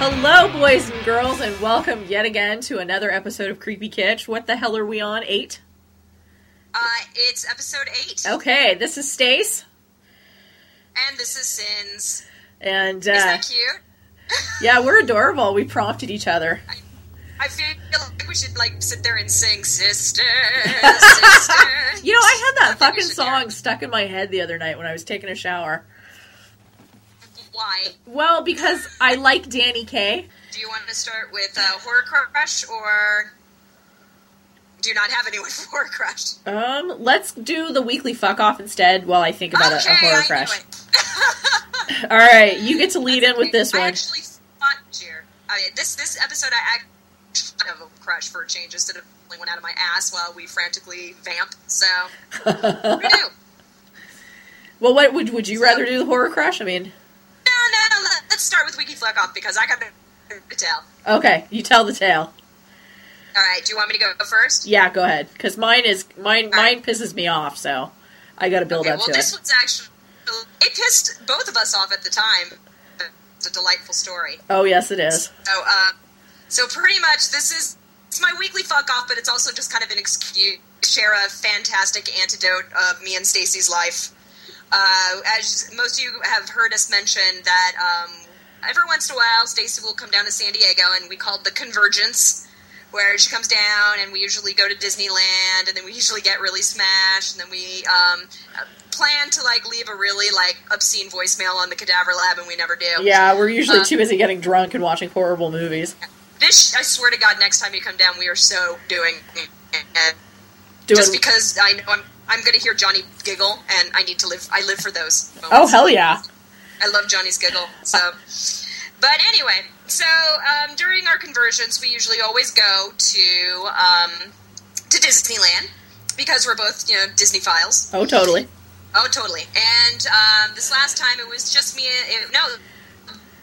Hello, boys and girls, and welcome yet again to another episode of Creepy Kitch. What the hell are we on? Eight? Uh, it's episode eight, Okay, this is Stace. and this is Sins. And Is uh, that cute? yeah, we're adorable. We prompted each other. I feel like we should like sit there and sing "Sister, Sister." You know, I had that think we fucking should do song stuck in my head the other night when I was taking a shower. it. Why? Well, because I like Danny Kaye. Do you want to start with uh, horror crush or do you not have anyone for horror crush? Um, let's do the weekly fuck off instead while I think about a- okay, a, I horror knew crush. it. All right, you get to lead in with this I one. actually fought cheer. I mean, this this episode, I actually have a crush for a change instead of pulling one out of my ass while we frantically vamp. So, who knew? Well, what would would you rather do the horror crush? I mean, No, no, let- let's start with Wiki Fleck off because I got nothing to tell. okay, you tell the tale. All right, do you want me to go first? Yeah, go ahead. Because mine is mine. All right. Mine pisses me off, so I got to build okay, up well, to this it. one's actually. It pissed both of us off at the time. but It's a delightful story. Oh yes, it is. So, uh, so pretty much this is it's my weekly fuck off, but it's also just kind of an excuse to share a fantastic antidote of me and Stacy's life. Uh, as most of you have heard us mention that um, every once in a while, Stacy will come down to San Diego, and we call it the convergence. Where she comes down, and we usually go to Disneyland, and then we usually get really smashed, and then we um, plan to like leave a really like obscene voicemail on the Cadaver Lab, and we never do. Yeah, we're usually Uh, too busy getting drunk and watching horrible movies. This, I swear to God, next time you come down, we are so doing. it. Doing just because I know I'm, I'm going to hear Johnny giggle, and I need to live. I live for those. Moments. oh hell yeah. I love Johnny's giggle. So, but anyway, so um, during our conversions, we usually always go to um, to Disneyland because we're both you know Disney files. Oh totally. Oh, totally. And um, this last time, it was just me. It, no,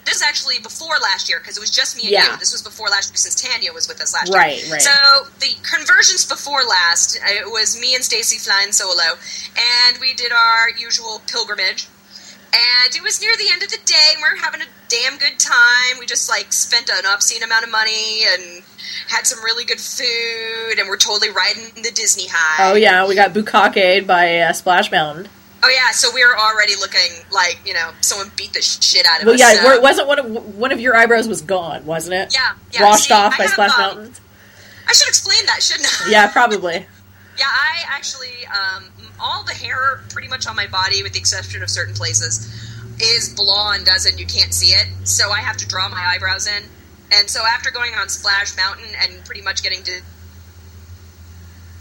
this is actually before last year because it was just me and Yeah. you. This was before last year since Tanya was with us last Right, year. right. So the conversions before last, uh, it was me and Stacy flying solo, and we did our usual pilgrimage. And it was near the end of the day, and we were having a damn good time. We just like spent an obscene amount of money and had some really good food, and we're totally riding the Disney high. Oh yeah, we got Bukakade by uh, Splash Mountain. Oh yeah, so we were already looking like you know someone beat the shit out of Well us. yeah, so- where- wasn't one of one of your eyebrows was gone, wasn't it? Yeah, yeah, Washed see, off I by have, Splash um, Mountain. I should explain that, shouldn't I? Yeah, probably. Yeah, I actually um, all the hair pretty much on my body, with the exception of certain places, is blonde, as in you can't see it. So I have to draw my eyebrows in. And so after going on Splash Mountain and pretty much getting to,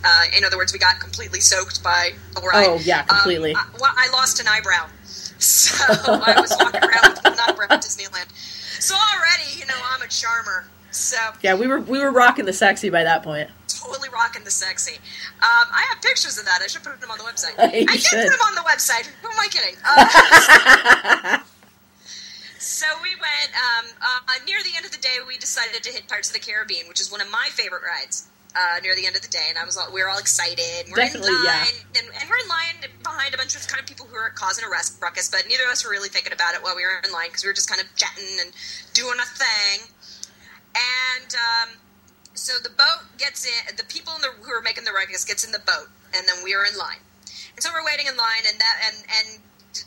uh, in other words, we got completely soaked by the ride. Oh, yeah, um, completely. I, well, I lost an eyebrow, so I was walking around with an eyebrow at Disneyland. So already, you know, I'm a charmer. So Yeah, we were we were rocking the sexy by that point. totally rocking the sexy. Um, I have pictures of that. I should put them on the website. You I should. did put them on the website. Who am I kidding? Uh, so we went um, uh, near the end of the day. We decided to hit Pirates of the Caribbean, which is one of my favorite rides. Uh, near the end of the day, and I was all, we were all excited. We're Definitely, in line, yeah. and, and we're in line behind a bunch of kind of people who are causing a rest ruckus, but neither of us were really thinking about it while we were in line because we were just kind of chatting and doing a thing. And um, so the boat gets in. The people in the, who are making the ruckus gets in the boat, and then we are in line. And so we're waiting in line, and that and and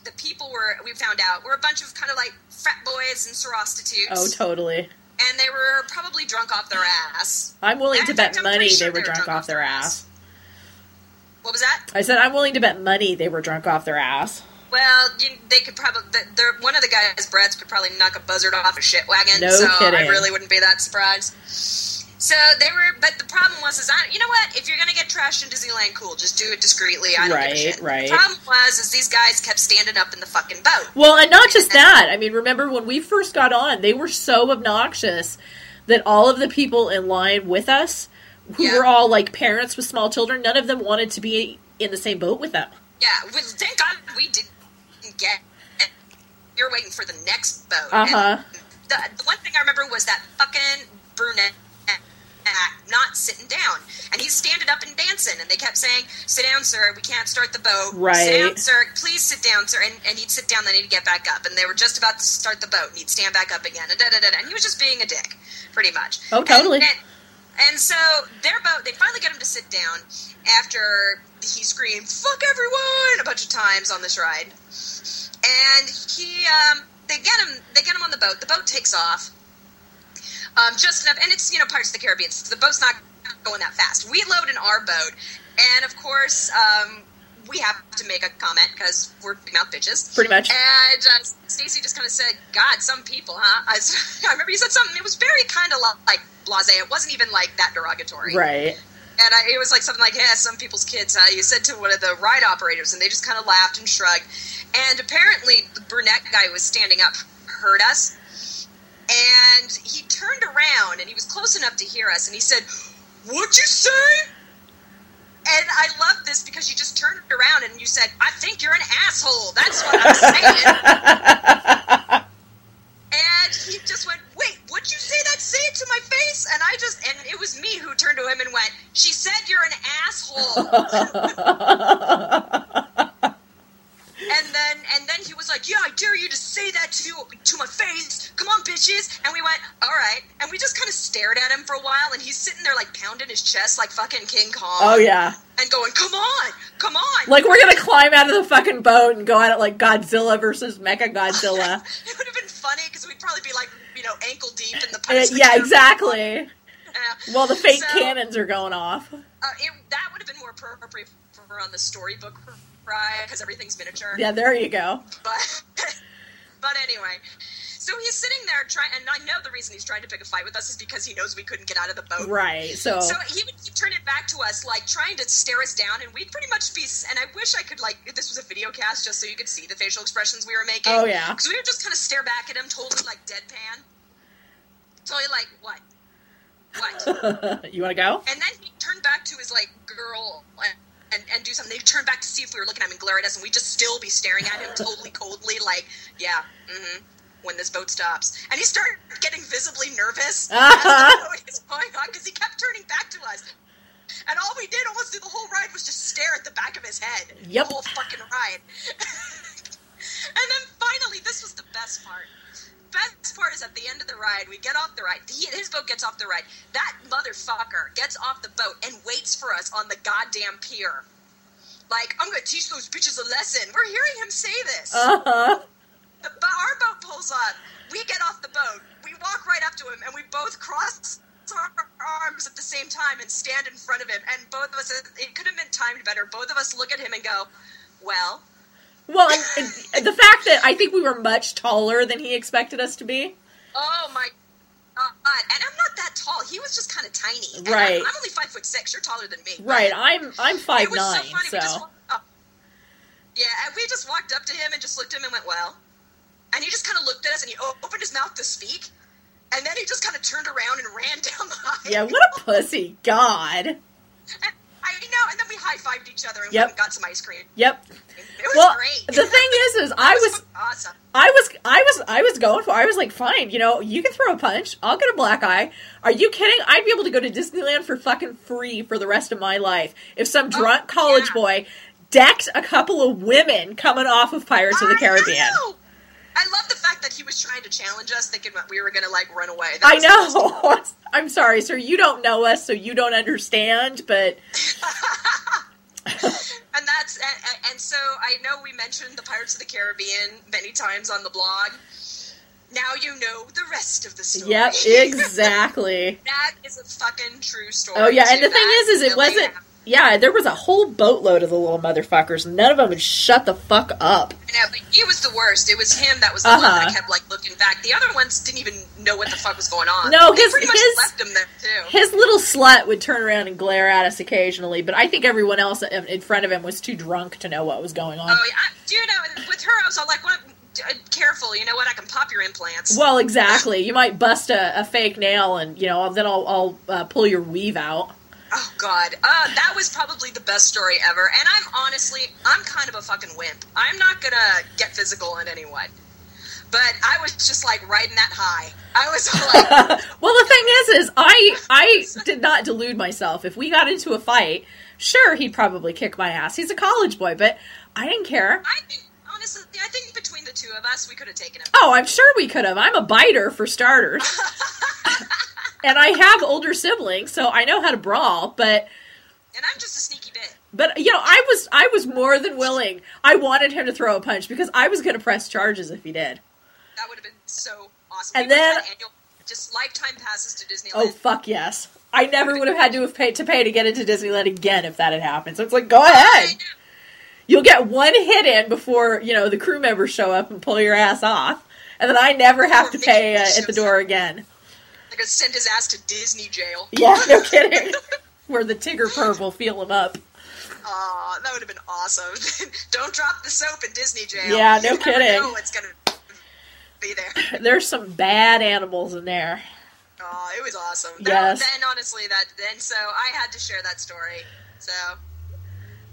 the people were we found out were a bunch of kind of like frat boys and sorostitutes, Oh totally. and they were probably drunk off their ass. I'm willing In to fact, bet I'm pretty money sure they were drunk off their ass. What was that? I said I'm willing to bet money they were drunk off their ass. Well, you, they could probably. They're, one of the guys, Brett's, could probably knock a buzzard off a shit wagon. No so kidding. I really wouldn't be that surprised. So they were, but the problem was, is I, you know what? If you're gonna get trashed in Disneyland, cool, just do it discreetly. I don't Right, give a shit. right. The problem was, is these guys kept standing up in the fucking boat. Well, and not just that. I mean, remember when we first got on, they were so obnoxious that all of the people in line with us, who Yeah. were all like parents with small children, none of them wanted to be in the same boat with them. Yeah, well, thank God we didn't get. You're waiting for the next boat. Uh huh. And The, the one thing I remember was that fucking brunette at not sitting down. And he's standing up and dancing. And they kept saying, sit down, sir. We can't start the boat. Right. Sit down, sir. Please sit down, sir. And, and he'd sit down, then he'd get back up. And they were just about to start the boat. And he'd stand back up again. And, da, da, da, da. and he was just being a dick, pretty much. Oh, totally. And, and, and so their boat, they finally get him to sit down after he screamed "fuck everyone" a bunch of times on this ride, and he, um, they get him, they get him on the boat. The boat takes off, um, just enough, and it's you know Pirates of the Caribbean, so the boat's not going that fast. We load in our boat, and of course. Um, we have to make a comment because we're big mouth bitches. Pretty much. And uh, Stacy just kind of said, "God, some people, huh?" I, s- I remember he said something. It was very kind of like blasé. It wasn't even like that derogatory Right. and I, it was like something like, "Yeah, some people's kids." Huh? You said to one of the ride operators, and they just kind of laughed and shrugged. And apparently, the brunette guy who was standing up heard us, and he turned around and he was close enough to hear us, and he said, "What'd you say?" And I love this because you just turned around and you said, "I think you're an asshole." That's what I'm saying. And he just went, Wait, would you say that? Say it to my face. And I just, and it was me who turned to him and went, She said you're an asshole. and then, and then he was like, Yeah, I dare you to say that to, to my face. Come on, bitches. And we went, All right. And we just kind of stared at him for a while. And he's sitting there, like, pounding his chest like fucking King Kong. Oh yeah. And going, Come on, come on. Like we're gonna climb out of the fucking boat and go at it like Godzilla versus Mecha Godzilla. it would have been funny because we'd probably be like, you know, ankle deep in the pipes. Uh, Eh, yeah, exactly. Yeah. While the fake So- cannons are going off. Uh, it, that would have been more appropriate for her on the storybook ride because everything's miniature. Yeah, there you go. But but anyway, so he's sitting there trying, and I know the reason he's trying to pick a fight with us is because he knows we couldn't get out of the boat. Right. So, So he would keep turning it back to us, like trying to stare us down, and we'd pretty much be. And I wish I could like if this was a video cast, just so you could see the facial expressions we were making. Oh, yeah. because we would just kind of stare back at him, totally like deadpan, totally like what, what. you want to go? And then he turned back to his like girl and, and, and do something. They turned back to see if we were looking at him and glare at us, and we'd just still be staring at him totally coldly, like, yeah, mm-hmm, when this boat stops. And he started getting visibly nervous as Uh-huh. the boat is going on because he kept turning back to us. And all we did almost through the whole ride was just stare at the back of his head. Yep. The whole fucking ride. and then finally, this was the best part. Best part is at the end of the ride, we get off the ride. He, his boat gets off the ride. That motherfucker gets off the boat and waits for us on the goddamn pier. Like, I'm gonna teach those bitches a lesson. We're hearing him say this. Uh huh. The, bo- our boat pulls up. We get off the boat. We walk right up to him, and we both cross our arms at the same time and stand in front of him. And both of us, it could have been timed better. Both of us look at him and go, "Well, Well, and, and the fact that I think we were much taller than he expected us to be. oh my." God. And I'm not that tall. He was just kind of tiny. And I'm- Right. I'm, only five foot six. You're taller than me. Right. I'm I'm five It was nine. so funny. So, We just walked up. Yeah, and we just walked up to him and just looked at him and went, "Well," and he just kind of looked at us and he o- opened his mouth to speak, and then he just kind of turned around and ran down the aisle. yeah, what a pussy. God. And I know, and then we high fived each other and Yep. went and got some ice cream. Yep. It was Well, great. the thing is, is I It was awesome. I was I was I was going for I was like, fine, you know, you can throw a punch, I'll get a black eye. Are you kidding? I'd be able to go to Disneyland for fucking free for the rest of my life if some drunk college Oh, yeah. boy decked a couple of women coming off of Pirates of the I Caribbean. know! I love the fact that he was trying to challenge us, thinking that we were going to like run away. That I was the best part. know. I'm sorry, sir. You don't know us, so you don't understand. But and that's and, and- and so I know we mentioned the Pirates of the Caribbean many times on the blog. Now you know the rest of the story. yep, exactly. that is a fucking true story. Oh yeah, and too. the thing That is, is it really wasn't. happened. Yeah, there was a whole boatload of the little motherfuckers. and None of them would shut the fuck up. I know, but he was the worst. It was him that was the one Uh-huh. that kept like looking back. The other ones didn't even know what the fuck was going on. No, they his- pretty much his- left him there too. His little slut would turn around and glare at us occasionally, but I think everyone else in in front of him was too drunk to know what was going on. oh yeah, I, do you know? With her, I was all like, "What? uh, Careful, you know what? I can pop your implants." Well, exactly. You might bust a, a fake nail, and you know, then I'll, I'll uh, pull your weave out. Oh God, uh, that was probably the best story ever. And I'm honestly, I'm kind of a fucking wimp. I'm not gonna get physical on anyone. But I was just like riding that high. I was like, well, the thing is, is I I did not delude myself. If we got into a fight, sure, he'd probably kick my ass. He's a college boy, but I didn't care. I think honestly, I think between the two of us, we could have taken him. Oh, I'm sure we could have. I'm a biter for starters, and I have older siblings, so I know how to brawl. But And I'm just a sneaky bit. but you know, I was I was more than willing. I wanted him to throw a punch because I was going to press charges if he did. That would have been so awesome. And We would've then- had annual, just lifetime passes to Disneyland. Oh fuck yes! I never would have had to have paid to pay to get into Disneyland again if that had happened. So it's like, go ahead. You'll get one hit in before you know the crew members show up and pull your ass off, and then I never have to pay uh, at the door again. I could send his ass to Disney jail. Yeah, no kidding. Where the Tigger perv will feel him up. Aw, that would have been awesome. Don't drop the soap in Disney jail. Yeah, no You never kidding. Know what's gonna be there? There's some bad animals in there. Aw, it was awesome. Yes. That- Then honestly, that then so I had to share that story. So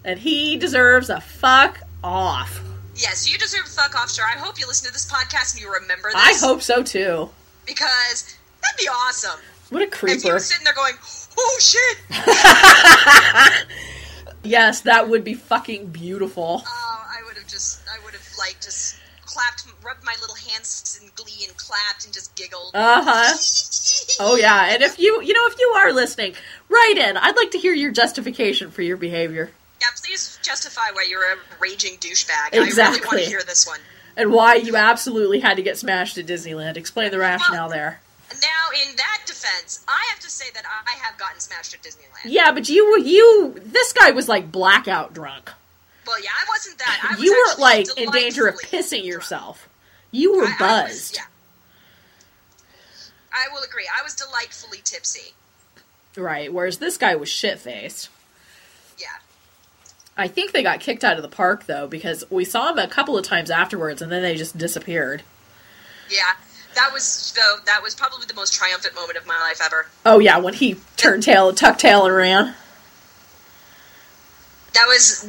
And he deserves a fuck off. yes, you deserve a fuck off, sure. I hope you listen to this podcast and you remember I this. hope so too. because that'd be awesome. What a If you creeper. were sitting there going, "Oh shit." Yes, that would be fucking beautiful. Oh, I would have just, I would have like just clapped, rubbed my little hands in glee and clapped and just giggled. Uh huh. Oh yeah, and if you you know if you are listening, write in. I'd like to hear your justification for your behavior Yeah, please justify why you're a raging douchebag. I really want Exactly. to hear this one. and why you absolutely had to get smashed at Disneyland. Explain the rationale there. Now, in that defense, I have to say that I have gotten smashed at Disneyland. Yeah, but you you this guy was like blackout drunk. Well, yeah, I wasn't that. I was You were like actually in danger of delightfully pissing drunk. yourself. You were I- I was- buzzed, yeah. I will agree. I was delightfully tipsy. right? Whereas this guy was shit faced. Yeah. I think they got kicked out of the park though because we saw him a couple of times afterwards, and then they just disappeared. Yeah. That was, though, that was probably the most triumphant moment of my life ever. Oh yeah, when he turned tail, tucked tail, and ran. that was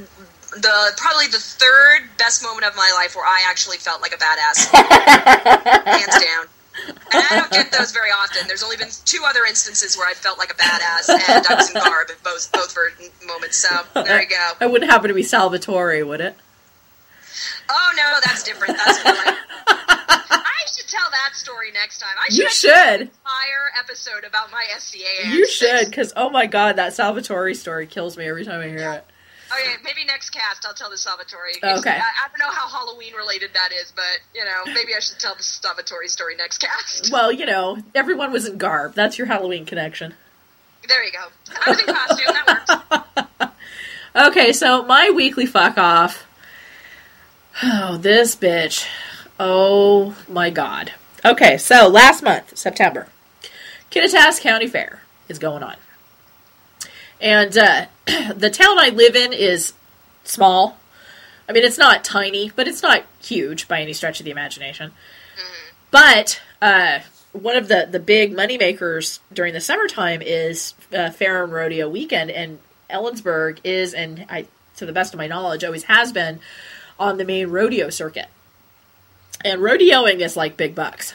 the probably the third best moment of my life where I actually felt like a badass, hands down. And I don't get those very often. There's only been two other instances where I felt like a badass, and I was in garb in both both ver- moments. So there you go. It wouldn't happen to be Salvatore, would it? Oh no, that's different. That's more like. I should tell that story next time. I should. You actually do an should. Entire episode about my SCA. You should, because oh my god, that Salvatore story kills me every time I hear it. Okay, maybe next cast I'll tell the Salvatore. Okay. I, I don't know how Halloween related that is, but you know, maybe I should tell the Salvatore story next cast. Well, you know, everyone was in garb. That's your Halloween connection. There you go. I was in costume. That works. Okay, so my weekly fuck off. Oh, this bitch. Oh my god. Okay, so last month, September, Kittitas County Fair is going on. And uh, the town I live in is small. I mean, it's not tiny, but it's not huge by any stretch of the imagination. But uh, one of the, the big money makers during the summertime is uh, Fair and Rodeo Weekend, and Ellensburg is, and I, to the best of my knowledge, always has been on the main rodeo circuit. And rodeoing is like big bucks.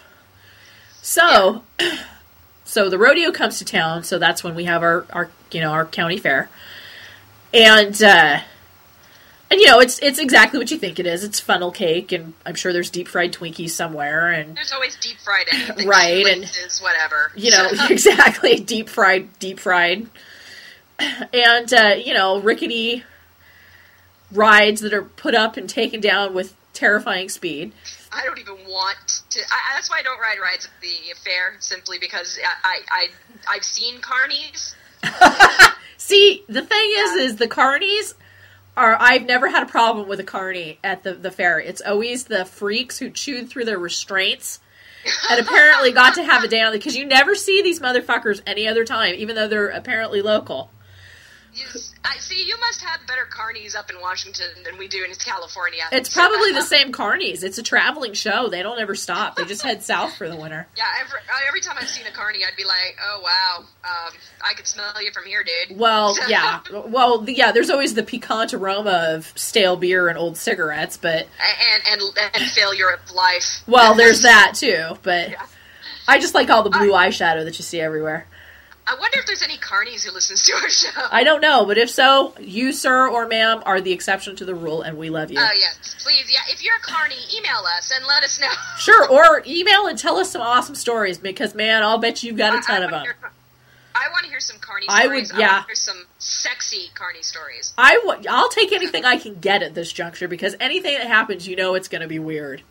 So, so the rodeo comes to town. So that's when we have our, our you know our county fair, and uh, and you know it's it's exactly what you think it is. It's funnel cake, and I'm sure there's deep fried Twinkies somewhere, and There's always deep fried anything. Right, and- Is whatever. you know exactly deep fried deep fried and uh, you know rickety rides that are put up and taken down with terrifying speed I don't even want to. I, I- that's why I don't ride rides at the fair, simply because I, I, I I've seen carnies. see the thing is is the carnies are i've never had a problem with a carny at the, the fair it's always the freaks who chewed through their restraints and apparently got to have a day on because you never see these motherfuckers any other time even though they're apparently local You s- I see. You must have better carnies up in Washington than we do in California. It's probably the same carnies. It's a traveling show. They don't ever stop. They just head south for the winter. Yeah, every, uh, every time I've seen a carny, I'd be like, "Oh wow, um, I could smell you from here, dude." Well, yeah. Well, the- yeah, there's always the piquant aroma of stale beer and old cigarettes, but and and and failure of life. well, there's that too, but Yeah. I just like all the blue eyeshadow that you see everywhere. I wonder if there's any carnies who listens to our show. I don't know, but if so, you sir or ma'am are the exception to the rule and we love you. Oh yes, please. Yeah, if you're a carny, email us and let us know. Sure, or email and tell us some awesome stories because man, I'll bet you've got a ton I, I of wanna them. hear- I want to hear some carny I would- stories. I yeah. want to hear some sexy carny stories. I w- I'll take anything I can get at this juncture because anything that happens, you know, it's going to be weird.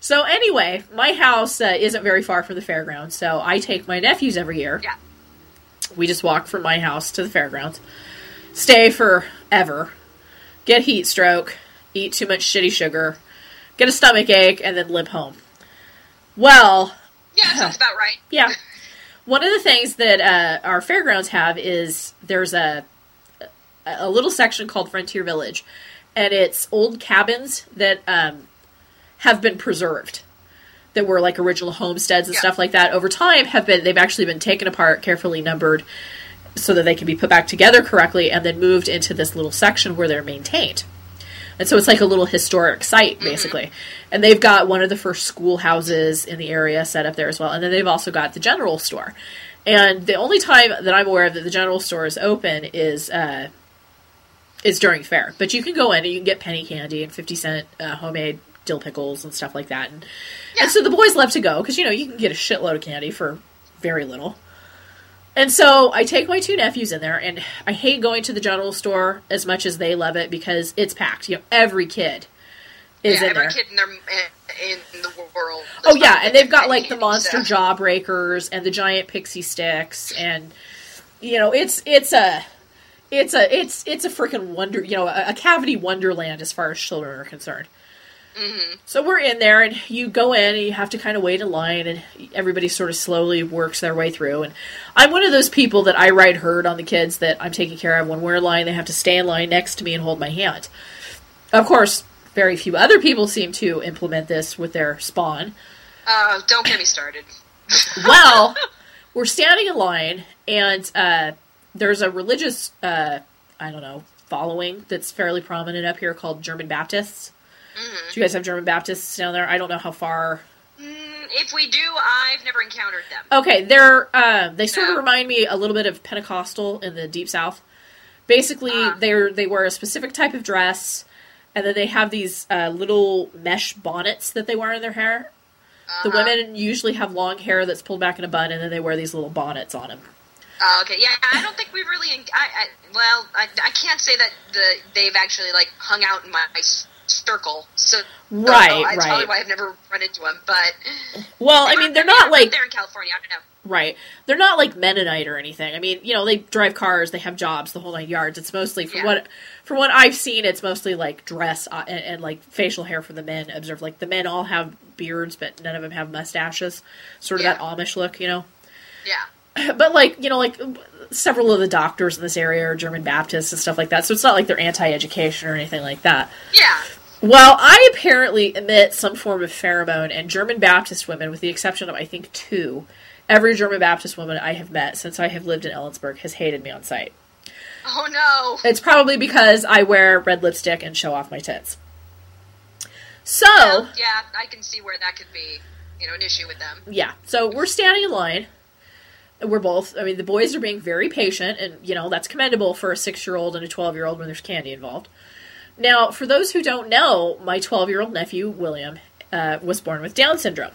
So anyway, my house uh, isn't very far from the fairgrounds, so I take my nephews every year. Yeah. We just walk from my house to the fairgrounds, stay forever, get heat stroke, eat too much shitty sugar, get a stomach ache, and then limp home. Well, Yeah, that sounds about right. yeah. One of the things that uh, our fairgrounds have is there's a a little section called Frontier Village, and it's old cabins that um, have been preserved, that were like original homesteads and Yeah. stuff like that. Over time, have been they've actually been taken apart, carefully numbered, so that they can be put back together correctly, and then moved into this little section where they're maintained. And so it's like a little historic site, basically. And they've got one of the first schoolhouses in the area set up there as well. And then they've also got the general store. And the only time that I'm aware of that the general store is open is uh, is during fair. But you can go in and you can get penny candy and fifty cent uh, homemade dill pickles and stuff like that. And, and so the boys love to go because you know you can get a shitload of candy for very little. And so I take my two nephews in there, and I hate going to the general store as much as they love it because it's packed. You know, every kid is yeah, in every there. kid in, their, in the world. oh yeah, and they've got like the Stuff. monster jawbreakers and the giant pixie sticks, and you know, it's it's a it's a it's it's a freaking wonder. You know, a, a cavity wonderland as far as children are concerned. So we're in there, and you go in, and you have to kind of wait in line, and everybody sort of slowly works their way through. And I'm one of those people that I ride herd on the kids that I'm taking care of. When we're in line, they have to stay in line next to me and hold my hand. Of course, very few other people seem to implement this with their spawn. Oh, don't get me started. Well, we're standing in line, and uh, there's a religious, uh, I don't know, following that's fairly prominent up here called German Baptists. Do you guys have German Baptists down there? I don't know how far Mm, If we do, I've never encountered them. Okay, they're uh, they sort of No. remind me a little bit of Pentecostal in the Deep South. Basically, Ah. they're they wear a specific type of dress, and then they have these uh, little mesh bonnets that they wear in their hair. The women usually have long hair that's pulled back in a bun, and then they wear these little bonnets on them. Oh, okay, yeah, I don't think we really. en- I, I well, I, I can't say that the they've actually like hung out in my, my s- circle. So Right, so That's probably right. why I've never run into them. But Well, I mean, they're not like they're in California. I don't know. right, they're not like Mennonite or anything. I mean, you know, they drive cars, they have jobs, the whole nine yards. It's mostly from Yeah. what from what I've seen, it's mostly like dress uh, and, and like facial hair for the men. Observe like the men all have beards, but none of them have mustaches. Sort of that Yeah. Amish look, you know. Yeah. But like you know, like several of the doctors in this area are German Baptists and stuff like that. So it's not like they're anti-education or anything like that. Yeah. Well, I apparently emit some form of pheromone, and German Baptist women, with the exception of I think two, every German Baptist woman I have met since I have lived in Ellensburg has hated me on sight. Oh no. It's probably because I wear red lipstick and show off my tits. So, Well, yeah, I can see where that could be, you know, an issue with them. yeah. So we're standing in line. We're both, I mean, the boys are being very patient, and, you know, that's commendable for a six year old and a 12 year old when there's candy involved. Now, for those who don't know, my 12 year old nephew, William, uh, was born with Down syndrome.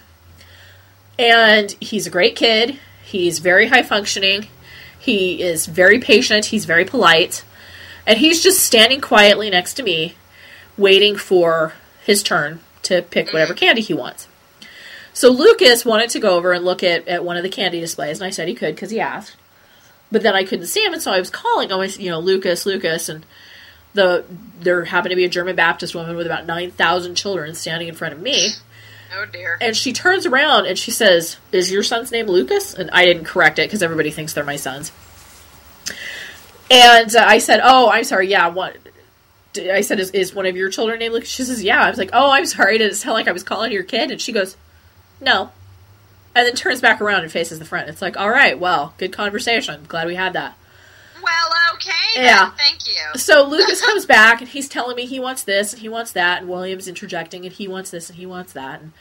And he's a great kid. He's very high functioning. He is very patient. He's very polite. And he's just standing quietly next to me, waiting for his turn to pick whatever candy he wants. So Lucas wanted to go over and look at, at one of the candy displays, and I said he could because he asked. But then I couldn't see him, and so I was calling, always, you know, Lucas, Lucas, and the there happened to be a German Baptist woman with about nine thousand children standing in front of me, Oh dear. and she turns around and she says, "Is your son's name Lucas?" And I didn't correct it because everybody thinks they're my sons. And uh, I said, "Oh, I'm sorry. Yeah, what?" I said, "Is, is one of your children named Lucas?" She says, "Yeah." I was like, "Oh, I'm sorry. Did it sound like I was calling your kid?" And she goes, "No." And then turns back around and faces the front. It's like, "All right, well, good conversation. Glad we had that." Well, okay. Yeah. Then, thank you. So Lucas comes back and he's telling me he wants this and he wants that, and William's interjecting and he wants this and he wants that, and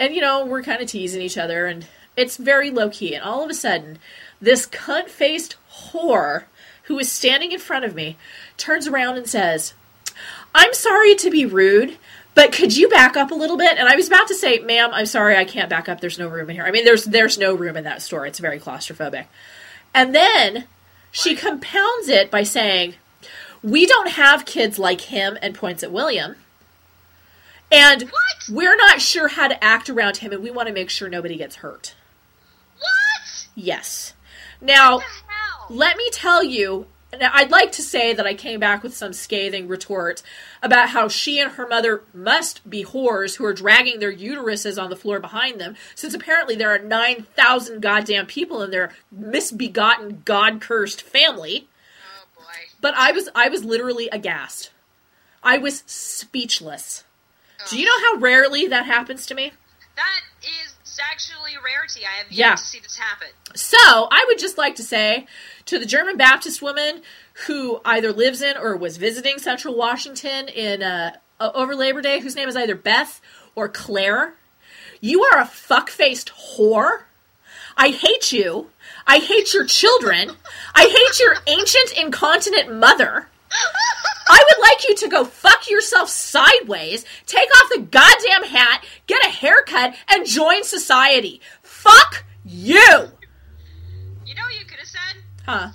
and you know we're kind of teasing each other and it's very low key. And all of a sudden, this cunt faced whore who is standing in front of me turns around and says, "I'm sorry to be rude." But could you back up a little bit? And I was about to say, "Ma'am, I'm sorry, I can't back up. There's no room in here." I mean, there's there's no room in that store. It's very claustrophobic. And then she compounds it by saying, We don't have kids like him, and points at William. And What? we're not sure how to act around him, and we want to make sure nobody gets hurt. What Yes. Now, the hell? let me tell you, and I'd like to say that I came back with some scathing retort about how she and her mother must be whores who are dragging their uteruses on the floor behind them, since apparently there are 9,000 goddamn people in their misbegotten, god cursed family. Oh boy. But I was I was literally aghast. I was speechless. Do you know how rarely that happens to me? That is actually a rarity. I have yet Yeah. to see this happen. So I would just like to say to the German Baptist woman who either lives in or was visiting Central Washington in uh, o- over Labor Day, whose name is either Beth or Claire, you are a fuck-faced whore. I hate you. I hate your children. I hate your ancient incontinent mother. I would like you to go fuck yourself sideways, take off the goddamn hat, get a haircut, and join society. Fuck you! You know, what you could have said. Huh.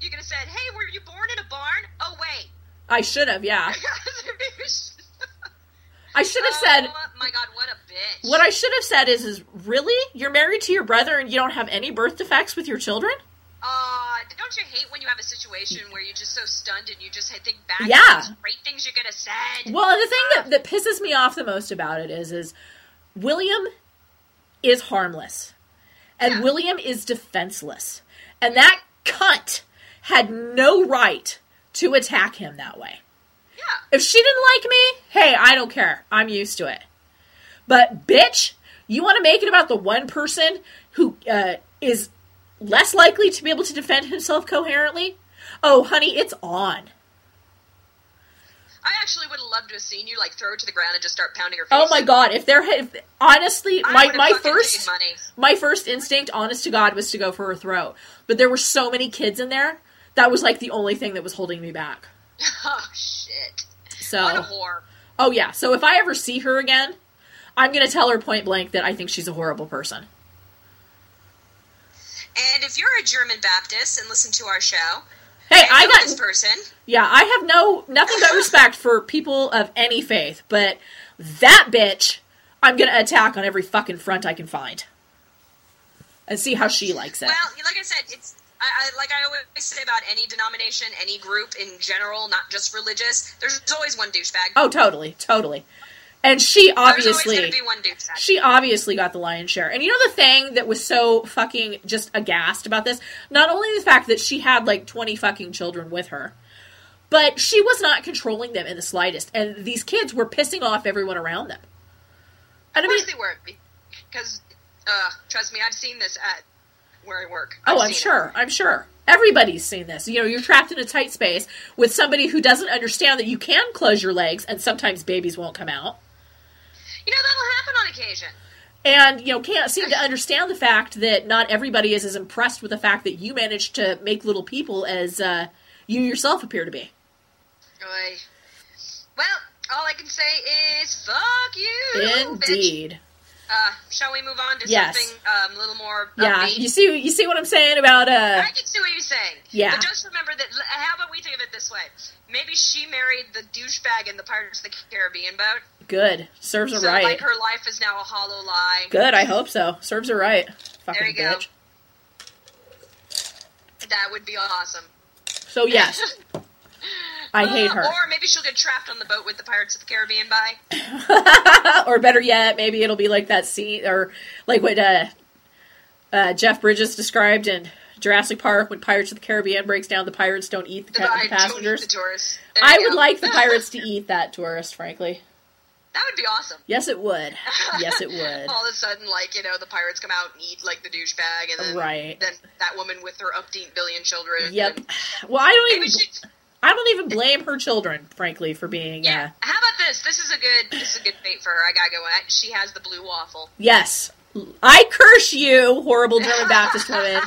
You could have said, "Hey, were you born in a barn?" Oh wait. I should have, yeah. I should have said Oh my god, what a bitch! what I should have said is is really? You're married to your brother and you don't have any birth defects with your children? Uh, don't you hate when you have a situation where you're just so stunned and you just think back Yeah. to these great things you could have said? Well, the thing that, that pisses me off the most about it is is William is harmless. And Yeah. William is defenseless. And that cunt had no right to attack him that way. Yeah. If she didn't like me, hey, I don't care. I'm used to it. But bitch, you want to make it about the one person who uh, is less likely to be able to defend himself coherently? Oh, honey, it's on. I actually would have loved to have seen you like throw her to the ground and just start pounding her face. Oh my god, if there had honestly, I my would've my fucking paid first money. my first instinct, honest to god, was to go for her throat. But there were so many kids in there that was like the only thing that was holding me back. Oh shit! So What a whore! Oh yeah. So if I ever see her again, I'm gonna tell her point blank that I think she's a horrible person. And if you're a German Baptist and listen to our show, Hey, and I know this got person. yeah. I have no nothing but respect for people of any faith, but that bitch, I'm gonna attack on every fucking front I can find, and see how she likes it. Well, like I said, it's I, I, like I always say about any denomination, any group in general, not just religious. There's always one douchebag. oh, totally, totally. And she There's always obviously going to be one douchebag. she obviously got the lion's share. And you know the thing that was so fucking just aghast about this? Not only the fact that she had like 20 fucking children with her, but she was not controlling them in the slightest. And these kids were pissing off everyone around them. And I Of mean, course they were, because uh, trust me, I've seen this at where I work. I've oh, I'm seen it. sure. I'm sure. Everybody's seen this. You know, you're trapped in a tight space with somebody who doesn't understand that you can close your legs and sometimes babies won't come out. You know that'll happen on occasion. and you know can't seem to understand the fact that not everybody is as impressed with the fact that you managed to make little people as uh, you yourself appear to be. Oy. Well, all I can say is fuck you. bitch. Indeed, Uh, shall we move on to Yes. something um, a little more? yeah. upbeat? You see, you see what I'm saying about uh, I can see what you're saying. Yeah. But just remember that. How about we think of it this way? Maybe she married the douchebag in the Pirates of the Caribbean boat. good serves her So right. like her life is now a hollow lie. Good, I hope so. Serves her right. Fucking you go. bitch. That would be awesome. So yes, I hate her. Or maybe she'll get trapped on the boat with the Pirates of the Caribbean by. or better yet, maybe it'll be like that scene, or like what uh, uh, Jeff Bridges described in Jurassic Park when Pirates of the Caribbean breaks down, the pirates don't eat the, ca- I the don't need passengers. the tourists. There I you would go. like the pirates to eat that tourist, frankly. that would be awesome. Yes, it would. Yes, it would. All of a sudden, like you know, the pirates come out and eat like the douchebag, and then Right. then that woman with her upbeat billion children. Yep. and- Well, I don't Maybe even. she, I don't even blame her children, frankly, for being. yeah. Uh, How about this? This is a good. This is a good fate for her. I gotta go. I- She has the blue waffle. yes, I curse you, horrible German Baptist woman.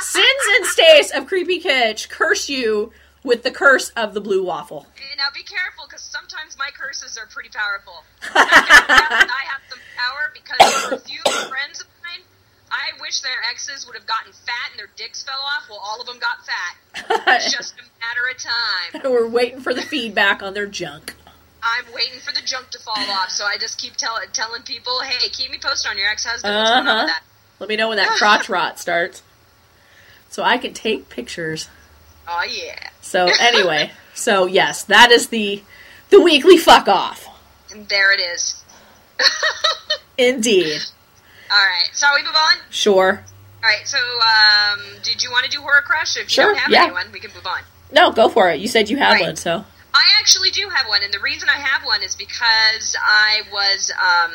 Sins and stays of creepy kitsch curse you with the curse of the blue waffle. Now be careful, because sometimes my curses are pretty powerful. I have some power because there were a few friends of mine. I wish their exes would have gotten fat and their dicks fell off. Well, all of them got fat. It's just a matter of time. We're waiting for the feedback on their junk. I'm waiting for the junk to fall off, so I just keep tell- telling people, hey, keep me posted on your ex husband. What's going on Uh-huh. with that? Let me know when that crotch rot starts, so I can take pictures. Oh, yeah. So anyway, so yes, that is the the weekly fuck off. And there it is. Indeed, All right. So are we move on? sure. All right. So um, did you want to do Horror Crush? If you Sure, don't have yeah. anyone, we can move on. No, go for it. You said you had Right. one, so I actually do have one, and the reason I have one is because I was um,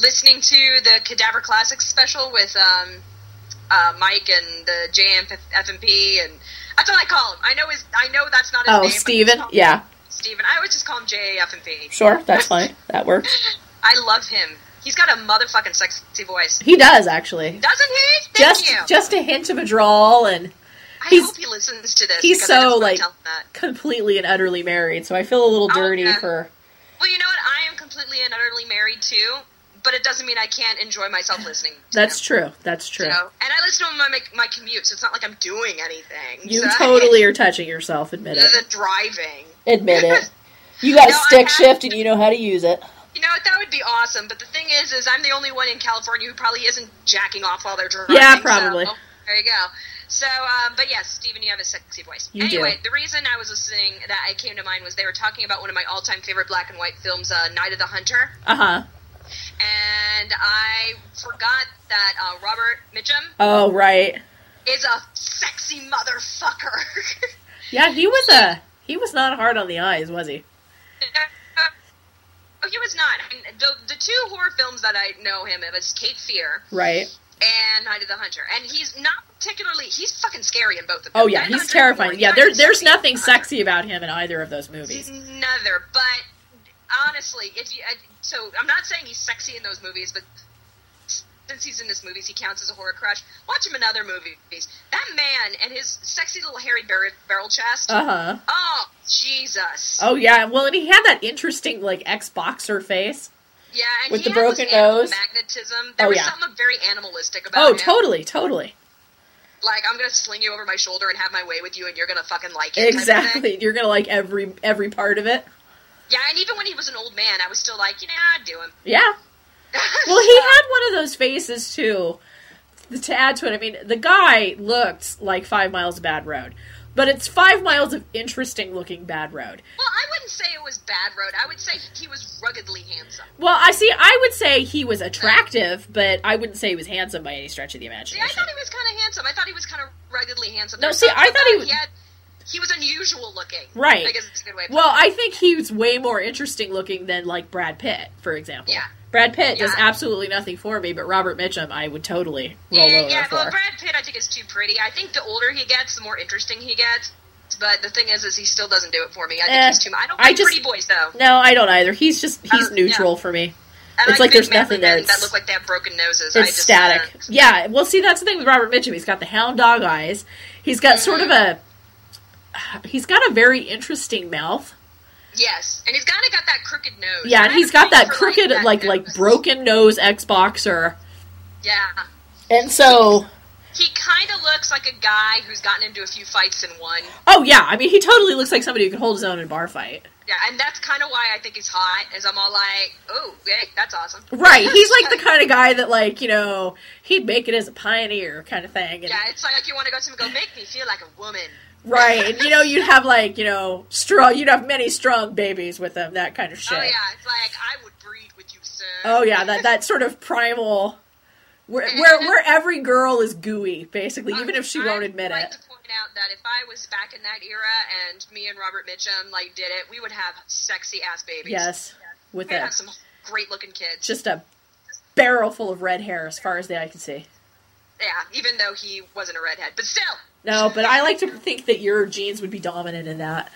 listening to the Cadaver Classics special with um, uh, Mike and the JMFMP, and that's all I call him. I know his, I know that's not his oh, name. I just Steven, call him yeah, Steven. I would just call him JFMP. sure, that's fine. That works. I love him. He's got a motherfucking sexy voice, He does actually. doesn't he? Thank just you. just a hint of a drawl and I he's- hope he listens to this. he's because I so, just wanna like- tell him that. completely and utterly married. So I feel a little Oh, dirty yeah. for Well, you know what? I am completely and utterly married too, but it doesn't mean I can't enjoy myself listening. To him. that's true. That's true. So, and I listen to them on my, my commute, so it's not like I'm doing anything. You so, totally are touching yourself. Admit Other it. than driving. Admit it. You got No, I stick have- shift and you know how to use it. You know, that would be awesome, but the thing is, is I'm the only one in California who probably isn't jacking off while they're driving. Yeah, so- oh, probably. there you go. So, um, but yes, Stephen, you have a sexy voice. You do. anyway, the reason I was listening that I came to mind was they were talking about one of my all-time favorite black and white films, uh, Night of the Hunter. Uh huh. and I forgot that uh, Robert Mitchum Oh right. is a sexy motherfucker. Yeah, he was a he was not hard on the eyes, was he? oh, he was not. I mean, the, the two horror films that I know him of is Cape Fear Right. and Night of the Hunter, and he's not particularly. He's fucking scary in both of them. Oh yeah, Night of the he's Hunter terrifying. is Yeah, more Mm-hmm. there, there's fucking nothing scary. sexy about him in either of those movies. Another, but honestly, if you I- so, I'm not saying he's sexy in those movies, but since he's in this movies, he counts as a horror crush. Watch him in other movies. That man and his sexy little hairy bar- barrel chest. Uh huh. oh Jesus! Oh yeah. Well, and he had that interesting like ex boxer face. yeah, and with he the had this broken animal nose. magnetism. There Oh, was yeah. something very animalistic about Oh, him. totally, totally. Like I'm gonna sling you over my shoulder and have my way with you, and you're gonna fucking like it. type of thing. Exactly. You're gonna like every every part of it. Yeah, and even when he was an old man, I was still like, you know, I'd do him. Yeah. Well, he had one of those faces too. To add to it, I mean, the guy looked like Five Miles of Bad Road, but it's Five Miles of interesting looking Bad Road. Well, I wouldn't say it was bad road. I would say he was ruggedly handsome. Well, I see. I would say he was attractive, but I wouldn't say he was handsome by any stretch of the See, I imagination. thought he was kind of handsome. I thought he was kind of ruggedly handsome. No, There was see, something I thought he about was- he had, he was unusual looking. Right. I guess it's a good way. Of Well, I think he's way more interesting looking than like Brad Pitt, for example. Yeah. Brad Pitt does Yeah. absolutely nothing for me, but Robert Mitchum, I would totally roll yeah, over yeah. for. Well, Brad Pitt, I think is too pretty. I think the older he gets, the more interesting he gets. But the thing is, is he still doesn't do it for me. I think Eh, he's too. mu- I don't I like just- pretty boys though. no, I don't either. He's just he's Um, yeah. neutral for me. I it's like big there's manly nothing there. men It's- that look like they have broken noses. I It's just, static. uh, yeah. Well, see, that's the thing with Robert Mitchum. He's got the hound dog eyes. He's got sort of Mm-hmm. a. He's got a very interesting mouth. yes, and he's kind of got that crooked nose. Yeah, I and have he's a got thing that for, crooked, that like like nose. broken nose X boxer. Yeah. And so, He kind of looks like a guy who's gotten into a few fights and won. oh yeah, I mean, he totally looks like somebody who could hold his own in a bar fight. Yeah, and that's kind of why I think he's hot. Is I'm all like, oh, hey, that's awesome. Right. He's like the kind of guy that, like, you know, he'd make it as a pioneer kind of thing. And, Yeah, it's like you want to go to him and go, make me feel like a woman. Right. And, you know, you'd have, like, you know, strong, you'd have many strong babies with him, that kind of shit. Oh yeah, it's like I would breed with you, sir. Oh, yeah, that, that sort of primal where where where every girl is gooey, basically, even if she Um, I won't would admit like it. to point out that if I was back in that era and me and Robert Mitchum like did it, we would have sexy ass babies. Yes, with we'd have it, some great looking kids. just a barrel full of red hair as far as the eye can see. Yeah, even though he wasn't a redhead, but still, No, but I like to think that your genes would be dominant in that.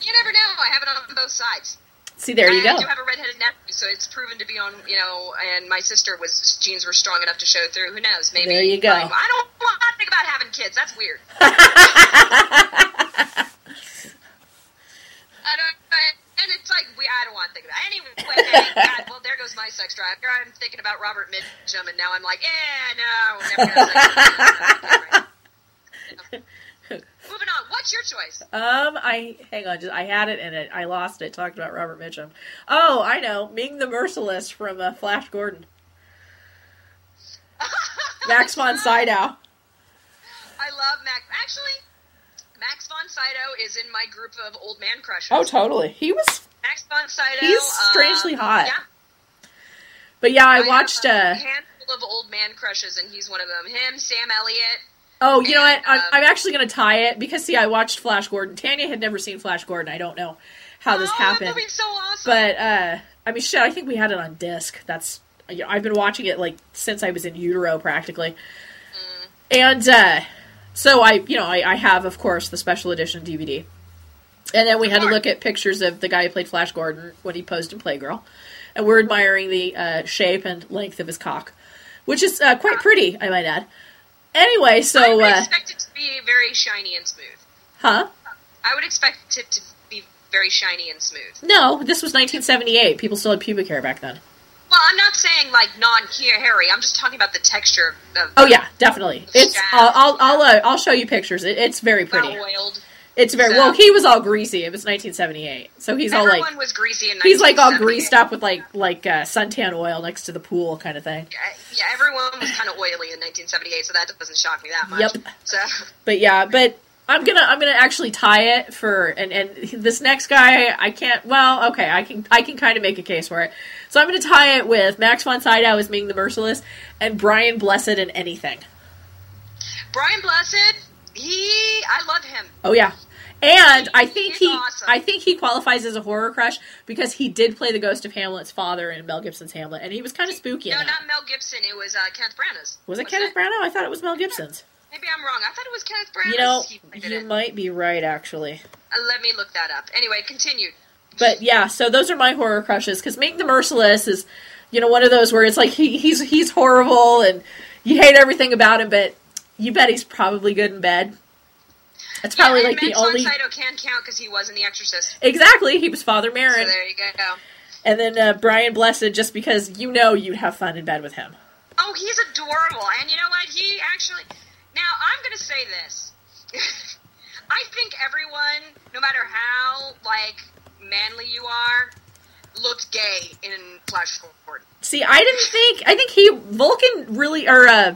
you never know. I have it on both sides. See, there you I go. do have a redheaded nephew, so it's proven to be on. You know, and my sister was his genes were strong enough to show through. Who knows? Maybe There you go. Like, I don't want to think about having kids. That's weird. I don't. I, and it's like we. I don't want to think about. Anyway, God, well, there goes my sex drive. Here I'm thinking about Robert Mitchum, and now I'm like, eh, no. I'll Never have sex. Moving on. What's your choice? Um, I hang on, just I had it and it, I lost it. Talked about Robert Mitchum. Oh, I know, Ming the Merciless from uh, Flash Gordon, Max von Sydow. I love Max. Actually, Max von Sydow is in my group of old man crushes. Oh, totally. He was, Max von Sydow. He's strangely um, hot. Yeah, but yeah, I have watched. a Uh, handful of old man crushes, and he's one of them. Him, Sam Elliott. oh, you know what? and, I'm, um, I'm actually going to tie it because see, I watched Flash Gordon. Tanya had never seen Flash Gordon. I don't know how this oh, happened, That movie's so awesome. but uh, I mean, shit, I think we had it on disc. That's you know, I've been watching it like since I was in utero, practically. And uh, so I, you know, I, I have of course the special edition DVD, and then we Of had to course. look at pictures of the guy who played Flash Gordon when he posed in Playgirl, and we're admiring the uh, shape and length of his cock, which is uh, quite pretty, I might add. Anyway, I so would uh, expect it to be very shiny and smooth. huh? I would expect it to be very shiny and smooth. No, this was 1978. People still had pubic hair back then. Well, I'm not saying like non-hairy. I'm just talking about the texture of Oh yeah, definitely. It's Yeah. I'll I'll I'll, uh, I'll show you pictures. It, it's very Oh, pretty. well oiled. It's very So- well. He was all greasy. It was 1978, so he's all uh, Everyone like was greasy and he's like all greased up with like like uh, suntan oil next to the pool kind of thing. Yeah, everyone was kind of oily in 1978, so that doesn't shock me that much. Yep. So But yeah, but I'm gonna I'm gonna actually tie it for and and this next guy I can't. Well, okay, I can I can kind of make a case for it. So I'm gonna tie it with Max von Sydow as being the merciless and Brian Blessed in anything. Brian Blessed, he, I love him. Oh yeah. And I think He's he awesome. I think he qualifies as a horror crush because he did play the ghost of Hamlet's father in Mel Gibson's Hamlet and he was kind of spooky No, in that. not Mel Gibson. It was uh, Kenneth Branagh's. Was it wasn't Kenneth Branagh? I thought it was Mel Gibson's. Maybe I'm wrong. I thought it was Kenneth Branagh. You know, he did you it. might be right actually. Uh, let me look that up. Anyway, continued. But yeah, so those are my horror crushes cuz Make the Merciless is you know one of those where it's like he, he's he's horrible and you hate everything about him but you bet he's probably good in bed. That's probably yeah, like the Max von only Sydow can count because he was in The Exorcist. Exactly, he was Father So Marin. there you go. And then uh, Brian Blessed, just because you know you'd have fun in bed with him. Oh, he's adorable. And you know what? He actually. Now, I'm going to say this. I think everyone, no matter how, like, manly you are, looked gay in Flash Gordon. See, I didn't think. I think he Vulcan really or uh,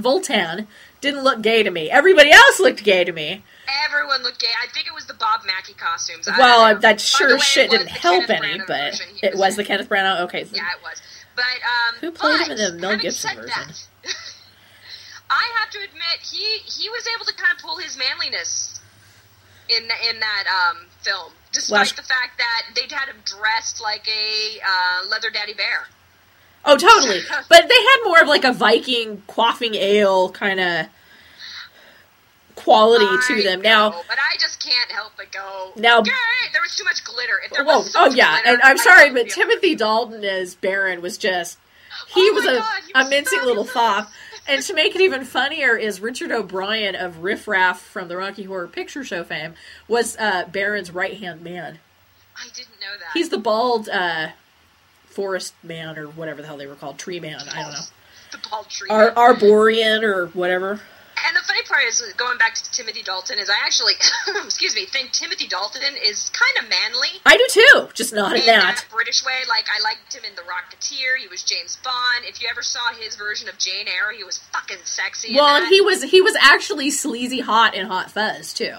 Voltan didn't look gay to me. Everybody else looked gay to me. Everyone looked gay. I think it was the Bob Mackey costumes. I well, don't know. that By the sure way, shit it was didn't the help Kenneth any, Branagh but version. He it was the Kenneth Branagh. Okay, so- Yeah, it was. But um, Who played him but, in the Mel having Gibson said version? that, I have to admit he he was able to kind of pull his manliness in the, in that um, film, despite Flash- the fact that they'd had him dressed like a uh, leather daddy bear. oh, totally. But they had more of like a Viking quaffing ale kind of quality to I them. Now, know, but I just can't help but go. Now- Yay! there was too much glitter. If there whoa, was so oh much yeah, glitter, and I'm I sorry, wouldn't but be- Timothy Dalton as Baron was just he Oh my was a, God, he a was mincing little fabulous. fop. And to make it even funnier is Richard O'Brien of Riff Raff from the Rocky Horror Picture Show fame was uh, Baron's right hand man. I didn't know that. He's the bald uh, forest man or whatever the hell they were called, tree man. I don't know, the paltry. Ar- arborian or whatever. And the funny part is, going back to Timothy Dalton, is I actually, excuse me, think Timothy Dalton is kind of manly I do too, just not in in that. that British way. Like I liked him in The Rocketeer. He was James Bond. If you ever saw his version of Jane Eyre, he was fucking sexy. in Well, that. and he was he was actually sleazy hot in Hot Fuzz too.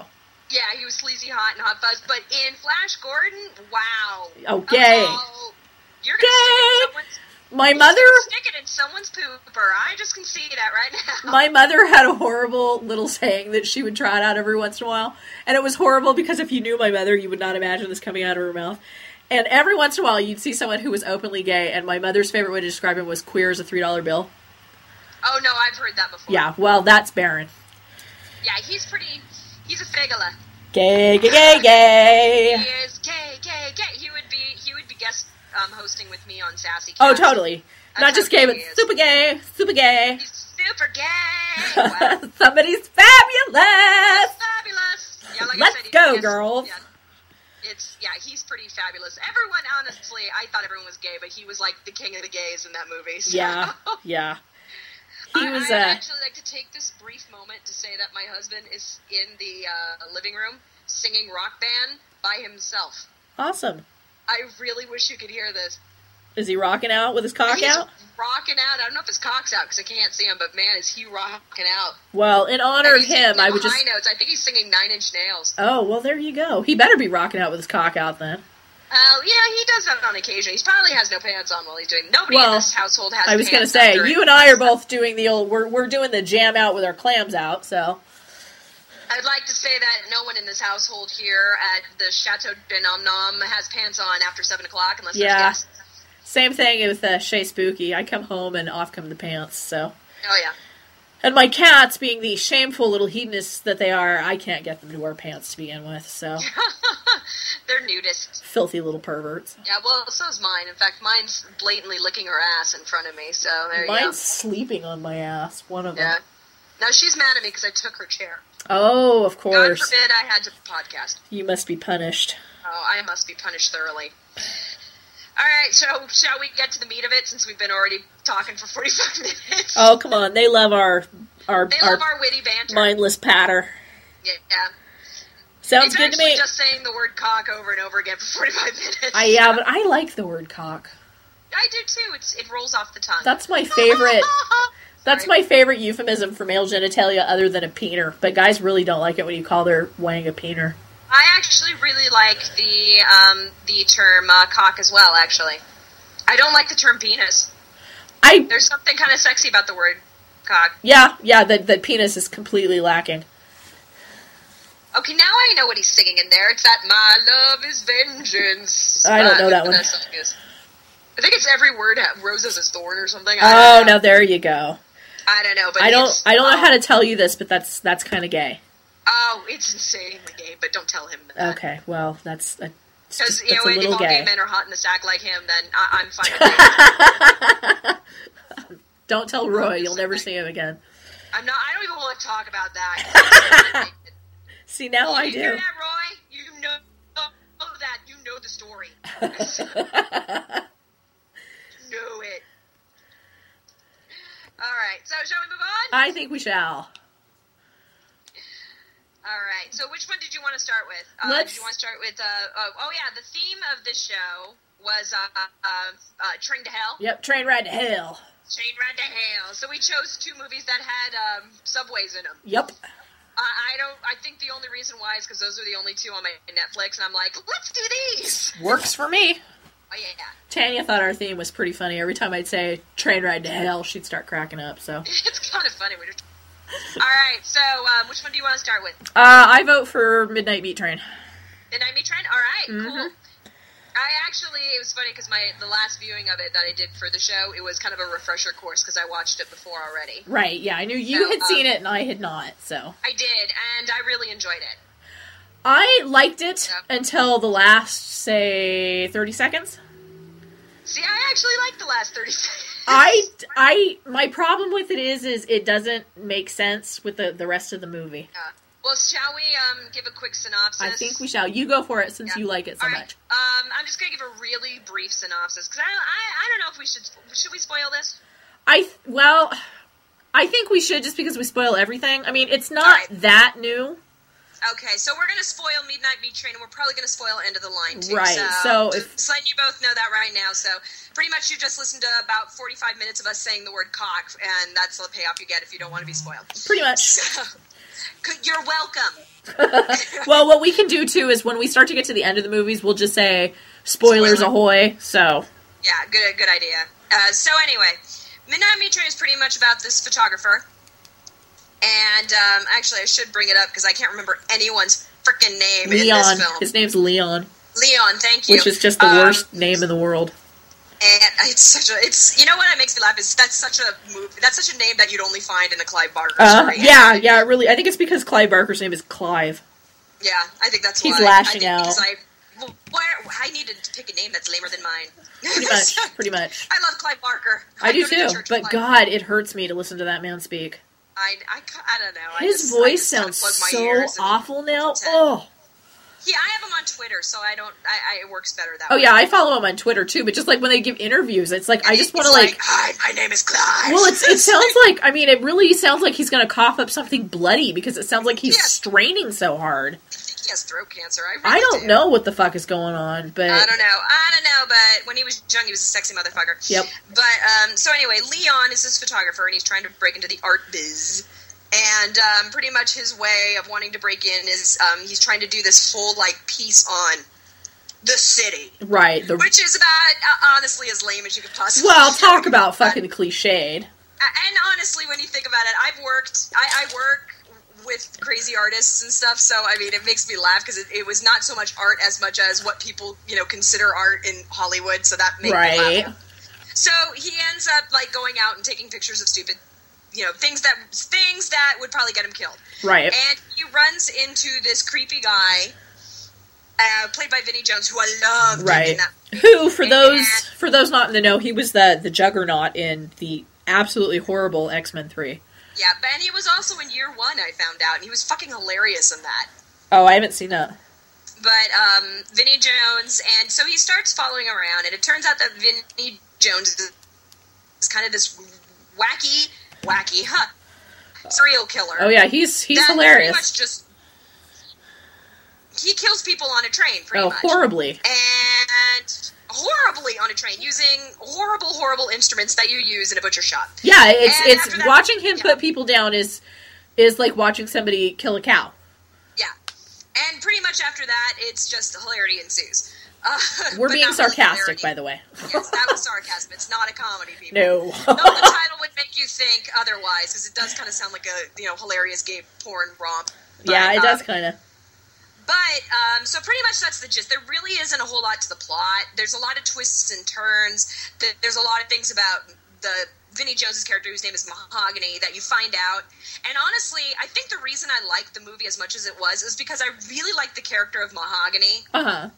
yeah, he was sleazy hot and hot fuzz. But in Flash Gordon, wow. Oh, gay. Oh, you're gonna stick in Gay. someone's My mother Stick it in someone's pooper. I just can see that right now. my mother had a horrible little saying that she would trot out every once in a while, and it was horrible because if you knew my mother, you would not imagine this coming out of her mouth. And every once in a while, you'd see someone who was openly gay, and my mother's favorite way to describe him was queer as a three dollar bill. Oh no, I've heard that before. Yeah, well, that's Baron. Yeah, he's pretty. He's a figula. Gay, gay, gay, He gay. is gay, gay, gay. He would be. He would be guest um, hosting with me on Sassy. Oh, Cast. totally. Not just gay, but super gay, super gay. He's super gay. Wow. Somebody's fabulous. fabulous. Yeah, like Let's I said, he- go, yes, girls. Yeah, it's yeah, he's pretty fabulous. Everyone, honestly, I thought everyone was gay, but he was like the king of the gays in that movie. so- Yeah, yeah. He I- was I would uh, actually like to take this brief moment to say that my husband is in the uh, living room singing rock band by himself. uh, awesome. I really wish you could hear this. Is he rocking out with his cock He's out? rocking out. I don't know if his cock's out because I can't see him, but man, is he rocking out. Well, in honor of He's singing him, I would high just. notes. I think he's singing Nine Inch Nails. Oh well, there you go. He better be rocking out with his cock out then. Uh, yeah, he does that on occasion. He probably has no pants on while he's doing. Nobody Well, in this household has. I was going gonna to say you and I are both doing the old. We're we're doing the jam out with our clams out. So I'd like to say that no one in this household here at the Chateau de Nom Nom has pants on after seven o'clock, unless Yeah. there's guests. same thing with uh, Shea Spooky. I come home and off come the pants. So Oh yeah. and my cats, being the shameful little hedonists that they are, I can't get them to wear pants to begin with. So They're nudists. filthy little perverts. Yeah, well, so's mine. In fact, mine's blatantly licking her ass in front of me. So there you Mine's sleeping on my ass. One of go. them. Yeah. Now she's mad at me because I took her chair. Oh, of God course. forbid I had to podcast. You must be punished. Oh, I must be punished thoroughly. All right, so shall we get to the meat of it since we've been already talking for 45 minutes? Oh, come on. They love our our they our love our witty banter. mindless patter. yeah. Sounds It's good to actually me. just saying the word cock over and over again for 45 minutes. I yeah, but I like the word cock. I do too. It's It rolls off the tongue. That's my favorite. That's Sorry. my favorite euphemism for male genitalia other than a peener. But guys really don't like it when you call their wang a peener. I actually really like the um, the term uh, cock as well, actually. I don't like the term penis. I There's something kind of sexy about the word cock. yeah, yeah, that that penis is completely lacking. Okay, now I know what he's singing in there. It's that "My love is vengeance." I don't know Uh, that one. song is. I think it's every word ha- "roses is thorn" or something. I Oh, don't know. now there you go. I don't know, but I don't it's- I don't know oh, how to tell you this, but that's that's kind of gay. Oh, it's insanely gay, but don't tell him that. Okay, well that's a, it's Because just, you know, that's a if little all gay. gay. men are hot in the sack like him, then I- I'm fine. with it. Don't tell Roy, you'll Obviously never not. see him again. I'm not. I don't even want to talk about that. See now Oh, I you do. hear that, Roy? You know know that. You know the story. you know it. All right. So shall we move on? I think we shall. All right. So, which one did you want to start with? Uh, Uh, Let's- Did you want to start with? Uh, oh, oh, yeah. The theme of this show was uh, uh, uh, Train to Hell. Yep, train ride to hell. Train Ride to Hell. So we chose two movies that had um, subways in them. Yep. I, I don't. I think the only reason why is because those are the only two on my Netflix, and I'm like, let's do these. Works for me. Oh yeah. yeah. Tanya thought our theme was pretty funny. Every time I'd say train ride to hell, she'd start cracking up. So uh, It's kind of funny. When you're... All right. So, um, which one do you want to start with? Uh, I vote for Midnight Meat Train. The Nightmare Train. All right, cool. Mhm. I actually, it was funny because my the last viewing of it that I did for the show, it was kind of a refresher course because I watched it before already. Right, yeah, I knew you So, had um, seen it and I had not, so. I did, and I really enjoyed it. I liked it Yeah. until the last, say, 30 seconds. See, I actually liked the last thirty seconds. I, I, my problem with it is, is it doesn't make sense with the, the rest of the movie. Yeah. Well, shall we um, give a quick synopsis? I think we shall. You go for it since Yeah. you like it so All right. much. Um, I'm just gonna give a really brief synopsis because I, I I don't know if we should should we spoil this. I th- well, I think we should just because we spoil everything. I mean, it's not Alright. that new, Okay, so we're gonna spoil Midnight Meat Train, and we're probably gonna spoil End of the Line too. Right, so if- just letting you both know that right now. So pretty much, you just listened to about forty-five minutes of us saying the word cock, and that's the payoff you get if you don't want to be spoiled. pretty much. So, good- you're welcome. well, what we can do too is when we start to get to the end of the movies, we'll just say spoilers Spoiler. ahoy. So Yeah, good good idea. Uh, so anyway, Midnight Mitra is pretty much about this photographer. And um, actually, I should bring it up because I can't remember anyone's freaking name in Leon. this film. His name's Leon, Leon, thank you. which is just the Um, worst name in the world. And it's such a it's you know what makes me laugh is that's such a move that's such a name that you'd only find in the Clive Barker Uh, story. yeah, yeah, it really. I think it's because Clive Barker's name is Clive. yeah, I think that's He's why. lashing I think out. Because I, well, where, I needed to pick a name that's lamer than mine. Pretty much, pretty much. I love Clive Barker. I do go to the too, church but Clive. God, it hurts me to listen to that man speak. I, I, ca- I don't know. I His just- I voice just kinda sounds plug my so ears and- awful now. pretend. Oh, Yeah, I have him on Twitter, so I don't. I, I it works better that oh way. yeah, I follow him on Twitter too. But just like when they give interviews, it's like I just want to It's like. Hi, my name is Clive. Well, it's, it sounds like I mean, it really sounds like he's going to cough up something bloody because it sounds like he's Yes. straining so hard. I think he has throat cancer. I, really I don't do. know what the fuck is going on, but I don't know. I don't know. But when he was young, he was a sexy motherfucker. yep. But um, so anyway, Leon is this photographer, and he's trying to break into the art biz. And um, pretty much his way of wanting to break in is um, he's trying to do this full like piece on the city, Right. The which is about uh, honestly as lame as you could possibly. well, talk about fucking cliched. and honestly, when you think about it, I've worked. I, I work with crazy artists and stuff, so I mean, it makes me laugh because it, it was not so much art as much as what people you know consider art in Hollywood. So that made me Right. laugh. So he ends up like going out and taking pictures of stupid, you know, things that things that would probably get him killed. Right. And he runs into this creepy guy, uh, played by Vinnie Jones, who I love. Right. Who for and- those for those not in the know, he was the the juggernaut in the absolutely horrible X Men three. Yeah, but and he was also in year one. I found out, and he was fucking hilarious in that. Oh, I haven't seen that. but um, Vinnie Jones, and so he starts following around, and it turns out that Vinnie Jones is- is kind of this wacky, wacky, huh, serial killer. Oh yeah, he's he's That Pretty hilarious. much just he kills people on a train, pretty Oh, much, horribly. and horribly on a train using horrible, horrible instruments that you use in a butcher shop. Yeah, it's And it's after that- watching him yeah. put people down is is like watching somebody kill a cow. Yeah, and pretty much after that, it's just hilarity ensues. Uh, We're but being not really sarcastic, hilarity. by the way. Yes, that was sarcasm. It's not a comedy, people. No. Though the title would make you think otherwise, because it does kind of sound like a you know hilarious gay porn romp. But, yeah, it uh, does kind of. But um, so pretty much that's the gist. There really isn't a whole lot to the plot. There's a lot of twists and turns. Th- There's a lot of things about the Vinnie Jones's character, whose name is Mahogany, that you find out. And honestly, I think the reason I liked the movie as much as it was is because I really liked the character of Mahogany. Uh huh.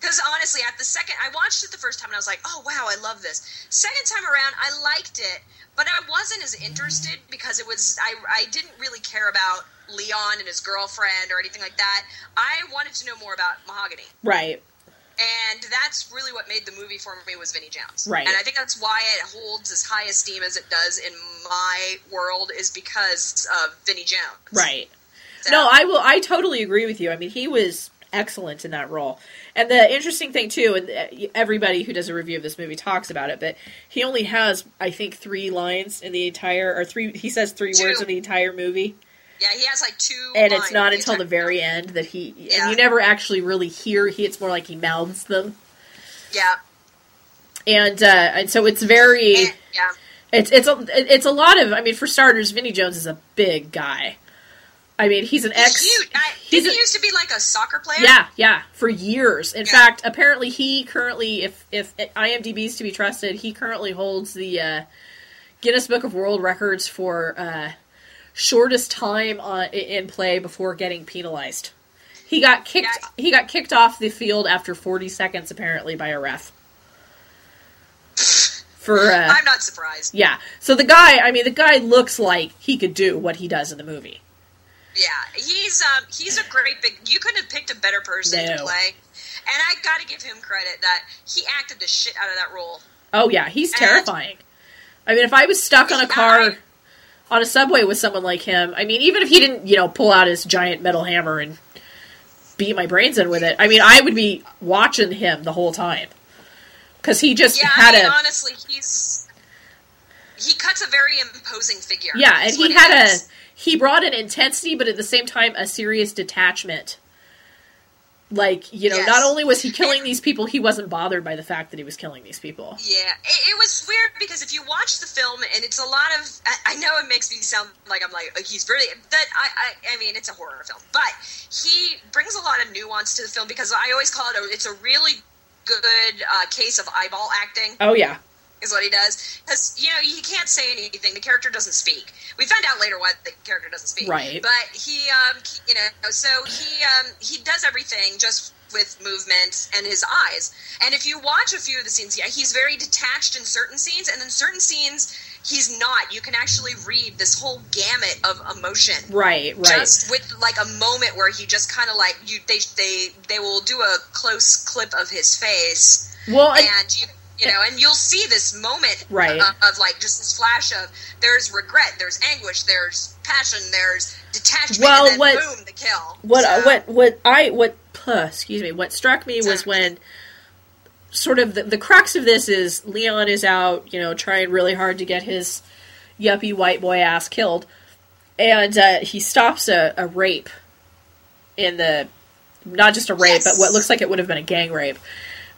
Because honestly, at the second, I watched it the first time and I was like, oh wow, I love this. Second time around, I liked it, but I wasn't as interested because it was, I, I didn't really care about Leon and his girlfriend or anything like that. I wanted to know more about Mahogany. Right. And that's really what made the movie for me was Vinnie Jones. Right. And I think that's why it holds as high esteem as it does in my world is because of Vinnie Jones. Right. So- No, I will. I totally agree with you. I mean, he was excellent in that role. And the interesting thing too, and uh, everybody who does a review of this movie talks about it, but he only has, I think, three lines in the entire, or three. He says three Two. words in the entire movie, yeah, he has like two. and lines it's not in until the entire- very end that he, and Yeah. you never actually really hear. He, it's more like he mouths them, Yeah. and uh, and so it's very, And- yeah. it's it's a it's a lot of. I mean, for starters, Vinny Jones is a big guy. I mean, he's an ex. Huge. I, he's didn't a- he used to be like a soccer player? Yeah, yeah, for years. In Yeah. fact, apparently he currently, if if IMDb is to be trusted, he currently holds the uh, Guinness Book of World Records for uh, shortest time on, in play before getting penalized. He got kicked. Yeah. He got kicked off the field after 40 seconds, apparently, by a ref. For uh, I'm not surprised. yeah, so the guy. I mean, the guy looks like he could do what he does in the movie. Yeah, he's um he's a great big. You couldn't have picked a better person to No. play. And I got to give him credit that he acted the shit out of that role. Oh yeah, he's And- terrifying. I mean, if I was stuck on a car, Yeah. on a subway with someone like him, I mean, even if he didn't, you know, pull out his giant metal hammer and beat my brains in with it, I mean, I would be watching him the whole time because he just Yeah, had I mean, a honestly, he's he cuts a very imposing figure. yeah, and is what he had does. a he brought an intensity, but at the same time, a serious detachment Like, you know, Yes. not only was he killing these people, he wasn't bothered by the fact that he was killing these people. Yeah, it, it was weird because if you watch the film, and it's a lot of. I, I know it makes me sound like I'm like like, he's really. That I, I I mean it's a horror film, but he brings a lot of nuance to the film because I always call it a, it's a really good uh, case of eyeball acting Oh, yeah. is what he does because you know he can't say anything the character doesn't speak we find out later why the character doesn't speak Right. but he um you know so he um he does everything just with movement and his eyes and if you watch a few of the scenes yeah he's very detached in certain scenes and in certain scenes he's not you can actually read this whole gamut of emotion Right, right. just with like a moment where he just kind of like you they they they will do a close clip of his face well, I, and you you know and you'll see this moment Right. of, of, like just this flash of there's regret there's anguish there's passion there's detachment Well, and then what- boom the kill what uh, So- what what I what puh, excuse me what struck me was Sorry. when sort of the, the crux of this is Leon is out you know trying really hard to get his yuppie white boy ass killed and uh, he stops a, a rape in the not just a rape Yes. but what looks like it would have been a gang rape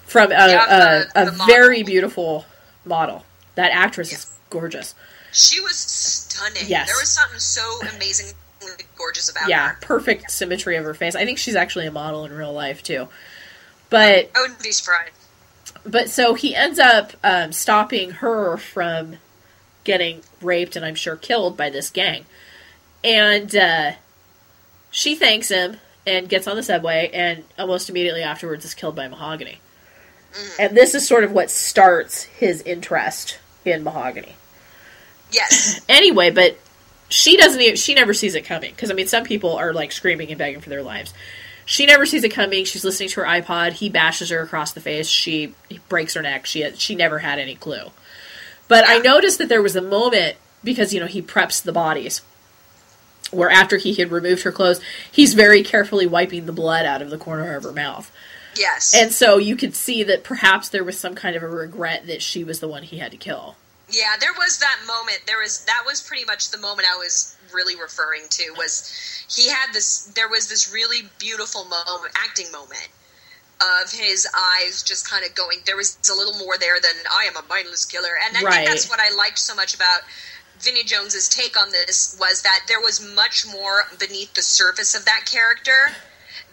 from a, Yeah, a, the- a the very model. beautiful model that actress Yes. is gorgeous she was stunning Yes. there was something so amazingly gorgeous about yeah her perfect symmetry of her face I think she's actually a model in real life too but I wouldn't be surprised. but so he ends up um, stopping her from getting raped and I'm sure killed by this gang. And uh, she thanks him and gets on the subway and almost immediately afterwards is killed by Mahogany. And this is sort of what starts his interest in Mahogany. Yes, Anyway, but she doesn't even, she never sees it coming because I mean some people are like screaming and begging for their lives. She never sees it coming. She's listening to her iPod. He bashes her across the face. She he breaks her neck. She she never had any clue. But I noticed that there was a moment because you know he preps the bodies where after he had removed her clothes, he's very carefully wiping the blood out of the corner of her mouth. yes, And so you could see that perhaps there was some kind of a regret that she was the one he had to kill. yeah. There was that moment. There was that was pretty much the moment I was really referring to. Was he had this? There was this really beautiful moment, acting moment of his eyes just kind of going. There was a little more there than I am a mindless killer, and I Right. think that's what I liked so much about Vinnie Jones's take on this was that there was much more beneath the surface of that character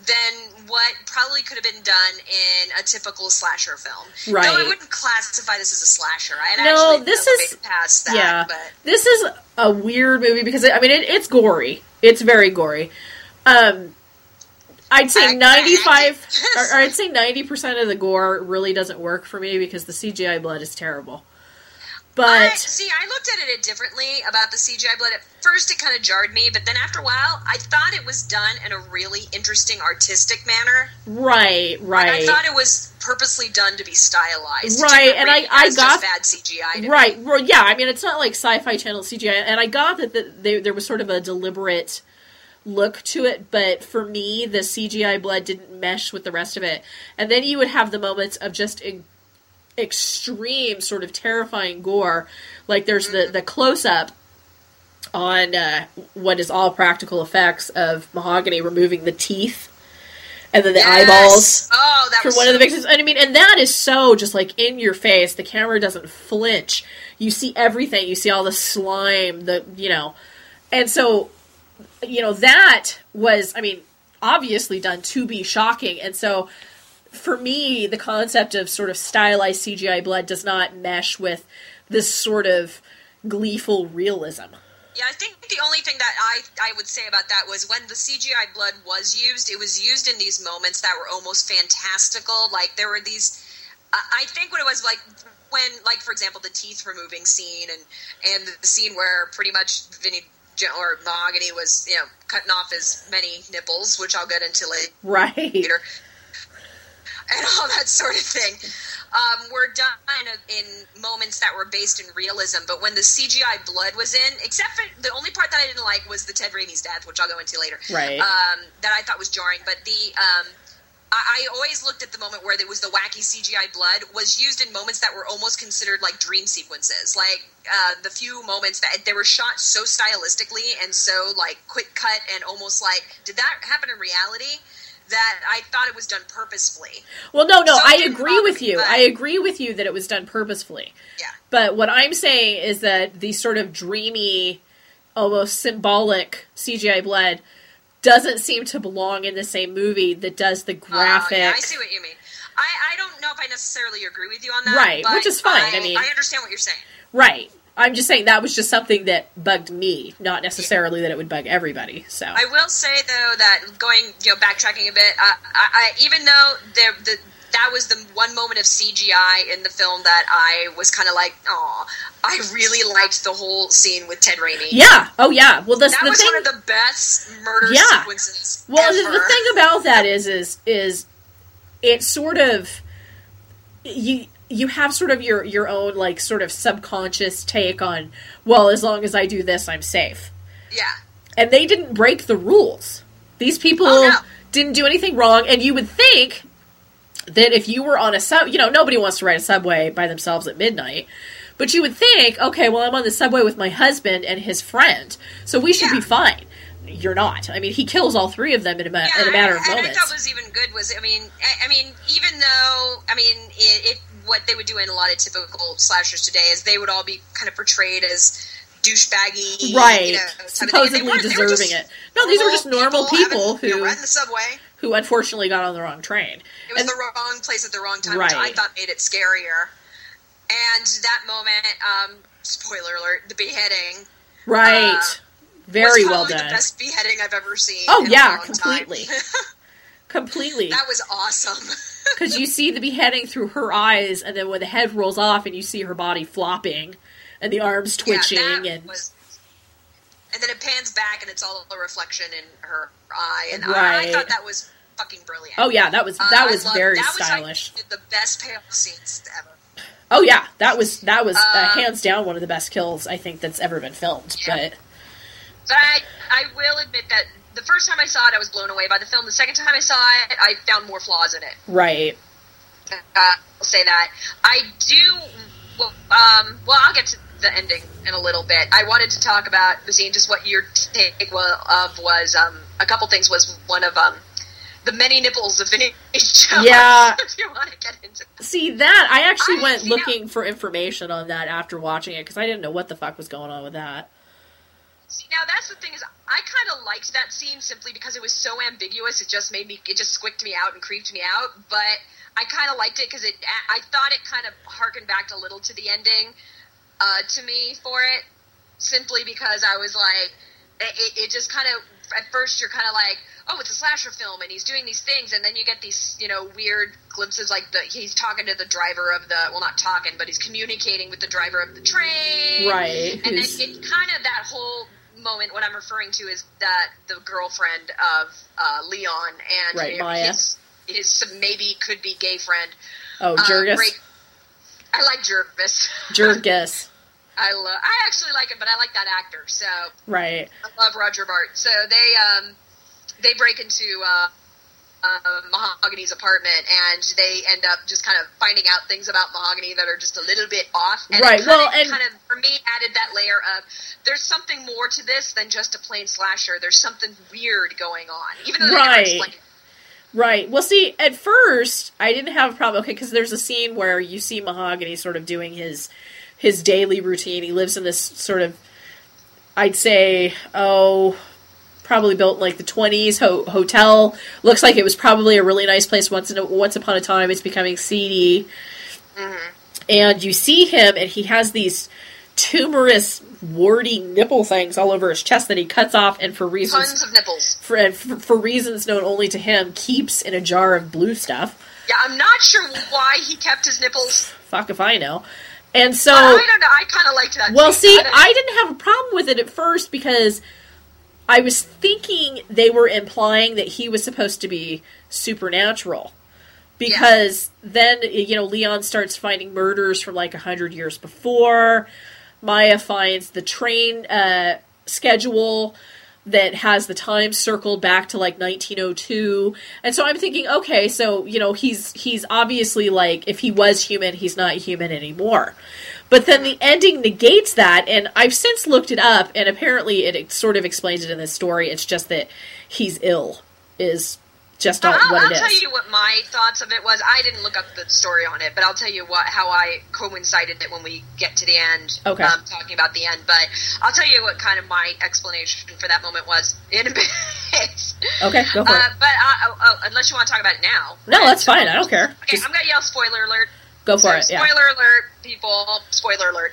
than what probably could have been done in a typical slasher film. Right. Though I wouldn't classify this as a slasher. I'd No, actually this elevate is- past that. yeah, But this is a weird movie because it, I mean it, it's gory. It's very gory. Um, I'd say I- ninety five, I- or, or I'd say ninety percent of the gore really doesn't work for me because the CGI blood is terrible. I, But see, I looked at it differently about the CGI blood. At first, it kind of jarred me, but then after a while, I thought it was done in a really interesting artistic manner. right, I right, thought it was purposely done to be stylized. It Right, didn't and I- read I as got- just bad CGI. to me. right. Well, yeah. I mean, it's not like Sci-Fi Channel CGI, and I got that the, they, there was sort of a deliberate look to it, but for me, the CGI blood didn't mesh with the rest of it. And then you would have the moments of just e- extreme, sort of terrifying gore. Like there's the, the close up on uh, what is all practical effects of mahogany removing the teeth and then the Yes. eyeballs Oh, that for was one so of the victims. And I mean, and that is so just like in your face. The camera doesn't flinch. You see everything. You see all the slime. The you know, and so you know that was. I mean, obviously done to be shocking. And so for me, the concept of sort of stylized CGI blood does not mesh with this sort of gleeful realism. Yeah, I think the only thing that I, I would say about that was when the CGI blood was used, it was used in these moments that were almost fantastical. Like there were these, I, I think what it was like when, like for example, the teeth removing scene and and the scene where pretty much Vinny Jo- or Mahogany was you know cutting off his many nipples, which I'll get into later Right. computer and all that sort of thing um, were done in in moments that were based in realism. But when the CGI blood was in, except for the only part that I didn't like was the Ted Raimi's death, which I'll go into later. Right. Um, that I thought was jarring. But the um, I, I always looked at the moment where there was the wacky CGI blood was used in moments that were almost considered like dream sequences, like uh, the few moments that they were shot so stylistically and so like quick cut and almost like did that happen in reality? that I thought it was done purposefully. Well, no, no, So I did agree with Robin, you. but- I agree with you that it was done purposefully. Yeah. But what I'm saying is that the sort of dreamy, almost symbolic CGI blood doesn't seem to belong in the same movie that does the Uh, yeah, graphic. I see what you mean. I, I don't know if I necessarily agree with you on that. Right, but which is fine, I mean- I understand what you're saying. right. I'm just saying that was just something that bugged me, not necessarily that it would bug everybody. So I will say though that going you know backtracking a bit, I, I, I even though there the that was the one moment of CGI in the film that I was kind of like, oh, I really liked the whole scene with Ted Raimi. yeah, oh yeah. Well, that's that the was thing. one of the best murder Yeah. sequences. Well, the, ever. the thing about that is, is, is it's sort of you you have sort of your your own like sort of subconscious take on well, as long as I do this, I'm safe. yeah, And they didn't break the rules. These people Oh, no. didn't do anything wrong, and you would think that if you were on a sub, you know, nobody wants to ride a subway by themselves at midnight. But you would think, okay, well, I'm on the subway with my husband and his friend, so we should Yeah. be fine. You're not. I mean, he kills all three of them in a, ma- yeah, in a matter of and, and I moments. thought was even good was I mean I, I mean even though I mean it, it what they would do in a lot of typical slashers today is they would all be kind of portrayed as douchebaggy, right. You know, type of thing. And they Supposedly weren't. They were deserving just it. No, these were just normal people, having- you know, who riding the subway. who unfortunately got on the wrong train. It was And- the wrong place at the wrong time, which I Right. thought made it scarier. And that moment, um, spoiler alert, the beheading. right. Very uh, was well probably done. The best beheading I've ever seen. Oh, in a yeah, long time. completely. Completely. that was awesome. because you see the beheading through her eyes, and then when the head rolls off, and you see her body flopping, and the arms twitching, yeah, that and was- and then it pans back and it's all a reflection in her eye, and I, I Right. thought that was fucking brilliant. oh yeah, that was Uh, that I was loved- very that was, like, stylish. the best payoff scenes ever. oh yeah, that was that was uh, Uh, hands down one of the best kills I think that's ever been filmed. Yeah. But But I, I will admit that the first time I saw it, I was blown away by the film. The second time I saw it, I found more flaws in it. right, Uh, I'll say that. I do. Well, um, well, I'll get to the ending in a little bit. I wanted to talk about Basine, just what your take wa- of was. Um, a couple things was one of um, the many nipples of Vinny Jones. Yeah. if you want to get into. That. see that I actually I- went you know- looking for information on that after watching it because I didn't know what the fuck was going on with that. See, now that's the thing is, I kind of liked that scene simply because it was so ambiguous. It just made me, it just squicked me out and creeped me out. But I kind of liked it because it, I thought it kind of harkened back a little to the ending, uh, to me for it, simply because I was like, it, it- it just kind of, at first you're kind of like, oh, it's a slasher film and he's doing these things, and then you get these, you know, weird glimpses like the he's talking to the driver of the, well, not talking, but he's communicating with the driver of the train, Right, And then who's- it kind of that whole moment what i'm referring to is that the girlfriend of uh, leon and Right, Maya. his, his maybe could be gay friend Oh, uh, Jurgis, break- I like Jervis. Jurgis, I love. I actually like him, but I like that actor. So I right, love Roger Bart. So they um, they break into uh, uh, Mahogany's apartment, and they end up just kind of finding out things about Mahogany that are just a little bit off. And it Right, Kind well, of, and- kind of for me added that layer of there's something more to this than just a plain slasher. There's something weird going on, even though they never Right. explain it. right. Well, see, at first I didn't have a problem. Okay, because there's a scene where you see Mahogany sort of doing his his daily routine. He lives in this sort of, I'd say, oh, probably built in, like the 20s ho- hotel. Looks like it was probably a really nice place once in a, once upon a time. It's becoming seedy, and you see him, and he has these tumorous, warty nipple things all over his chest that he cuts off, and for reasons Tons of nipples. for, and for, for reasons known only to him, keeps in a jar of blue stuff. Yeah, I'm not sure why he kept his nipples Fuck if I know. And so, I don't know. I kind of liked that. Oh. well, too. see, don't- I didn't have a problem with it at first because I was thinking they were implying that he was supposed to be supernatural. Because then, you know, Leon starts finding murders from like 100 years before. Maya finds the train uh, schedule that has the time circled back to like 1902. And so I'm thinking, okay, so, you know, he's he's obviously like if he was human, he's not human anymore. But then the ending negates that and I've since looked it up and apparently it, it sort of explains it in this story. It's just that he's ill is just on I'll, what Uh, I'll it is. tell you what my thoughts of it was. I didn't look up the story on it, but I'll tell you what how I coincided it when we get to the end. Okay. Um, talking about the end, but I'll tell you what kind of my explanation for that moment was in a bit. Okay, Oh, go for uh, it. But I, oh, oh, unless you want to talk about it now. No, that's fine. I don't care. Okay, Just I'm gonna yell spoiler alert. go for it. So, Yeah. Spoiler alert, people. Spoiler alert.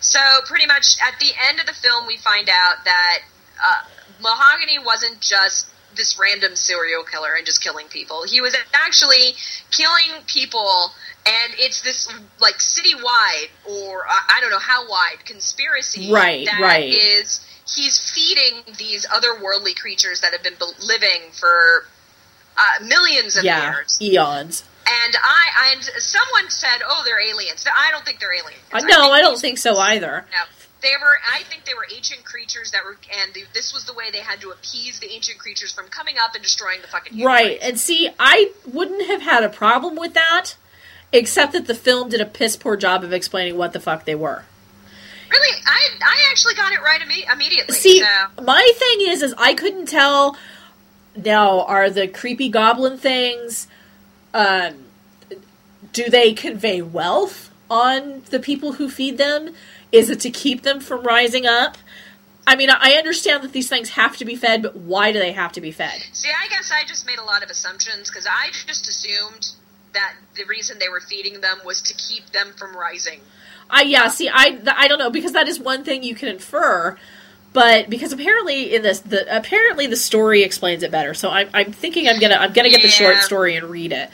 So, pretty much at the end of the film, we find out that uh, Mahogany wasn't just this random serial killer and just killing people. He was actually killing people, and it's this like citywide or I I don't know how wide conspiracy Right, that right. is he's feeding these otherworldly creatures that have been be- living for uh, millions of Yeah. years. Eons. And I and someone said, "Oh, they're aliens." I don't think they're aliens. I, no, think I don't these- think so either. No. They were. I think they were ancient creatures that were, and the, this was the way they had to appease the ancient creatures from coming up and destroying the fucking universe. Right. And see, I wouldn't have had a problem with that, except that the film did a piss poor job of explaining what the fuck they were. Really, I I actually got it right imme- immediately. See, so. my thing is, is I couldn't tell. Now, are the creepy goblin things? Um, do they convey wealth on the people who feed them? Is it to keep them from rising up? I mean, I understand that these things have to be fed, but why do they have to be fed? See, I guess I just made a lot of assumptions because I just assumed that the reason they were feeding them was to keep them from rising. I yeah, see, I th- I don't know because that is one thing you can infer, but because apparently in this the apparently the story explains it better. So I'm I'm thinking I'm gonna I'm gonna get the short Yeah. story and read it.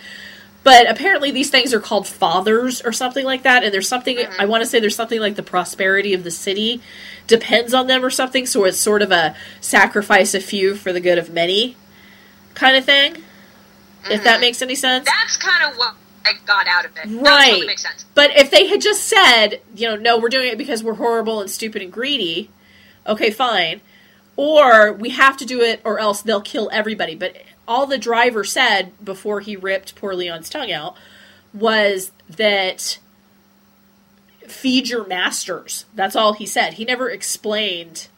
But apparently these things are called fathers or something like that, and there's something I want to say there's something like the prosperity of the city depends on them or something. So it's sort of a sacrifice a few for the good of many kind of thing. If that makes any sense. That's kind of what I got out of it. That Right. totally makes sense. But if they had just said, you know, no, we're doing it because we're horrible and stupid and greedy, okay, fine. Or we have to do it or else they'll kill everybody. But all the driver said before he ripped poor Leon's tongue out was that feed your masters. That's all he said. He never explained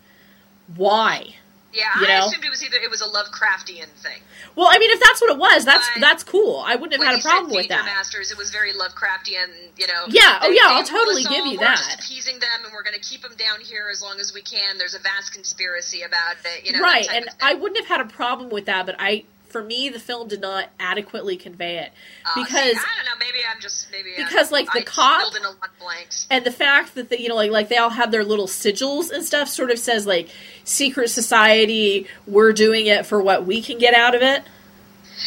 why. Yeah, You I know? assumed it was either it was a Lovecraftian thing. Well, I mean, if that's what it was, that's Right. that's cool. I wouldn't have when had a you said problem with Feed Your that. Masters, it was very Lovecraftian, you know. Yeah, oh They- yeah, they I'll rule totally us give all, you we're just that. appeasing them, and we're going to keep them down here as long as we can. There's a vast conspiracy about it, you know. that right type and of thing. i wouldn't have had a problem with that but i for me the film did not adequately convey it Uh, see, because I don't know. Maybe I'm just maybe I'm- because, like, the I just cop- filled in a lot of blanks. and the fact that they, you know like like they all have their little sigils and stuff sort of says like secret society we're doing it for what we can get out of it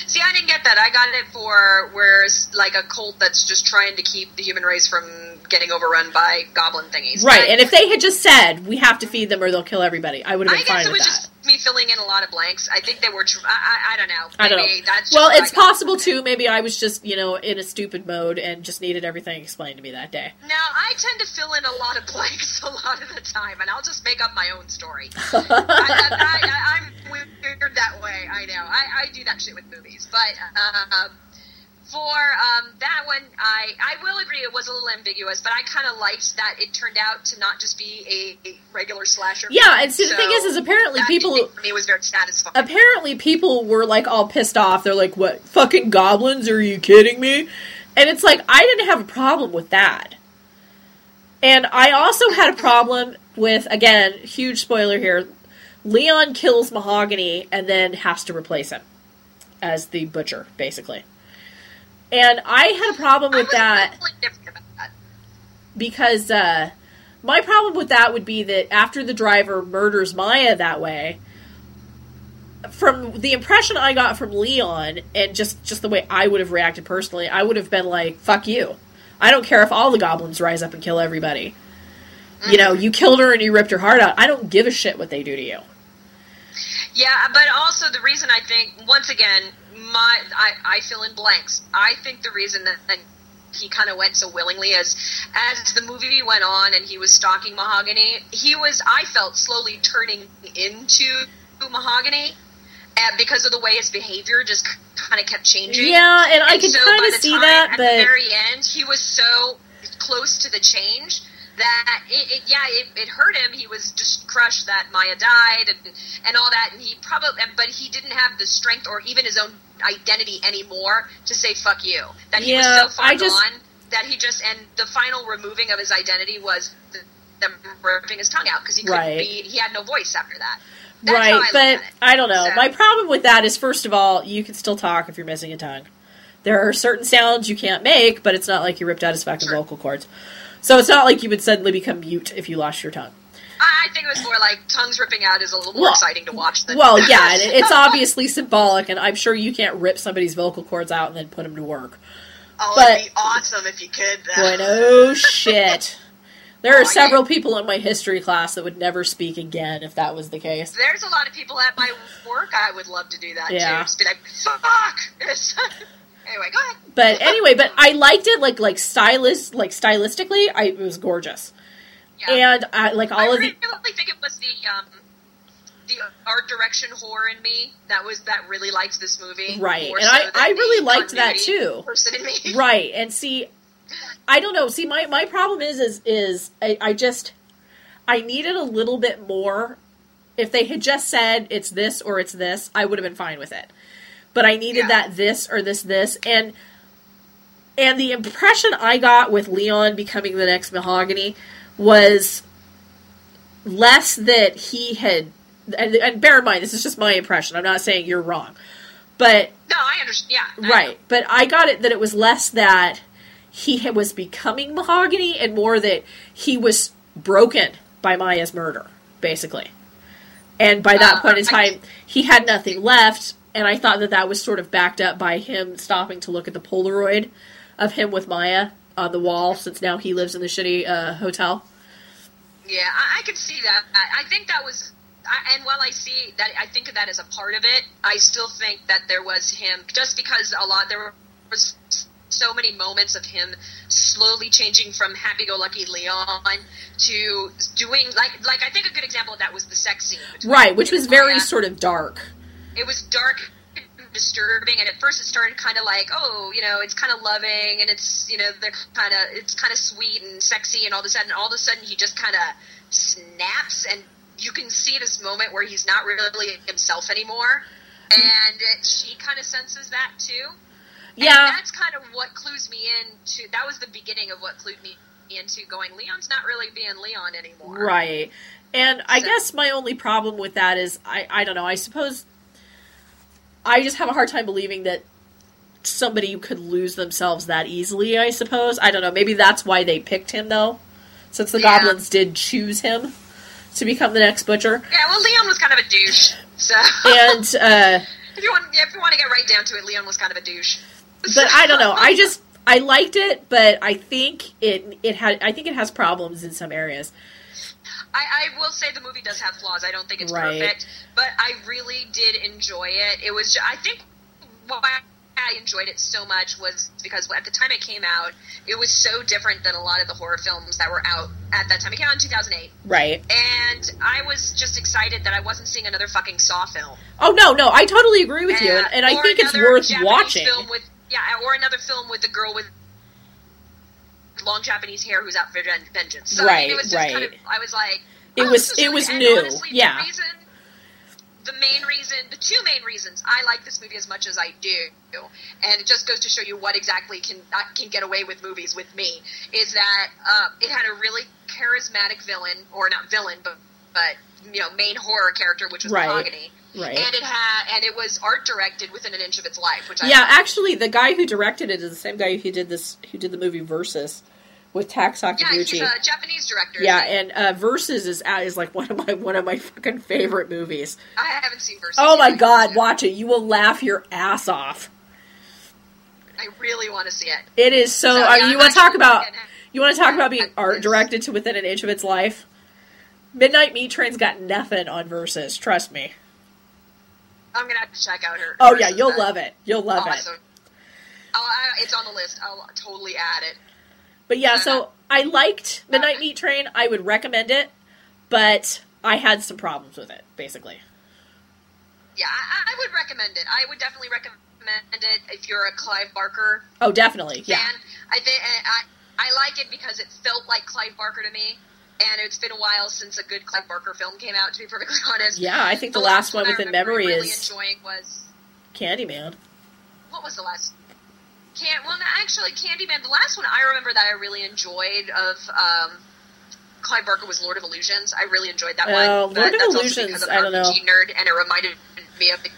See, I didn't get that. I got it for where it's like a cult that's just trying to keep the human race from getting overrun by goblin thingies. right But and if they had just said we have to feed them or they'll kill everybody i would have I been guess fine it with was that just me filling in a lot of blanks. I think they were. Tr- I, I, I don't know. I don't Maybe know. That's just Well, what I it's got. possible too. Maybe I was just, you know, in a stupid mode and just needed everything explained to me that day. Now, I tend to fill in a lot of blanks a lot of the time, and I'll just make up my own story. I, I, I, I'm weird that way. I know. I, I do that shit with movies, but uh, for um, that one, I I will agree it was a little ambiguous, but I kind of liked that it turned out to not just be a, a regular slasher. Yeah, and see, the thing is, is apparently that people- ending for me was very satisfying. apparently people were like all pissed off. They're like, "What fucking goblins? Are you kidding me?" And it's like I didn't have a problem with that. And I also had a problem with again, huge spoiler here. Leon kills Mahogany and then has to replace him as the butcher, basically. And I had a problem I with was that totally different about that. because uh, my problem with that would be that after the driver murders Maya that way, from the impression I got from Leon and just just the way I would have reacted personally, I would have been like, "Fuck you! I don't care if all the goblins rise up and kill everybody. You Mm-hmm. know, you killed her and you ripped her heart out. I don't give a shit what they do to you." Yeah, but also the reason I think once again my I, I fill in blanks. I think the reason that that he kind of went so willingly is as the movie went on and he was stalking Mahogany, he was I felt slowly turning into Mahogany. And because of the way his behavior just kind of kept changing. Yeah, and I could so kinda by the see time- that, but- At the very end, he was so close to the change that it, it yeah, it, it hurt him. He was just crushed that Maya died and and all that, and he probably, but he didn't have the strength or even his own identity anymore to say fuck you. That he was Yeah, so far I just- gone that he just and the final removing of his identity was th- them ripping his tongue out because he couldn't Right. be. He had no voice after that. That's right, how I look but at it. I don't know. So- My problem with that is, first of all, you can still talk if you're missing a tongue. There are certain sounds you can't make, but it's not like you ripped out his fucking Sure. vocal cords. So it's not like you would suddenly become mute if you lost your tongue. I, I think it was more like tongues ripping out is a little more Well- exciting to watch than Well, yeah, and it- it's obviously symbolic, and I'm sure you can't rip somebody's vocal cords out and then put them to work. oh, but- it'd be awesome if you could. Though. Going, oh shit. There Oh, are yeah. several people in my history class that would never speak again if that was the case. There's a lot of people at my work I would love to do that Yeah. too. Just be like, fuck. anyway, go ahead. But anyway, but I liked it like like stylist like stylistically, I it was gorgeous. Yeah. And I like all I of really the think it was the um, the art direction horror in me that was that really liked this movie, Right, more and I- than I the really liked that, continuity too. Person in me. right and see i don't know see my my problem is is is I, I just i needed a little bit more if they had just said it's this or it's this i would have been fine with it but i needed Yeah. that this or this this and and the impression i got with leon becoming the next mahogany was less that he had and, and bear in mind this is just my impression i'm not saying you're wrong but No, I understand. Yeah, I Right, but I got it that it was less that he ha- was becoming mahogany and more that he was broken by Maya's murder, basically. And by that Uh, point in I- time, he had nothing left, and I thought that that was sort of backed up by him stopping to look at the Polaroid of him with Maya on the wall, since now he lives in the shitty uh, hotel. Yeah, I, I could see that. I, I think that was, I, and while I see that, I think of that as a part of it. I still think that there was him, just because a lot there was so many moments of him slowly changing from happy-go-lucky Leon to doing like like I think a good example of that was the sex scene. between Right, which him was and very Maya. sort of dark. It was dark. and Disturbing, and at first it started kind of like, oh, you know, it's kind of loving, and it's, you know, they're kind of, it's kind of sweet and sexy, and all of a sudden, all of a sudden, he just kind of snaps, and you can see this moment where he's not really himself anymore, and it, she kind of senses that too. Yeah. and that's kind of what clues me in to. That was the beginning of what clued me into going. Leon's not really being Leon anymore, Right. And I So- guess my only problem with that is I, I don't know, I suppose I just have a hard time believing that somebody could lose themselves that easily, I suppose. I don't know, maybe that's why they picked him though. Since the Yeah. goblins did choose him to become the next butcher. Yeah, well, Leon was kind of a douche, so. And uh If you want, if you want to get right down to it, Leon was kind of a douche. but I don't know. I just I liked it, but I think it it had I think it has problems in some areas. I, I will say the movie does have flaws. I don't think it's Right. perfect, but I really did enjoy it. It was, ju- I think, why I enjoyed it so much was because at the time it came out, it was so different than a lot of the horror films that were out at that time. It came out in two thousand eight, Right. and I was just excited that I wasn't seeing another fucking Saw film. Oh no, no, I totally agree with you and, and I or think it's another worth Japanese watching. Film with, yeah, or another film with the girl with long Japanese hair who's out for gen- vengeance. So, I mean, it Right, was just Kind of, right. I was like, It oh, was- this is it really- was and new, honestly, yeah. The, reason, the main reason, the two main reasons I like this movie as much as I do, and it just goes to show you what exactly can uh, can get away with movies with me is that uh, it had a really charismatic villain, or not villain, but but you know main horror character, which was Right. Mahogany right. and it had and it was art directed within an inch of its life, which I Yeah, actually, the guy who directed it is the same guy who did this, who did the movie Versus with Tax yeah, he's Sakaguchi. a Japanese director. Yeah, and uh, Versus is uh, is like one of my one of my fucking favorite movies. I haven't seen Versus. Oh my yet. god, watch it! You will laugh your ass off. I really want to see it. It is so. So, uh, Oh, yeah, you I'm want to talk actually about gonna- you want to talk about being I'm- art directed to within an inch of its life. Midnight Meat Train's got nothing on Versus. Trust me. I'm gonna have to check out her. Oh yeah, you'll love it. You'll love it. Awesome. I'll, I, it's on the list. I'll totally add it. But yeah, so I liked Midnight Uh, Meat Train. I would recommend it, but I had some problems with it, basically. Yeah, I, I would recommend it. I would definitely recommend it if you're a Clive Barker Oh, definitely. Yeah. fan. I think I I like it because it felt like Clive Barker to me, and it's been a while since a good Clive Barker film came out. To be perfectly honest, Yeah, I think the last one I within remember memory really is enjoying was Candyman. what was the last? Can well, no, actually, Candyman. The last one I remember that I really enjoyed of um, Clive Barker was Lord of Illusions. I really enjoyed that one. Oh, but Lord of that's also Illusions, because I'm I don't an know. RPG nerd, and it reminded me of the,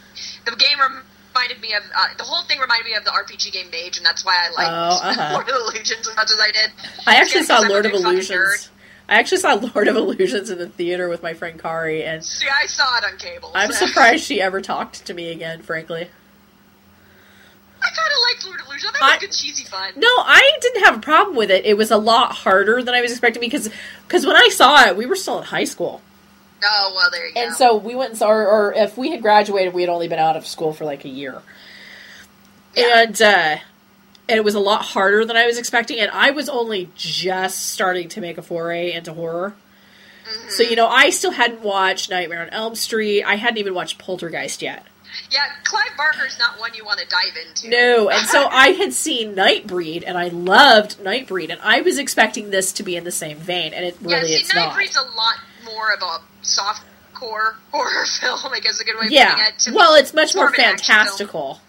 the game. Reminded me of uh, the whole thing. Reminded me of the RPG game Mage, and that's why I liked Oh, uh-huh. Lord of Illusions as much as I did. I actually It's saw 'cause I'm a Lord of big fucking Illusions. I actually saw Lord of Illusions in the theater with my friend Kari, and See, I saw it on cable. I'm so. surprised she ever talked to me again. Frankly, I kind of liked Lord of Illusions. That was I- good, cheesy fun. no, I didn't have a problem with it. It was a lot harder than I was expecting because because when I saw it, we were still in high school, Oh well, there you go. and so we went and saw. Or, or if we had graduated, we had only been out of school for like a year. Yeah. and uh, and it was a lot harder than I was expecting. And I was only just starting to make a foray into horror, so Mm-hmm. you know I still hadn't watched Nightmare on Elm Street. I hadn't even watched Poltergeist yet. yeah, Clive Barker's not one you want to dive into. No, and so I had seen Nightbreed, and I loved Nightbreed, and I was expecting this to be in the same vein, and it yeah, really see, it's not. Nightbreed's a lot more of a soft core horror film. I guess is a good way of putting Yeah, it. To me. well, it's much more more of an action film. fantastical,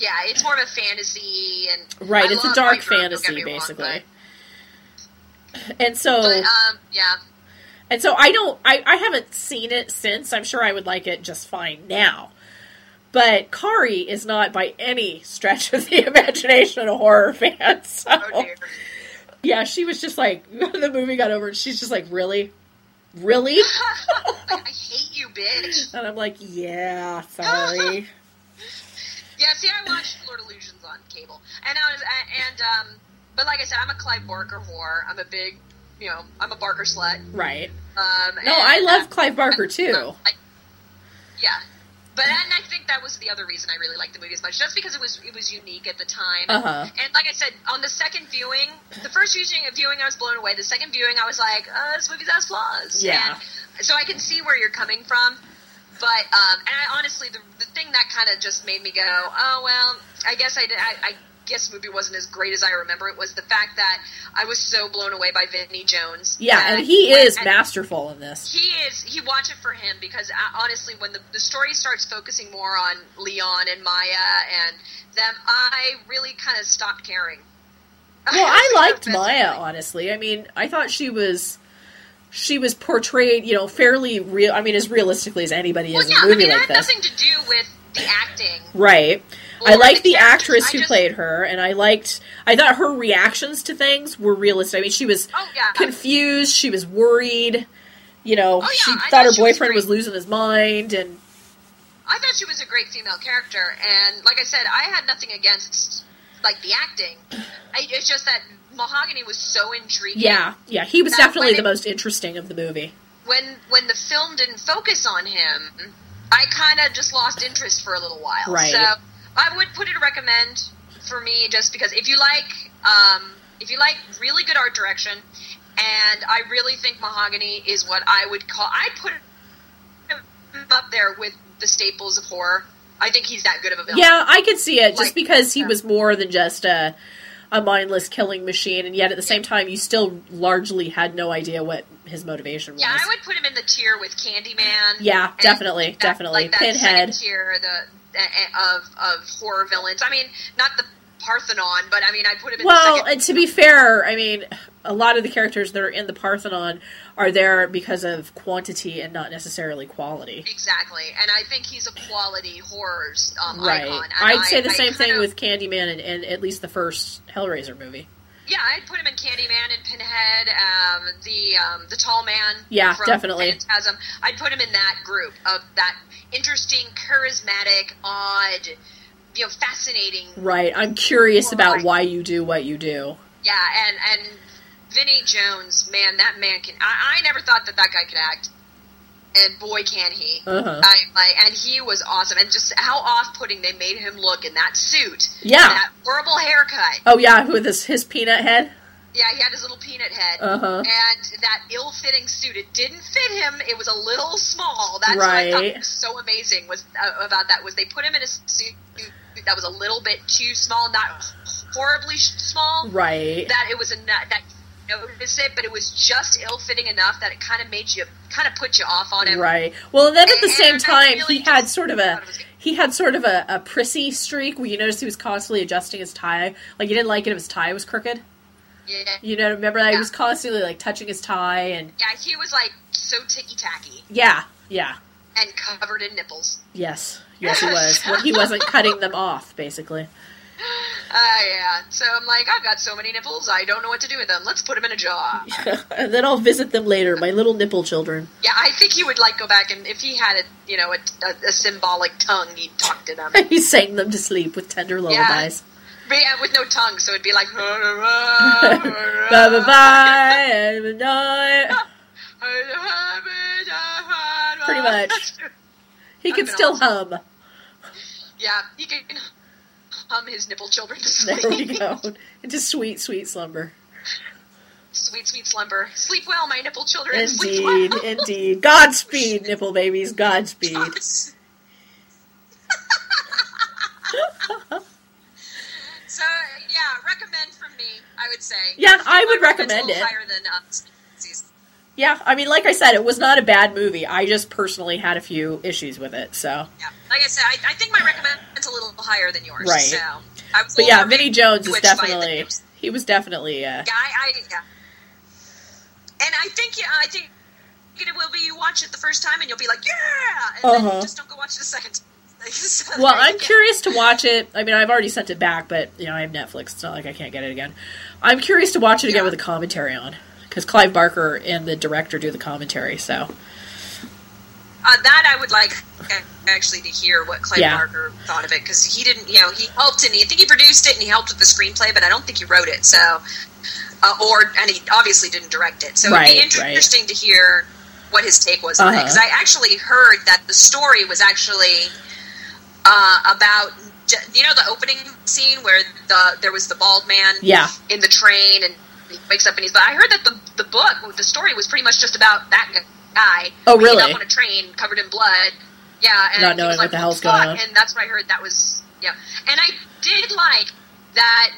yeah, it's more of a fantasy and right? I it's a love dark Nightbreed, don't get fantasy, me wrong, basically. Oh. but- and so, but, um, yeah, And so I don't I, I haven't seen it since. I'm sure I would like it just fine now. But Kari is not by any stretch of the imagination a horror fan. So oh dear. yeah, she was just like the movie got over and she's just like, Really? Really? I hate you, bitch. And I'm like, Yeah, sorry. Yeah, see, I watched Lord Illusions on cable, and I was, and um, but like I said, I'm a Clive Barker whore. I'm a big, you know, I'm a Barker slut. right. Um, No, and, I uh, love Clive Barker too. I- yeah, but and I think that was the other reason I really liked the movie as much, just because it was it was unique at the time. Uh-huh. And like I said, on the second viewing, the first viewing, viewing I was blown away. The second viewing, I was like, uh, this movie has flaws. Yeah. And so I can see where you're coming from, but um, and I honestly, the, the thing that kind of just made me go, oh well, I guess I did. I, I guess the movie wasn't as great as I remember. It was the fact that I was so blown away by Vinny Jones. Yeah, that and he when- is and- masterful in this. he is. He watch it for him because uh, honestly, when the, the story starts focusing more on Leon and Maya and them, I really kind of stopped caring. Well, I liked That's- Maya, honestly. I mean, I thought she was she was portrayed, you know, fairly real I mean, as realistically as anybody Well, is yeah, in a I movie mean, it like had this. nothing to do with the acting. Right. I Or liked the the characters. actress I who just- played her, and I liked. I thought her reactions to things were realistic. I mean, she was Oh yeah, Oh, confused, she was worried. You know, yeah, she I thought, thought her she was boyfriend was, great. losing his mind, and I thought she was a great female character, and like I said, I had nothing against like the acting. I, it's just that Mahogany was so intriguing. yeah, yeah, he was That's definitely when the it- most interesting of the movie. when when the film didn't focus on him, I kind of just lost interest for a little while. Right. So I would put it a recommend for me just because if you like um, if you like really good art direction, and I really think Mahogany is what I would call I put him up there with the staples of horror. I think he's that good of a villain. Yeah, I could see it just Like, because he yeah. was more than just a a mindless killing machine, and yet at the same time, you still largely had no idea what his motivation was. Yeah, I would put him in the tier with Candyman. Yeah, And definitely, that- definitely. Like that Pinhead. second tier the eh, eh, of of horror villains. I mean, not the Parthenon, but I mean, I put him in the Well, second. and to be fair, I mean, a lot of the characters that are in the Parthenon are there because of quantity and not necessarily quality. Exactly, and I think he's a quality horror um, Right. icon. and I'd I- say the I same kind thing of- with Candyman and, and at least the first Hellraiser movie. Yeah, I'd put him in Candyman and Pinhead, um, the um, the tall man. Yeah, from definitely. Phantasm. I'd put him in that group of that interesting, charismatic, odd, you know, fascinating Right. I'm curious about Right. why you do what you do. Yeah, and and Vinny Jones, man, that man can. I, I never thought that that guy could act, and boy, can he! Uh-huh. I like, and he was awesome, and just how off-putting they made him look in that suit, Yeah. that horrible haircut. Oh yeah, with his his peanut head. Yeah, he had his little peanut head, Uh-huh. and that ill-fitting suit. It didn't fit him. It was a little small. That's what I Right. thought was so amazing was uh, about that was they put him in a suit that was a little bit too small, not horribly sh- small, Right. that it was a nut that noticed it, but it was just ill-fitting enough that it kind of made you, kind of put you off on it. Right. Well, and then at the And- same and I time, really he had just sort of a thought it was good. he had sort of a, a prissy streak where you noticed he was constantly adjusting his tie. Like you didn't like it if his tie was crooked. Yeah. You know, remember that he Yeah. was constantly like touching his tie and Yeah, he was like so ticky tacky yeah, yeah, and covered in nipples. yes, yes, he was. Well, he wasn't cutting them off, basically. Uh, yeah. So I'm like, I've got so many nipples, I don't know what to do with them. Let's put them in a jar. and then I'll visit them later, my little nipple children. Yeah, I think he would like go back and if he had a you know a, a, a symbolic tongue, he'd talk to them. he sang them to sleep with tender lullabies. But yeah, with no tongue, so it'd be like. Bye bye bye. and good night. Pretty much. He could That'd still been hum. Yeah, he can hum his nipple children to There sleep. we go. Into sweet, sweet slumber. Sweet, sweet slumber. Sleep well, my nipple children. Sleep well. Indeed, indeed. Godspeed, nipple babies. Godspeed. so uh, yeah, recommend from me. I would say. Yeah, I would My recommend's recommend a little it. Higher than um, Stacy's. Yeah, I mean, like I said, it was not a bad movie. I just personally had a few issues with it. So, Yeah, like I said, I, I think my recommend's a little higher than yours. Right. So I was but yeah, Vinnie Jones is Which by the definitely names. he was definitely uh, Yeah, I, I yeah. And I think yeah, I think it will be you watch it the first time and you'll be like yeah, and then Uh-huh. you just don't go watch it the second. time. So Well, there you I'm go. curious to watch it. I mean, I've already sent it back, but you know, I have Netflix. It's not like I can't get it again. I'm curious to watch it again Yeah. with a commentary on because Clive Barker and the director do the commentary. So Uh, that I would like uh, actually to hear what Clay Yeah. Barker thought of it because he didn't, you know, he helped and he, I think he produced it and he helped with the screenplay, but I don't think he wrote it. So, uh, or and he obviously didn't direct it. So it'd Right, be right. interesting to hear what his take was on it Uh-huh. because I actually heard that the story was actually uh, about j- you know the opening scene where the there was the bald man Yeah. in the train and he wakes up and he's but I heard that the the book the story was pretty much just about that guy Oh, waking really? up on a train covered in blood yeah and Not he knowing was what like, the hell's fuck," going on. and that's what I heard that was yeah and I did like that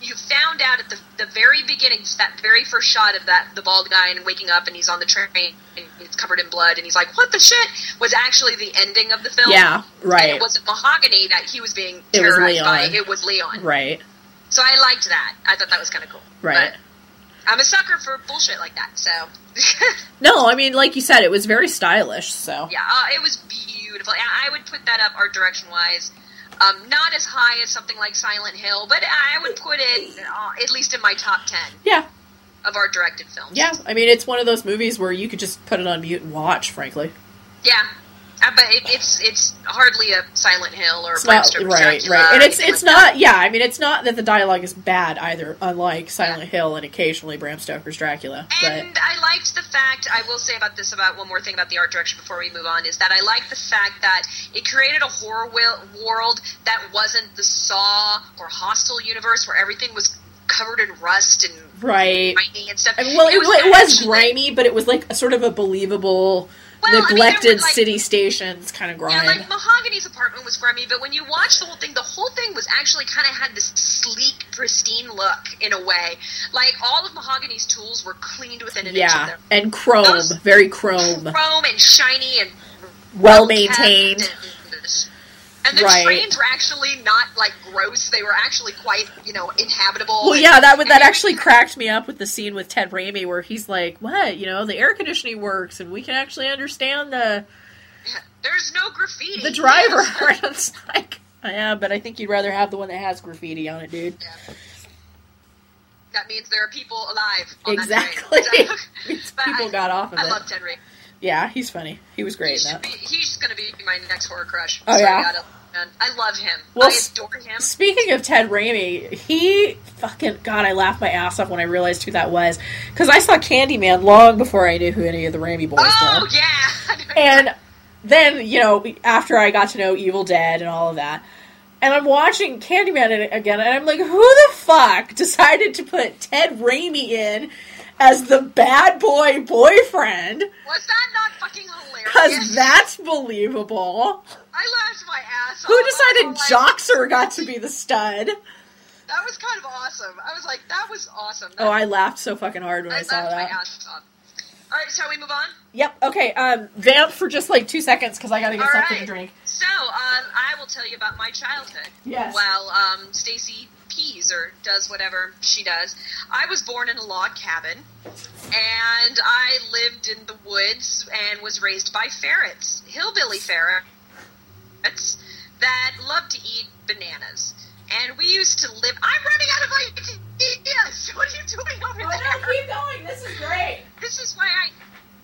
you found out at the, the very beginning just that very first shot of that the bald guy and waking up and he's on the train and he's covered in blood and he's like what the shit was actually the ending of the film yeah, and right, it wasn't mahogany that he was being It was terrorized by. Leon. It was Leon. right, So I liked that. I thought that was kind of cool. right. But I'm a sucker for bullshit like that. So No, I mean, like you said, it was very stylish. So yeah, uh, it was beautiful. I I would put that up art direction wise. Um, not as high as something like Silent Hill, but I would put it uh, at least in my top ten yeah, of art directed films. yeah. I mean, it's one of those movies where you could just put it on mute and watch. Frankly, yeah. Uh, but it, it's it's hardly a Silent Hill or it's Bram not Stoker's right, Dracula right, or and it's uh, anything it's like not. Yeah, I mean, it's not that the dialogue is bad either. Unlike Silent Hill and occasionally Bram Stoker's Dracula, but And I liked the fact I will say about this about one more thing about the art direction before we move on is that I liked the fact that it created a horror wil- world that wasn't the Saw or Hostile universe where everything was covered in rust and right. grimy and stuff. I mean, well, it, wa- it was actually- grimy, but it was like a sort of a believable, Well, I mean, there neglected were, like- city stations kind of Yeah, grime. like Mahogany's apartment was grimy, but when you watch the whole thing, the whole thing was actually kind of had this sleek, pristine look in a way. Like all of Mahogany's tools were cleaned within an inch of yeah, them. and chrome, Those- very chrome, Chrome and shiny and well maintained. And the Right. trains were actually not like gross; they were actually quite, you know, inhabitable. Well, yeah, that would that actually cracked me up with the scene with Ted Raimi where he's like, "What? You know, the air conditioning works, and we can actually understand the There's no graffiti. the driver." And it's like, yeah, but I think you'd rather have the one that has graffiti on it, dude. That means there are people alive. On Exactly. That train. These But People I- got off of I it. love Ted Ray. Yeah, he's funny. He was He great. in should that. be, he's going to be my next horror crush. Oh, Sorry, yeah? God, man. I love him. Well, I adore him. Speaking of Ted Raimi, he fucking God, I laughed my ass off when I realized who that was because I saw Candyman long before I knew who any of the Raimi boys Oh were, yeah. and then you know after I got to know Evil Dead and all of that, and I'm watching Candyman in- again, and I'm like, who the fuck decided to put Ted Raimi in as the bad boy boyfriend? was that not fucking Because hilarious? that's believable. I laughed my ass. Who off. I was decided like, Joxer got to be the stud? That was kind of awesome. I was like, that was awesome. That Oh, I laughed so fucking hard when I, I saw laughed my that. ass off. All right, shall we move on? Yep. Okay. Um, vamp for just like two seconds because I gotta get All something to right. drink. So, um, I will tell you about my childhood. Yes. While um, Stacy pees or does whatever she does. I was born in a log cabin, and I lived in the woods and was raised by ferrets, hillbilly ferrets that love to eat bananas. And we used to live. I'm running out of ideas. What are you doing over there? keep going. This is great. this is why I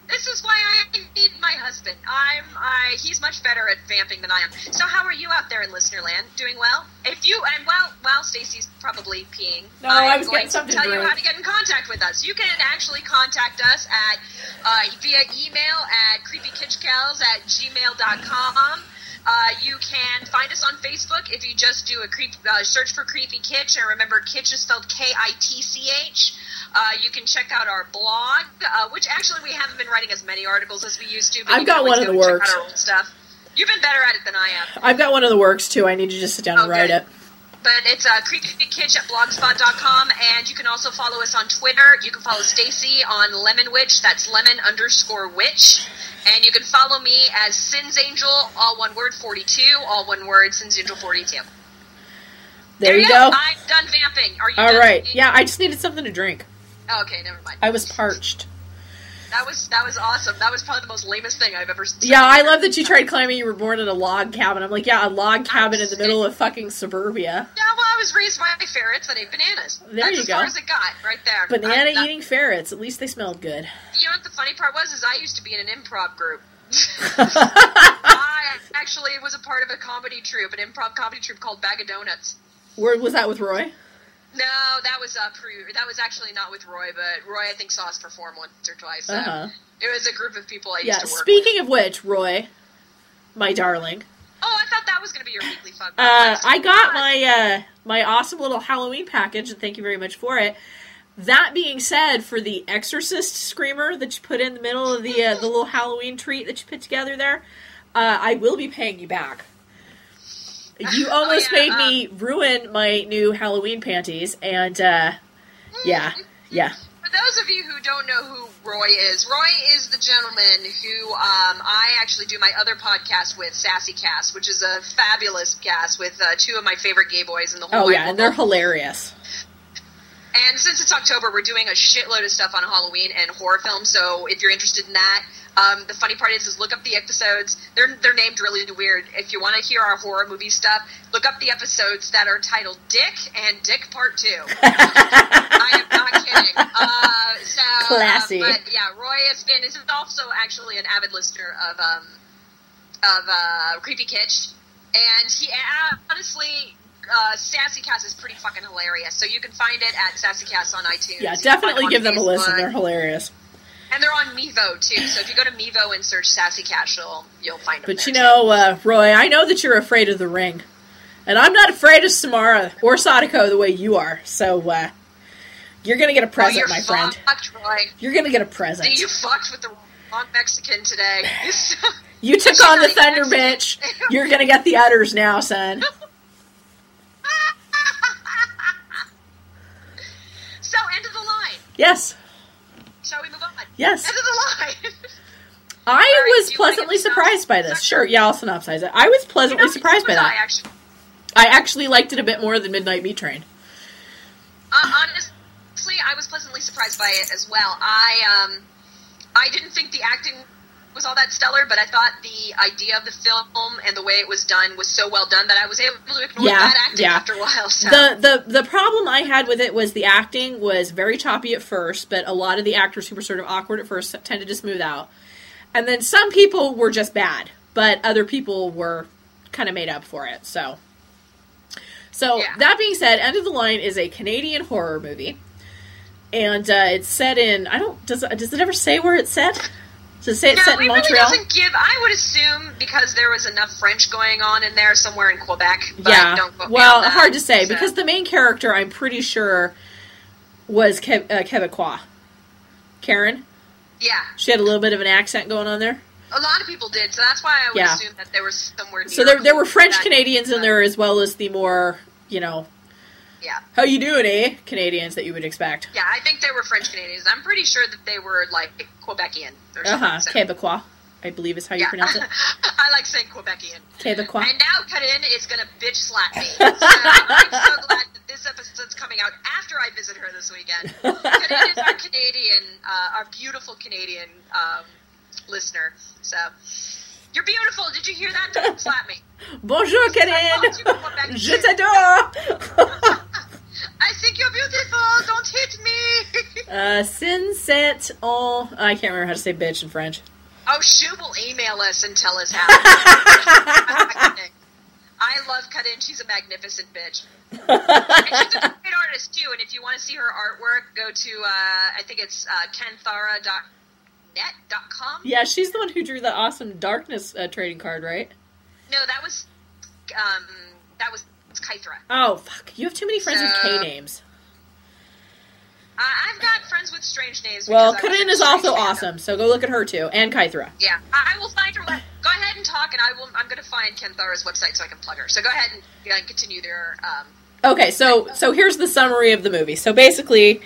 this is why I need my husband. I'm I he's much better at vamping than I am. So how are you out there in listener land? Doing well? If you and well well Stacy's probably peeing. No, I'm I was going getting something to tell you brewing. how to get in contact with us. You can actually contact us at uh, via email at creepykitchcows at gmail.com. Uh, you can find us on Facebook if you just do a creep uh, search for Creepy Kitch. And remember, Kitch is spelled K I T C H. Uh, you can check out our blog, uh, which actually we haven't been writing as many articles as we used to. But I've you got can always one in go the and check out works. our old stuff. You've been better at it than I am. I've got one of the works too. I need to just sit down and Oh, write good. it. But it's uh, creepykitch at blogspot.com, and you can also follow us on Twitter. You can follow Stacy on Lemon Witch. That's lemon underscore witch. And you can follow me as Sins Angel, all one word, 42, all one word, Sins Angel 42. There, There, you go. I'm done vamping. Are you All done? right. Yeah, I just needed something to drink. Oh, okay, never mind. I was parched. That was that was awesome. That was probably the most lamest thing I've ever seen. Yeah, I love that you tried climbing. You were born in a log cabin. I'm like, yeah, a log cabin in the middle of fucking suburbia. Yeah, well, I was raised by ferrets that ate bananas. There That's you as go. far as it got, right there. Banana I- that- eating ferrets. At least they smelled good. You know what the funny part was? Is I used to be in an improv group. I actually was a part of a comedy troupe, an improv comedy troupe called Bag of Donuts. Where was that with Roy? No, that was uh, pre- that was actually not with Roy, but Roy I think saw us perform once or twice. So Uh-huh. It was a group of people I Yeah. used to work with. Speaking of which, Roy, my darling, Oh, I thought that was going to be your weekly fun. uh, I got my uh, my awesome little Halloween package, and thank you very much for it. That being said, for the Exorcist screamer that you put in the middle of the uh, the little Mm-hmm. Halloween treat that you put together there, uh, I will be paying you back. You Oh, almost yeah, made me ruin my new Halloween panties, and uh, yeah, yeah, For those of you who don't know who Roy is, Roy is the gentleman who um, I actually do my other podcast with, Sassy Cast, which is a fabulous cast with uh, two of my favorite gay boys in the whole oh wide yeah, and world. they're hilarious. And since it's October, we're doing a shitload of stuff on Halloween and horror films. So if you're interested in that, um, the funny part is, is look up the episodes. They're they're named really weird. If you want to hear our horror movie stuff, look up the episodes that are titled "Dick" and "Dick Part 2. I am not kidding. Uh, so uh, Classy. but yeah, Roy is and is also actually an avid listener of um, of uh, Creepy Kitsch, and he uh, honestly. Uh, Sassy Cast is pretty fucking hilarious, so you can find it at Sassy Cast on iTunes. Yeah, You can find definitely on give them a listen. Facebook. They're hilarious. and they're on Mevo too. So if you go to Mevo and search Sassy Cast, you'll you'll find them. But there, you know, uh, Roy, I know that you're afraid of the ring, and I'm not afraid of Samara or Sadako the way you are. So uh, you're gonna get a too. oh, present, you're my fucked, friend. Roy. You're gonna get a present. You fucked with the wrong Mexican today. You took She's on the already Thunder next Bitch. You're gonna get the udders now, son. so end of the line. Yes, Shall we move on? Yes. End of the line. I right, was do you wanna pleasantly get the surprised by this. synopsis? Sure, yeah, I'll synopsize it. I was You pleasantly know, surprised by was I that. actually, I actually liked it a bit more than Midnight Meat Train. uh, honestly, I was pleasantly surprised by it as well. I um, I didn't think the acting was all that stellar, but I thought the idea of the film and the way it was done was so well done that I was able to ignore Yeah, that acting yeah. after a while. So. the the the problem I had with it was the acting was very choppy at first, but a lot of the actors who were sort of awkward at first tended to smooth out, and then some people were just bad, but other people were kind of made up for it. So, so Yeah. that being said, End of the Line is a Canadian horror movie, and uh, it's set in I don't does does it ever say where it's set? Does it say it's no, set in it really Montreal? doesn't give. I would assume because there was enough French going on in there somewhere in Quebec. But yeah. Don't quote me well, on that, hard to say so- because the main character, I'm pretty sure, was Ke- uh, Quebecois. Karen, yeah, she had a little bit of an accent going on there. a lot of people did, so that's why I would Yeah. assume that there was somewhere. Near So there, there were Quebec. French Canadians in there as well as the more, you know, Yeah. How you doing, eh? Canadians that you would expect. Yeah, I think they were French Canadians. I'm pretty sure that they were like Quebecian or Uh something. huh. so- Quebecois, I believe is how you yeah. pronounce it. I like saying Quebecian. Quebecois. And now Karin is gonna bitch slap me. So I'm so glad that this episode's coming out after I visit her this weekend. Karin is our Canadian, uh, our beautiful Canadian um, listener. So you're beautiful. Did you hear that? Don't slap me. Bonjour, thought you were Canadian. Quebecian. Je t'adore. I think you're beautiful. Don't hit me. uh, Sinset on. I can't remember how to say bitch in French. Oh, she will email us and tell us how. I love Cut In. She's a magnificent bitch. And she's a great artist, too. And if you want to see her artwork, go to, uh, I think it's uh, kenthara.net.com. Yeah, she's the one who drew the awesome darkness uh, trading card, right? No, that was, um, that was Kythra. Oh fuck, you have too many friends with So- K names. Uh, I've got friends with strange names. Well, because I was Karin in is strange also fandom. awesome, so go look at her too, and Kythra. Yeah, I I will find her. le- Go ahead and talk, and I will. I'm going to find Kenthara's website so I can plug her. So go ahead and yeah, continue their um, Okay, so so here's the summary of the movie. So basically,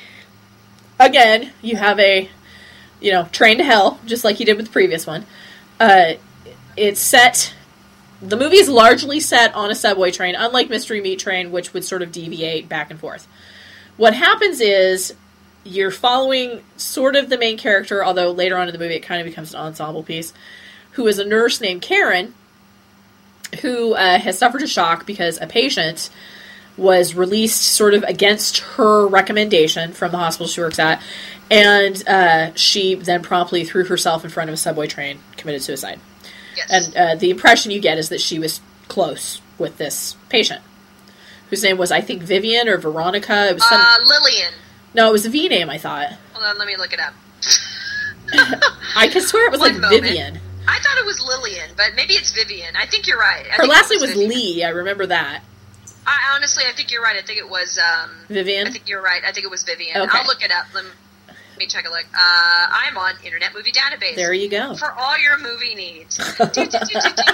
again, you have a you know train to hell, just like you did with the previous one. Uh, it's set. The movie is largely set on a subway train, unlike Mystery Meat Train, which would sort of deviate back and forth. What happens is you're following sort of the main character, although later on in the movie it kind of becomes an ensemble piece, who is a nurse named Karen, who uh, has suffered a shock because a patient was released sort of against her recommendation from the hospital she works at, and uh, she then promptly threw herself in front of a subway train, committed suicide. yes. And uh, the impression you get is that she was close with this patient, whose name was I think Vivian or Veronica. It was some, uh, Lillian. no, it was a V name. I thought Hold on, let me look it up. I could swear it was One like moment. Vivian. I thought it was Lillian, but maybe it's Vivian. I think you're right. I Her think last it name was Vivian. Lee. I remember that I, honestly, I think you're right. I think it was. Um, I Vivian. think you're right. I think it was Vivian. Okay. I'll look it up. Let me, let me check a look. Uh, I'm on Internet Movie Database. There you go. for all your movie needs.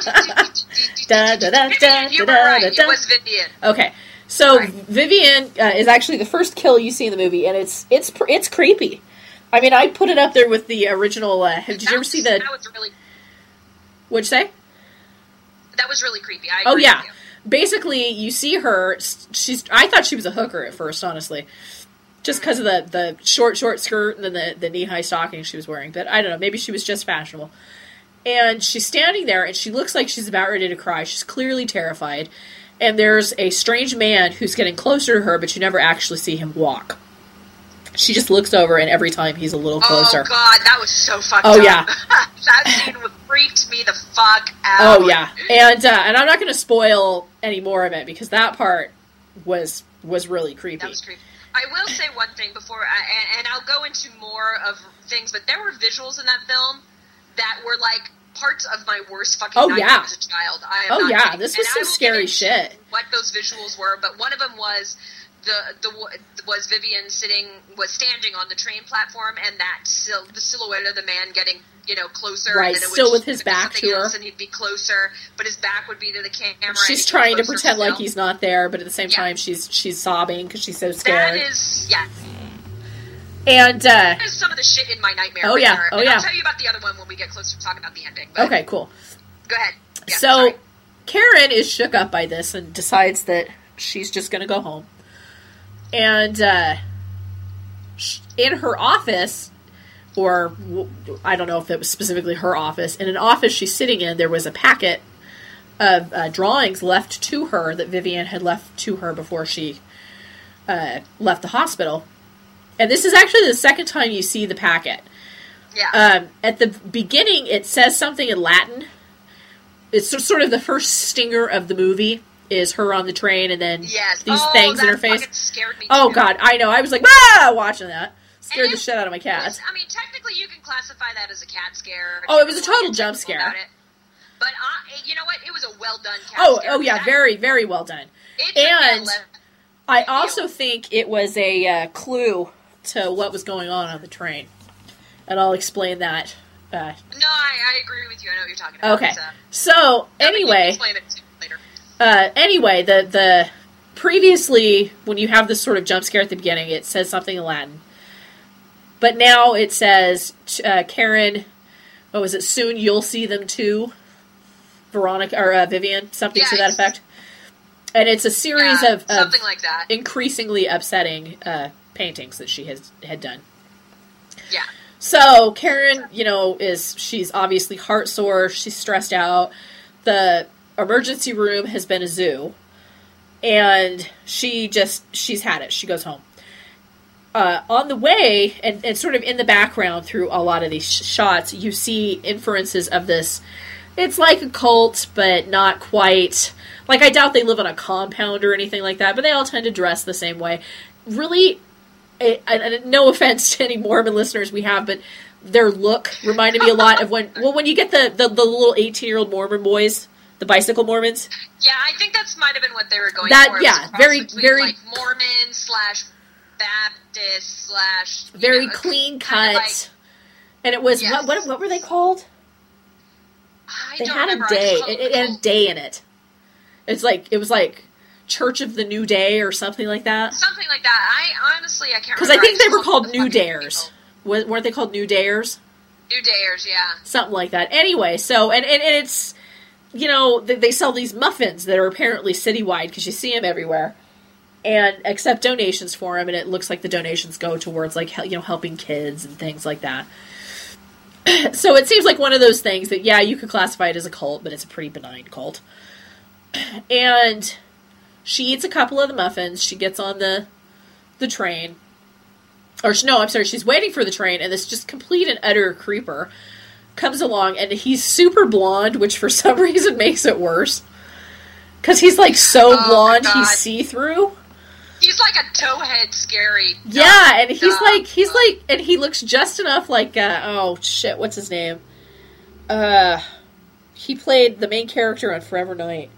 da, da, da, Vivian, you were da, right. da, It da. was Vivian. Okay. So Sorry. Vivian uh, is actually the first kill you see in the movie, and it's it's pr- it's creepy. I mean, I put it up there with the original. Uh, have- did you That ever was- see the? That was really. What'd you say? That was really creepy. I Oh agree yeah. with you. Basically, you see her. s- She's. I thought she was a hooker at first, honestly, just because of the the short short skirt and then the the knee high stockings she was wearing. But I don't know. Maybe she was just fashionable. And she's standing there, and she looks like she's about ready to cry. She's clearly terrified. And there's a strange man who's getting closer to her, but you never actually see him walk. She just looks over, and every time he's a little closer. Oh god, that was so fucked Oh, up. yeah. that scene would- freaked me the fuck out. Oh yeah, and uh, and I'm not going to spoil any more of it because that part was was really creepy. that was creepy. I will say one thing before, I, and, and I'll go into more of things, but there were visuals in that film that were like parts of my worst fucking Oh, nightmare yeah. as a child. I am Oh not yeah, kidding. this And was I some will get scary into shit. What those visuals were, but one of them was. The, the w- was Vivian sitting was standing on the train platform and that sil- the silhouette of the man getting you know closer and Right, then it would still with his it'd be back something to her. else and he'd be closer but his back would be to the camera and She's he'd be trying to closer pretend like still. he's not there, but at the same Yeah. time she's she's sobbing because she's so that scared. is yeah and uh, That is some of the shit in my nightmare. Oh, right yeah. there. Oh, And yeah. I'll tell you about the other one when we get closer to talking about the ending. But okay, cool. Go ahead. Yeah, so sorry. Karen is shook up by this and decides that she's just going to go home. And uh, sh- in her office, or w- I don't know if it was specifically her office, in an office she's sitting in, there was a packet of uh, drawings left to her that Vivian had left to her before she uh, left the hospital. And this is actually the second time you see the packet yeah. um, at the beginning it says something in latin it's so- sort of the first stinger of the movie is her on the train and then yes. these oh, things in that her face fucking Scared me. oh too. god i know i was like ah watching that scared And the it shit out of my cat was- I mean, technically, you can classify that as a cat scare. if Oh, you it was a really total get jump technical scare. about it. But I, you know what? It was a well done cat oh scare. oh yeah That- very very well done It took me and- 11 i also think it was a uh, clue to what was going on on the train and i'll explain that uh, No, I, I agree with you. I know what you're talking about. okay So, so No, but you can anyway explain it to me later. uh, anyway, the the previously, when you have this sort of jump scare at the beginning, it says something in Latin. But now it says, uh, Karen, what was it? Soon you'll see them too. Veronica or uh, Vivian, something to Yeah, that it's- effect. And it's a series Yeah, of, of something like that. increasingly upsetting uh, paintings that she has had done. Yeah. So Karen, you know, is she's obviously heart sore. She's stressed out. The emergency room has been a zoo, and she just she's had it. She goes home. Uh, on the way, and, and sort of in the background through a lot of these sh- shots, you see inferences of this. It's like a cult, but not quite. Like, I doubt they live on a compound or anything like that, but they all tend to dress the same way. Really I, I, Eh, no offense to any Mormon listeners we have, but their look reminded me a lot of when well when you get the the, the little eighteen year old Mormon boys, the bicycle Mormons. Yeah, I think that's might have been what they were going That- for. It was yeah, a cross very- between, very- like Mormon slash Baptist slash you Very know, clean cut. kind of and it was Yes. what, what what were they called? I They don't had a remember. I just day. call It, it had a day in it. It's like it was like Church of the New Day or something like that. something like that. I honestly I can't Because I remember. think they just were call called them New fucking Dares. people. Wa- Weren't they called New Dares? New Dares, yeah. something like that. Anyway, so and and, and it's you know they, they sell these muffins that are apparently citywide because you see them everywhere, and accept donations for them, and it looks like the donations go towards like hel- you know helping kids and things like that. so it seems like one of those things that yeah you could classify it as a cult, but it's a pretty benign cult. And she eats a couple of the muffins. She gets on the the train. Or she- no, I'm sorry. She's waiting for the train, and this just complete and utter creeper comes along and he's super blonde, which for some reason makes it worse. Because he's like so Oh, my blonde, God. he's see through. He's like a towhead scary. Yeah, and he's Duh. like, he's like, and he looks just enough like, uh, oh shit, what's his name? Uh, he played the main character on Forever Night.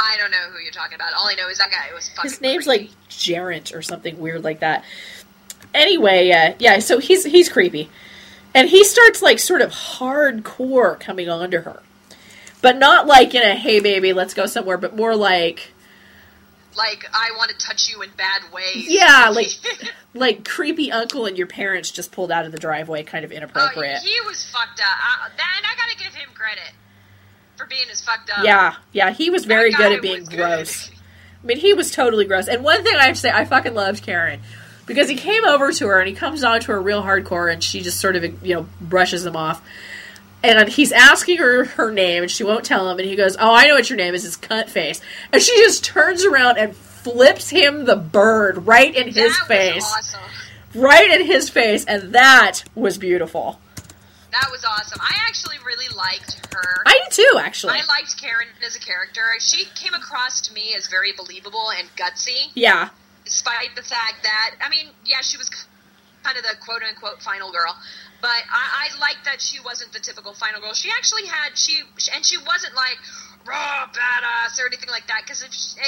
I don't know who you're talking about. All I know is that guy was fucking His name's creepy. like Jarrett or something weird like that. Anyway, uh, yeah, so he's he's creepy, and he starts like sort of hardcore coming on to her, but not like in a hey baby let's go somewhere, but more like like I want to touch you in bad ways. yeah, like like creepy uncle and your parents just pulled out of the driveway kind of oh, inappropriate. he was fucked up. I, that, and I gotta give him credit for being as fucked up. yeah, yeah, he was That very good guy at being was good. gross. I mean, he was totally gross. And one thing I have to say, I fucking loved Karen because he came over to her and he comes on to her real hardcore, and she just sort of you know brushes him off. And he's asking her her name, and she won't tell him. And he goes, "Oh, I know what your name is. It's cunt face." And she just turns around and flips him the bird right in That his was face, awesome. right in his face, and that was beautiful. That was awesome. I actually really liked her. I do too, actually. I liked Karen as a character. She came across to me as very believable and gutsy, yeah, despite the fact that, I mean, yeah, she was kind of the quote unquote final girl, but I, I liked that she wasn't the typical final girl. She actually had, she, and she wasn't like, raw badass or anything like that, because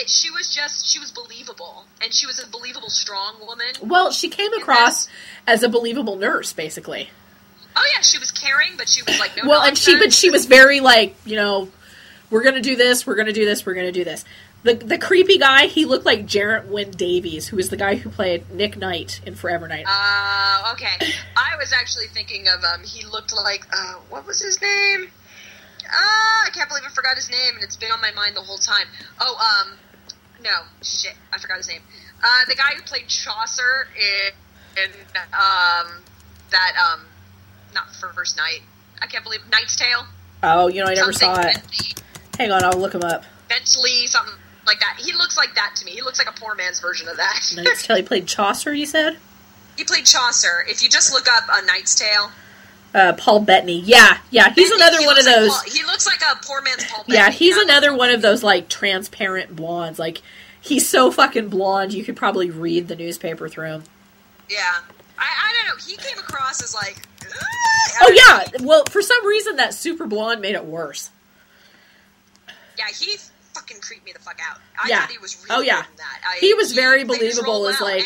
she was just, she was believable, and she was a believable strong woman. well, she came across as a believable nurse, basically. Oh, yeah, she was caring, but she was like, no, well and she but nonsense. she was very like you know we're gonna do this we're gonna do this we're gonna do this the the creepy guy he looked like jarrett wynn davies who was the guy who played nick knight in forever night Uh, okay. I was actually thinking of um. He looked like uh, what was his name? Ah, I can't believe I forgot his name, and it's been on my mind the whole time. Oh, um, no, shit, I forgot his name. Uh, the guy who played Chaucer in, in um that um, not for first night. I can't believe Knight's Tale. oh you know i never saw Something it hang on i'll look him up Bentley, something like that. He looks like that to me. He looks like a poor man's version of that. Knight's Tale. he played chaucer you said he played Chaucer. If you just look up a Knight's Tale. uh, paul bettany yeah yeah he's He- another he one of looks like those Paul- he looks like a poor man's Paul. yeah Bettany, he's not- another one of those like transparent blondes like he's so fucking blonde you could probably read the newspaper through him Yeah, I, I don't know. He came across as like. oh yeah well for some reason that super blonde made it worse Yeah, he fucking creeped me the fuck out. I Yeah. thought he was really Oh, yeah. good in that. I, he was very played his role believable as well, like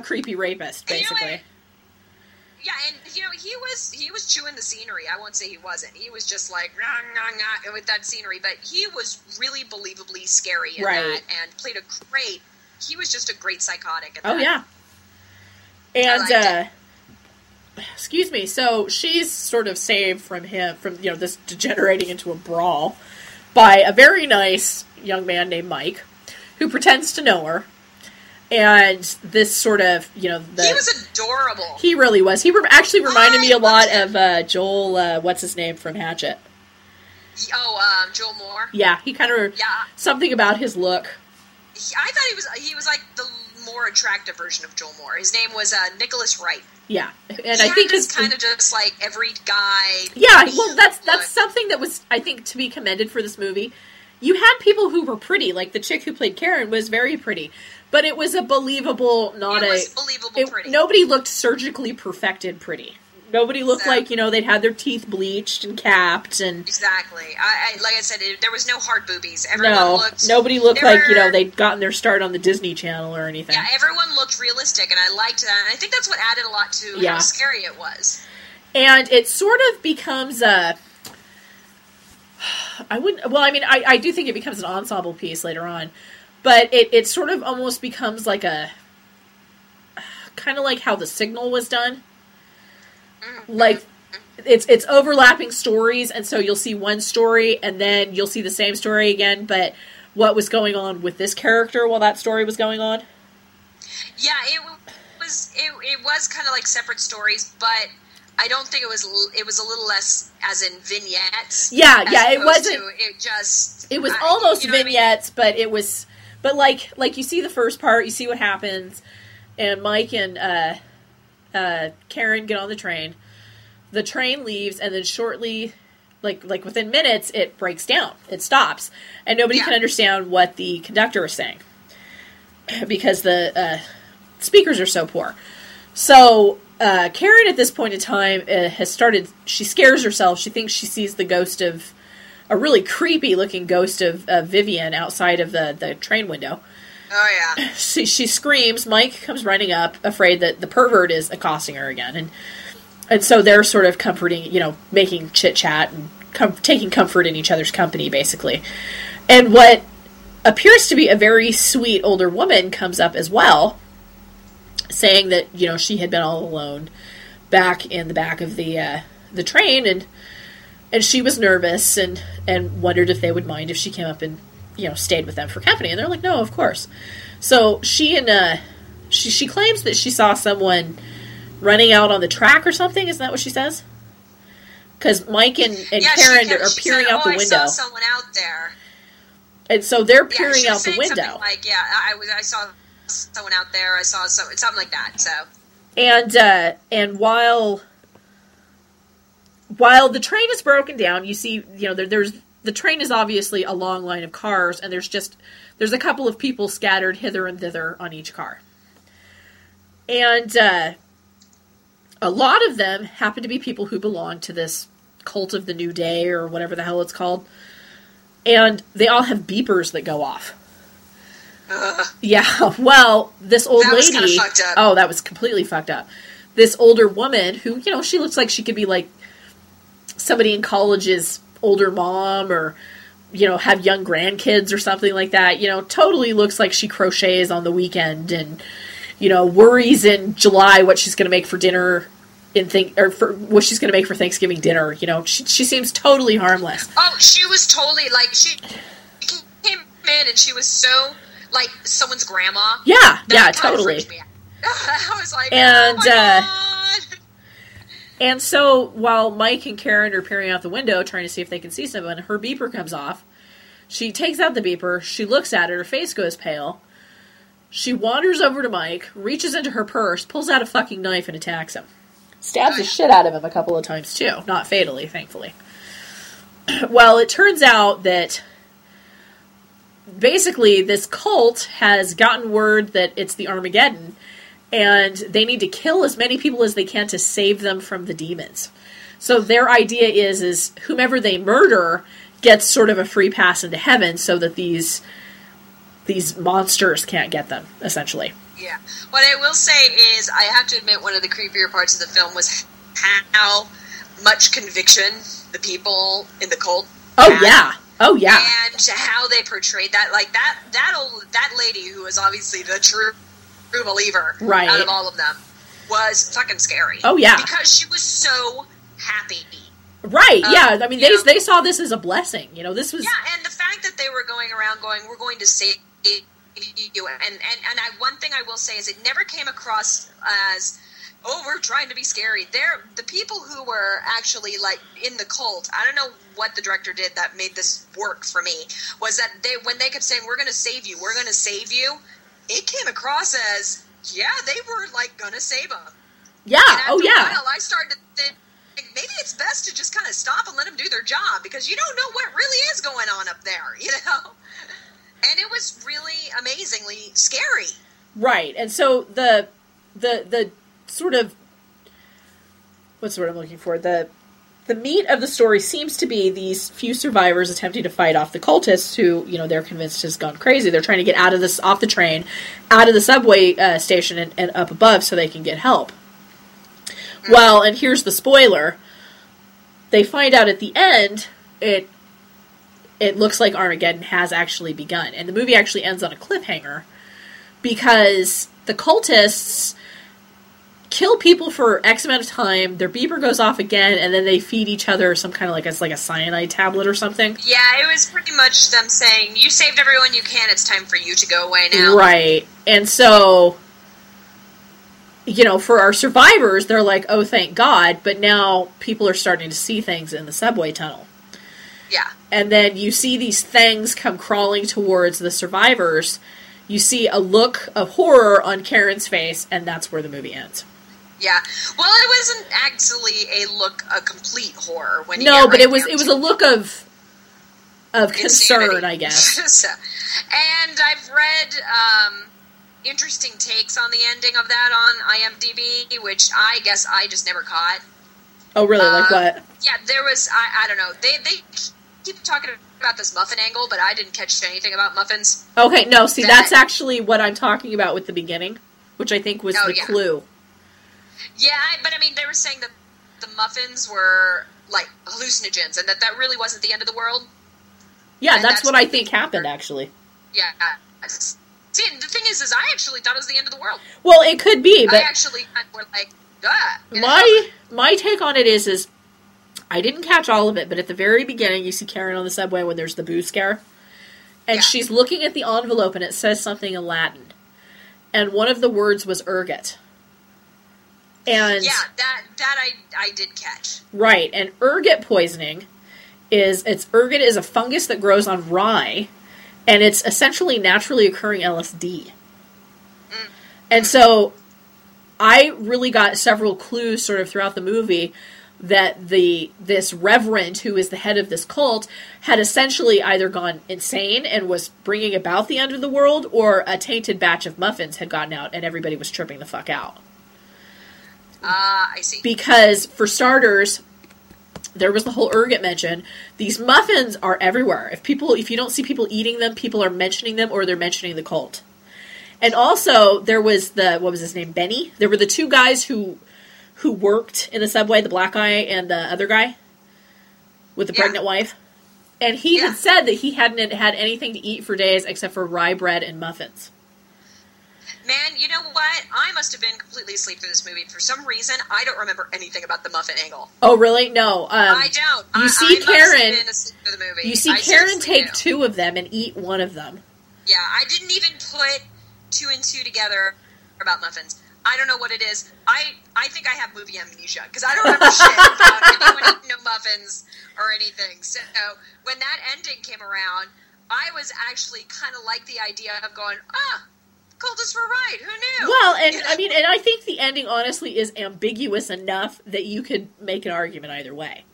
a creepy rapist and you know basically what? yeah, and you know he was he was chewing the scenery. I won't say he wasn't. He was just like nah, nah, nah, with that scenery, but he was really believably scary in Right. that and played a great. He was just a great psychotic. At Oh that. yeah. And liked it. uh excuse me, so she's sort of saved from him from you know this degenerating into a brawl by a very nice young man named Mike who pretends to know her. And this sort of, you know, the he was adorable. he really was. He re- actually reminded me I a lot loved him. of uh, Joel uh, what's his name from Hatchet. oh, um, Joel Moore. Yeah, he kind of Yeah. something about his look. He- I thought he was he was like the more attractive version of Joel Moore. His name was uh, Nicholas Wright. Yeah. And he I think is his kind of just like every guy. Yeah, well, that's Look. that's something that was I think to be commended for this movie. You had people who were pretty, like the chick who played Karen was very pretty, but it was a believable, not It a was believable it- pretty. Nobody looked surgically perfected pretty. Nobody looked Exactly. like you know they'd had their teeth bleached and capped, and Exactly. I, I like I said, it, there was no hard boobies. Everyone no, looked nobody looked there like you know were- they'd gotten their start on the Disney Channel or anything. Yeah, everyone looked realistic, and I liked that. And I think that's what added a lot to Yeah. how scary it was. and it sort of becomes a i wouldn't well i mean i, I do think it becomes an ensemble piece later on but it, it sort of almost becomes like a kind of like how the signal was done Mm-hmm. like it's it's overlapping stories and so you'll see one story and then you'll see the same story again but what was going on with this character while that story was going on Yeah, it w- was. It, it was kind of like separate stories, but I don't think it was. l- It was a little less as in vignettes. yeah as yeah it opposed wasn't to- it just. it was I- almost you know what I mean? vignettes, but it was but like like you see the first part, you see what happens, and Mike and uh, uh, Karen get on the train. The train leaves, and then shortly, like like within minutes, it breaks down. It stops, and nobody Yeah. can understand what the conductor is saying because the uh, speakers are so poor. So uh, Karen, at this point in time, uh, has started. She scares herself. She thinks she sees the ghost of a really creepy looking ghost of uh, Vivian outside of the, the train window. Oh yeah. She, she screams. Mike comes running up, afraid that the pervert is accosting her again, and and so they're sort of comforting, you know, making chit chat and com- taking comfort in each other's company, basically. And what appears to be a very sweet older woman comes up as well, saying that you know she had been all alone back in the back of the uh, the train, and and she was nervous and and wondered if they would mind if she came up and you know stayed with them for company, and they're like, no, of course. So she and uh, she she claims that she saw someone runrunning out on the track or something. Isn't that what she says? Because Mike and, and yeah, she Karen kept- are she peering said, out the "Oh, I window, saw someone out there. and so they're Yeah, peering she was out the saying window. Something like, yeah, I, I was. I saw someone out there. I saw so, something like that. So and uh, and while while the train is broken down, you see, you know, there, there's the train is obviously a long line of cars, and there's just there's a couple of people scattered hither and thither on each car, and uh, a lot of them happen to be people who belong to this cult of the new day or whatever the hell it's called, and they all have beepers that go off. Yeah, well, this old Uh. That was lady. kinda fucked up. Oh, that was completely fucked up. This older woman who, you know, she looks like she could be like somebody in college's older mom or, you know, have young grandkids or something like that. You know, totally looks like she crochets on the weekend and, you know, worries in July what she's going to make for dinner. In think or for what she's going to make for Thanksgiving dinner, you know, she, she seems totally harmless. Oh, she was totally like she came in and she was so like someone's grandma. Yeah, That yeah, kinda totally. freaked me out. I was like, And, oh my uh, God. And so while Mike and Karen are peering out the window trying to see if they can see someone, her beeper comes off. She takes out the beeper, she looks at it, her face goes pale. She wanders over to Mike, reaches into her purse, pulls out a fucking knife, and attacks him. Stabs the shit out of him a couple of times, too. Not fatally, thankfully. well, it turns out that basically this cult has gotten word that it's the Armageddon and they need to kill as many people as they can to save them from the demons. So their idea is is whomever they murder gets sort of a free pass into heaven so that these these monsters can't get them essentially. Yeah. What I will say is, I have to admit, one of the creepier parts of the film was how much conviction the people in the cult. Oh had. yeah. Oh yeah. And to how they portrayed that, like that that old that lady who was obviously the true true believer Right. out of all of them was fucking scary. Oh, yeah. because she was so happy. Right. Um, Oh, yeah. I mean, you they know- they saw this as a blessing. You know, this was Yeah, and the fact that they were going around going, "We're going to save you," and and and I, one thing I will say is it never came across as. Oh, we're trying to be scary. They're the people who were actually like in the cult. I don't know what the director did that made this work for me. Was that they when they kept saying we're going to save you, we're going to save you, it came across as yeah, they were like going to save them. yeah. And after Oh A yeah. while, I started to think maybe it's best to just kind of stop and let them do their job because you don't know what really is going on up there, you know. And it was really amazingly scary. Right. And so the the the sort of what's the word I'm looking for? The the meat of the story seems to be these few survivors attempting to fight off the cultists who, you know, they're convinced has gone crazy. They're trying to get out of this off the train, out of the subway uh, station and, and up above so they can get help. Well, and here's the spoiler. They find out at the end it it looks like Armageddon has actually begun. And the movie actually ends on a cliffhanger because the cultists kill people for X amount of time, their beeper goes off again, and then they feed each other some kind of like it's like a cyanide tablet or something. Yeah, it was pretty much them saying, "You saved everyone you can. It's time for you to go away now." Right. And so you know, for our survivors, they're like, "Oh, thank God," but now people are starting to see things in the subway tunnel. Yeah. and then you see these things come crawling towards the survivors. You see a look of horror on Karen's face, and that's where the movie ends. Yeah. Well, it wasn't actually a look a complete horror when you no, get but right it was down it was to a look of of concern, insanity. I guess. So- and I've read um, interesting takes on the ending of that on IMDb, which I guess I just never caught. Oh, really? Like Uh, what? Yeah, there was I, I don't know. They they keep talking about this muffin angle, but I didn't catch anything about muffins. Okay, no. See, that- that's actually what I'm talking about with the beginning, which I think was Oh, the yeah. clue. Yeah, I, but I mean, they were saying that the muffins were like hallucinogens, and that that really wasn't the end of the world. Yeah, And that's, that's what the I think happened, actually. Yeah. See, and the thing is, is I actually thought it was the end of the world. Well, it could be, I but actually were like, ah. you know? my my take on it is is I didn't catch all of it, but at the very beginning, you see Karen on the subway when there's the boo scare, and Yeah. she's looking at the envelope, and it says something in Latin, and one of the words was ergot, and Yeah, that that I I did catch. right, and ergot poisoning is it's ergot is a fungus that grows on rye, and it's essentially naturally occurring LSD, and so I really got several clues sort of throughout the movie that the this reverend who is the head of this cult had essentially either gone insane and was bringing about the end of the world or a tainted batch of muffins had gotten out and everybody was tripping the fuck out Ah, I see. because for starters there was the whole ergot mention these muffins are everywhere if people if you don't see people eating them people are mentioning them or they're mentioning the cult and also there was the what was his name benny there were the two guys who who worked in the subway the black guy and the other guy with the Yeah. pregnant wife and he Yeah. had said that he hadn't had anything to eat for days except for rye bread and muffins Man, you know what? I must have been completely asleep through this movie. For some reason, I don't remember anything about the muffin angle. oh really no um, I don't. you I, see I must have Karen- been asleep through the movie. you see I karen seriously take do. two of them and eat one of them Yeah, I didn't even put two and two together about muffins. I don't know what it is. I I think I have movie amnesia because I don't remember shit about anyone eating no muffins or anything. So when that ending came around, I was actually kind of like the idea of going, ah, cold is for a ride. Who knew? Well, and You know? I mean, and I think the ending honestly is ambiguous enough that you could make an argument either way.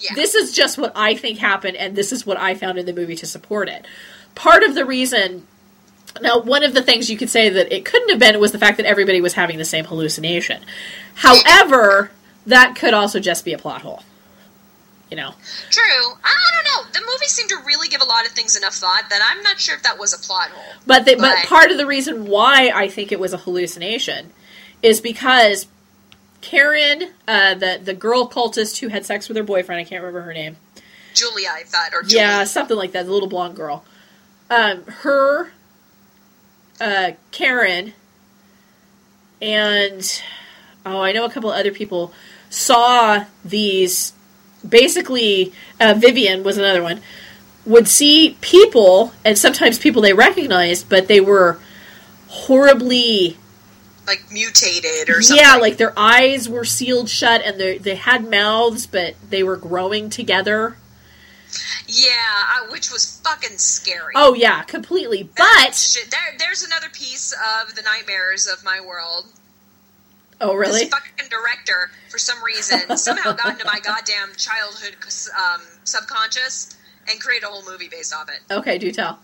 yeah. This is just what I think happened, and this is what I found in the movie to support it. Part of the reason, now, one of the things you could say that it couldn't have been was the fact that everybody was having the same hallucination. However, that could also just be a plot hole. you know. True. I, I don't know. The movie seemed to really give a lot of things enough thought that I'm not sure if that was a plot hole. But they, but But- part of the reason why I think it was a hallucination is because Karen, uh, the the girl cultist who had sex with her boyfriend, I can't remember her name. Julia, I thought, or Julie. Yeah, something like that. The little blonde girl. Um, her, uh, Karen, and oh, I know a couple of other people saw these. Basically, uh, Vivian was another one. Would see people, and sometimes people they recognized, but they were horribly like mutated or something. yeah, like their eyes were sealed shut, and they they had mouths, but they were growing together. Yeah, I, which was fucking scary. Oh yeah, completely. That But shit, there, there's another piece of the nightmares of my world. oh really? This fucking director, for some reason, somehow got into my goddamn childhood um, subconscious and created a whole movie based off it. Okay, do tell.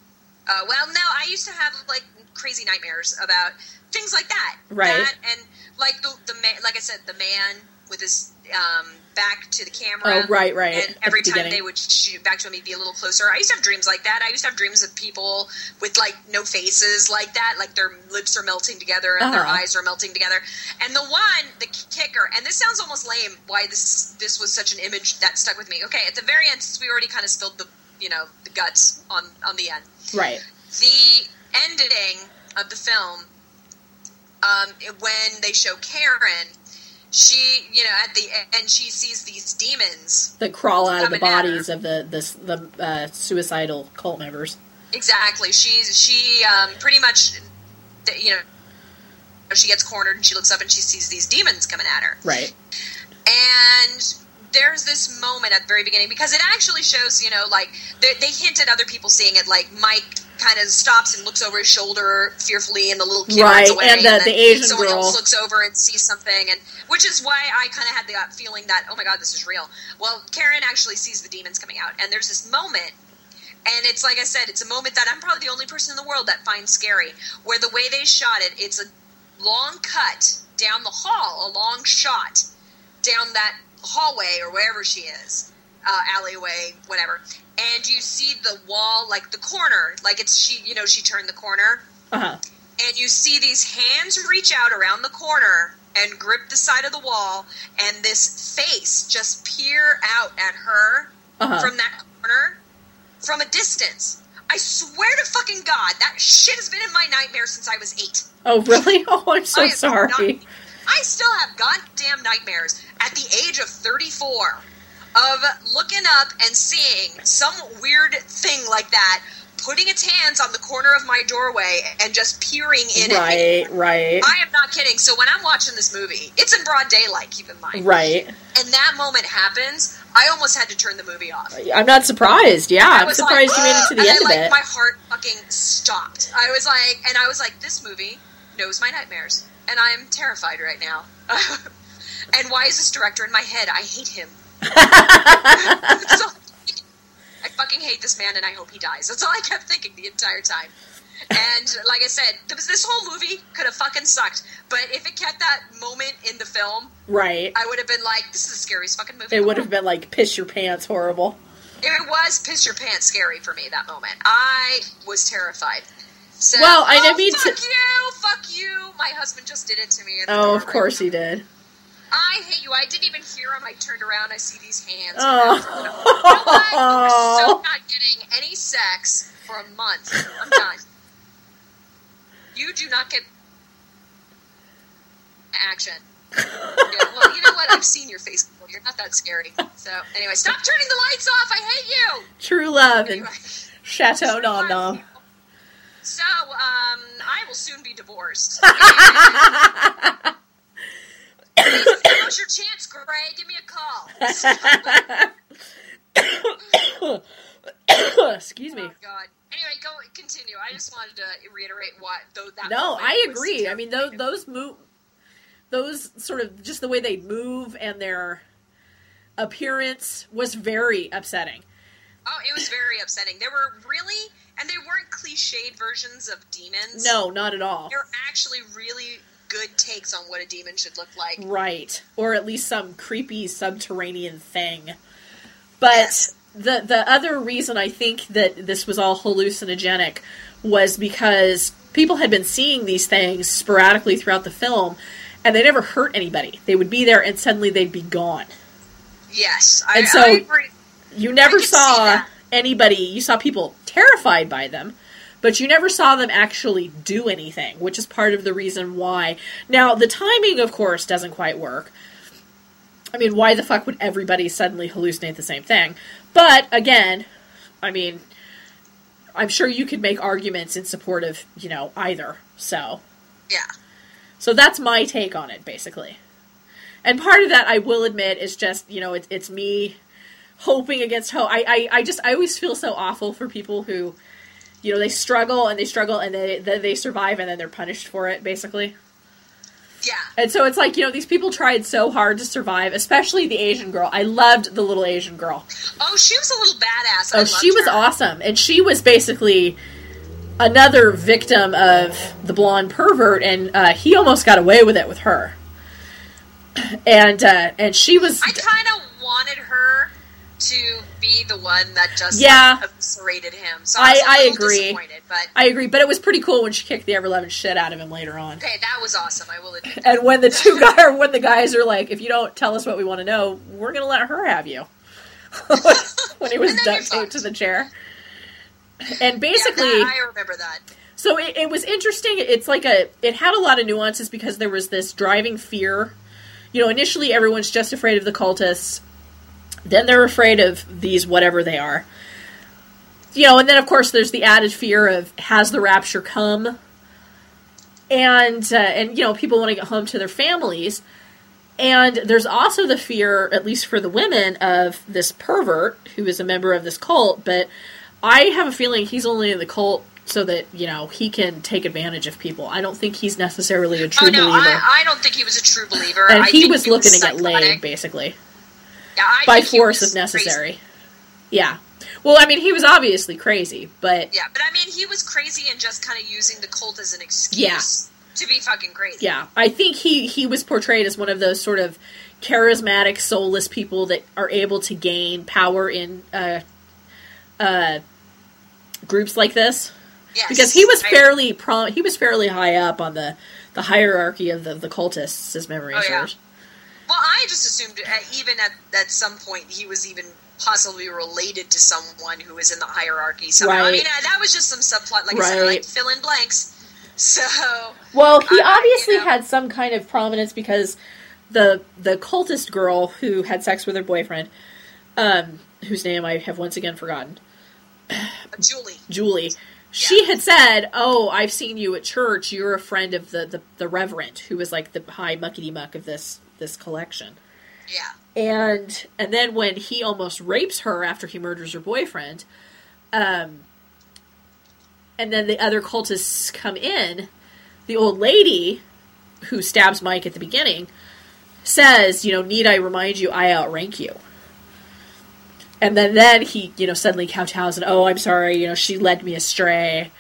Uh, well, no, I used to have like crazy nightmares about things like that. Right. That and like the the man, like I said, the man with his um, back to the camera. Oh, right, right, And at every the time beginning. they would shoot back to him, he'd be a little closer. I used to have dreams like that. I used to have dreams of people with like no faces like that, like their lips are melting together and their Uh-huh. eyes are melting together. And the one, the kicker, and this sounds almost lame. Why this this was such an image that stuck with me? Okay, at the very end, since we already kind of spilled the you know the guts on on the end Right. the ending of the film um, it- when they show Karen, she you know at the and she sees these demons That crawl out of the Coming at her. bodies of the the, the uh, suicidal cult members. exactly. She's she um, pretty much you know she gets cornered and she looks up and she sees these demons coming at her. Right. and there's this moment at the very beginning because it actually shows you know like they, they hint at other people seeing it like mike kind of stops and looks over his shoulder fearfully and the little kid Right, runs away and the- then the Asian someone girl. else looks over and sees something and which is why i kind of had the uh, feeling that oh my god this is real well karen actually sees the demons coming out and there's this moment and it's like I said, it's a moment that I'm probably the only person in the world that finds scary. Where the way they shot it, it's a long cut down the hall, a long shot down that hallway or wherever she is, uh, alleyway, whatever. And you see the wall, like the corner, like it's she, you know, she turned the corner, Uh huh. and you see these hands reach out around the corner and grip the side of the wall, and this face just peer out at her Uh-huh. from that corner from a distance. I swear to fucking God, that shit has been in my nightmare since I was eight. Oh really? Oh, I'm so I am sorry. not- I still have goddamn nightmares at the age of 34 of looking up and seeing some weird thing like that, putting its hands on the corner of my doorway and just peering in at me. Right. Right. I am not kidding. So when I'm watching this movie, it's in broad daylight, keep in mind. Right. And that moment happens, I almost had to turn the movie off. I'm not surprised. Yeah, I I'm was surprised like, you made it to the and end I, like, of it. My heart fucking stopped. I was like, and I was like, this movie knows my nightmares, and I am terrified right now. and why is this director in my head? I hate him. That's all I think. I fucking hate this man, and I hope he dies. That's all I kept thinking the entire time. And like I said, th- this whole movie could have fucking sucked. But if it kept that moment in the film, right. I would have been like, "This is the scariest fucking movie." It in the would have been like piss your pants, horrible. it was piss your pants scary for me that moment. I was terrified. So, Well, I know oh, me fuck too- you, fuck you. My husband just did it to me. in the Oh, door of right course he now. did. I hate you. I didn't even hear him. I turned around. I see these hands. Oh. You know what? We're so not getting any sex for a month. I'm done. you do not get action. Yeah, well, you know what? I've seen your face before. You're not that scary. So, anyway, stop turning the lights off. I hate you. True love and Anyway. Chateau Nom Nom. um, So, um, I will soon be divorced. Please, Now's your chance, Gray. Give me a call. Oh, Excuse me. Oh, God. Anyway, go continue. I just wanted to reiterate why, though that. No, moment I was agree. I mean, those terrifying. those move, those sort of just the way they move and their appearance was very upsetting. Oh, it was very upsetting. There were really, and they weren't cliched versions of demons. No, not at all. they're actually really good takes on what a demon should look like. Right, or at least some creepy subterranean thing. But the the other reason I think that this was all hallucinogenic was because people had been seeing these things sporadically throughout the film, and they never hurt anybody. They would be there, and suddenly they'd be gone. Yes, I, And so- I agree. You I never could see saw that. anybody. You saw people terrified by them, but you never saw them actually do anything, which is part of the reason why. Now, the timing, of course, doesn't quite work. I mean, why the fuck would everybody suddenly hallucinate the same thing? But again, I mean, I'm sure you could make arguments in support of, you know, either. So, Yeah, so that's my take on it, basically. And part of that, I will admit, is just you know it's it's me hoping against hope. I, I I just I always feel so awful for people who, you know, they struggle and they struggle and they they, they survive and then they're punished for it, basically. yeah. And so it's like you know these people tried so hard to survive, especially the Asian girl. I loved the little Asian girl. Oh, she was a little badass. I Oh, she loved was her. awesome, and she was basically another victim of the blonde pervert, and uh, he almost got away with it with her. And uh, and she was I kind of wanted her to be the one that just Yeah. like, eviscerated him. So I, was I- I a little agree. Disappointed, but I agree, but it was pretty cool when she kicked the ever loving shit out of him later on. okay, that was awesome. I will admit. And when the two guy, when the guys are like, if you don't tell us what we want to know, we're gonna let her have you. when he was And duct then you're taped to fucked. the chair. And basically, yeah, that- I remember that. So it, it was interesting. It's like a it had a lot of nuances because there was this driving fear. You know, initially everyone's just afraid of the cultists. Then they're afraid of these whatever they are. You know, and then of course there's the added fear of has the rapture come? And uh, and you know, people want to get home to their families. And there's also the fear, at least for the women, of this pervert who is a member of this cult. But I have a feeling he's only in the cult so that you know he can take advantage of people. I don't think he's necessarily a true oh no, believer. I, I don't think he was a true believer. and I he think was looking to get laid, psychotic. basically, Yeah, I by think he force was if necessary. Yeah. Well, I mean, he was obviously crazy, but Yeah, but I mean, he was crazy and just kind of using the cult as an excuse Yeah. to be fucking crazy. yeah, I think he he was portrayed as one of those sort of charismatic, soulless people that are able to gain power in uh, uh, groups like this. Yes. because he was I- fairly prom- he was fairly high up on the the hierarchy of the, the cultists as memory Oh, yeah. serves. Well, I just assumed uh, even at, at some point he was even possibly related to someone who was in the hierarchy. So I Right. mean, uh, that was just some subplot. Like I said, Right. like fill in blanks. So Well, he Uh, obviously you know. had some kind of prominence because the the cultist girl who had sex with her boyfriend, um, whose name I have once again forgotten, uh, Julie, Julie. She had said, "Oh, I've seen you at church. You're a friend of the the, the reverend who was like the high muckety muck of this this collection." yeah, and and then when he almost rapes her after he murders her boyfriend um and then the other cultists come in the old lady who stabs mike at the beginning says you know need i remind you i outrank you and then then he you know suddenly kowtows and oh i'm sorry you know she led me astray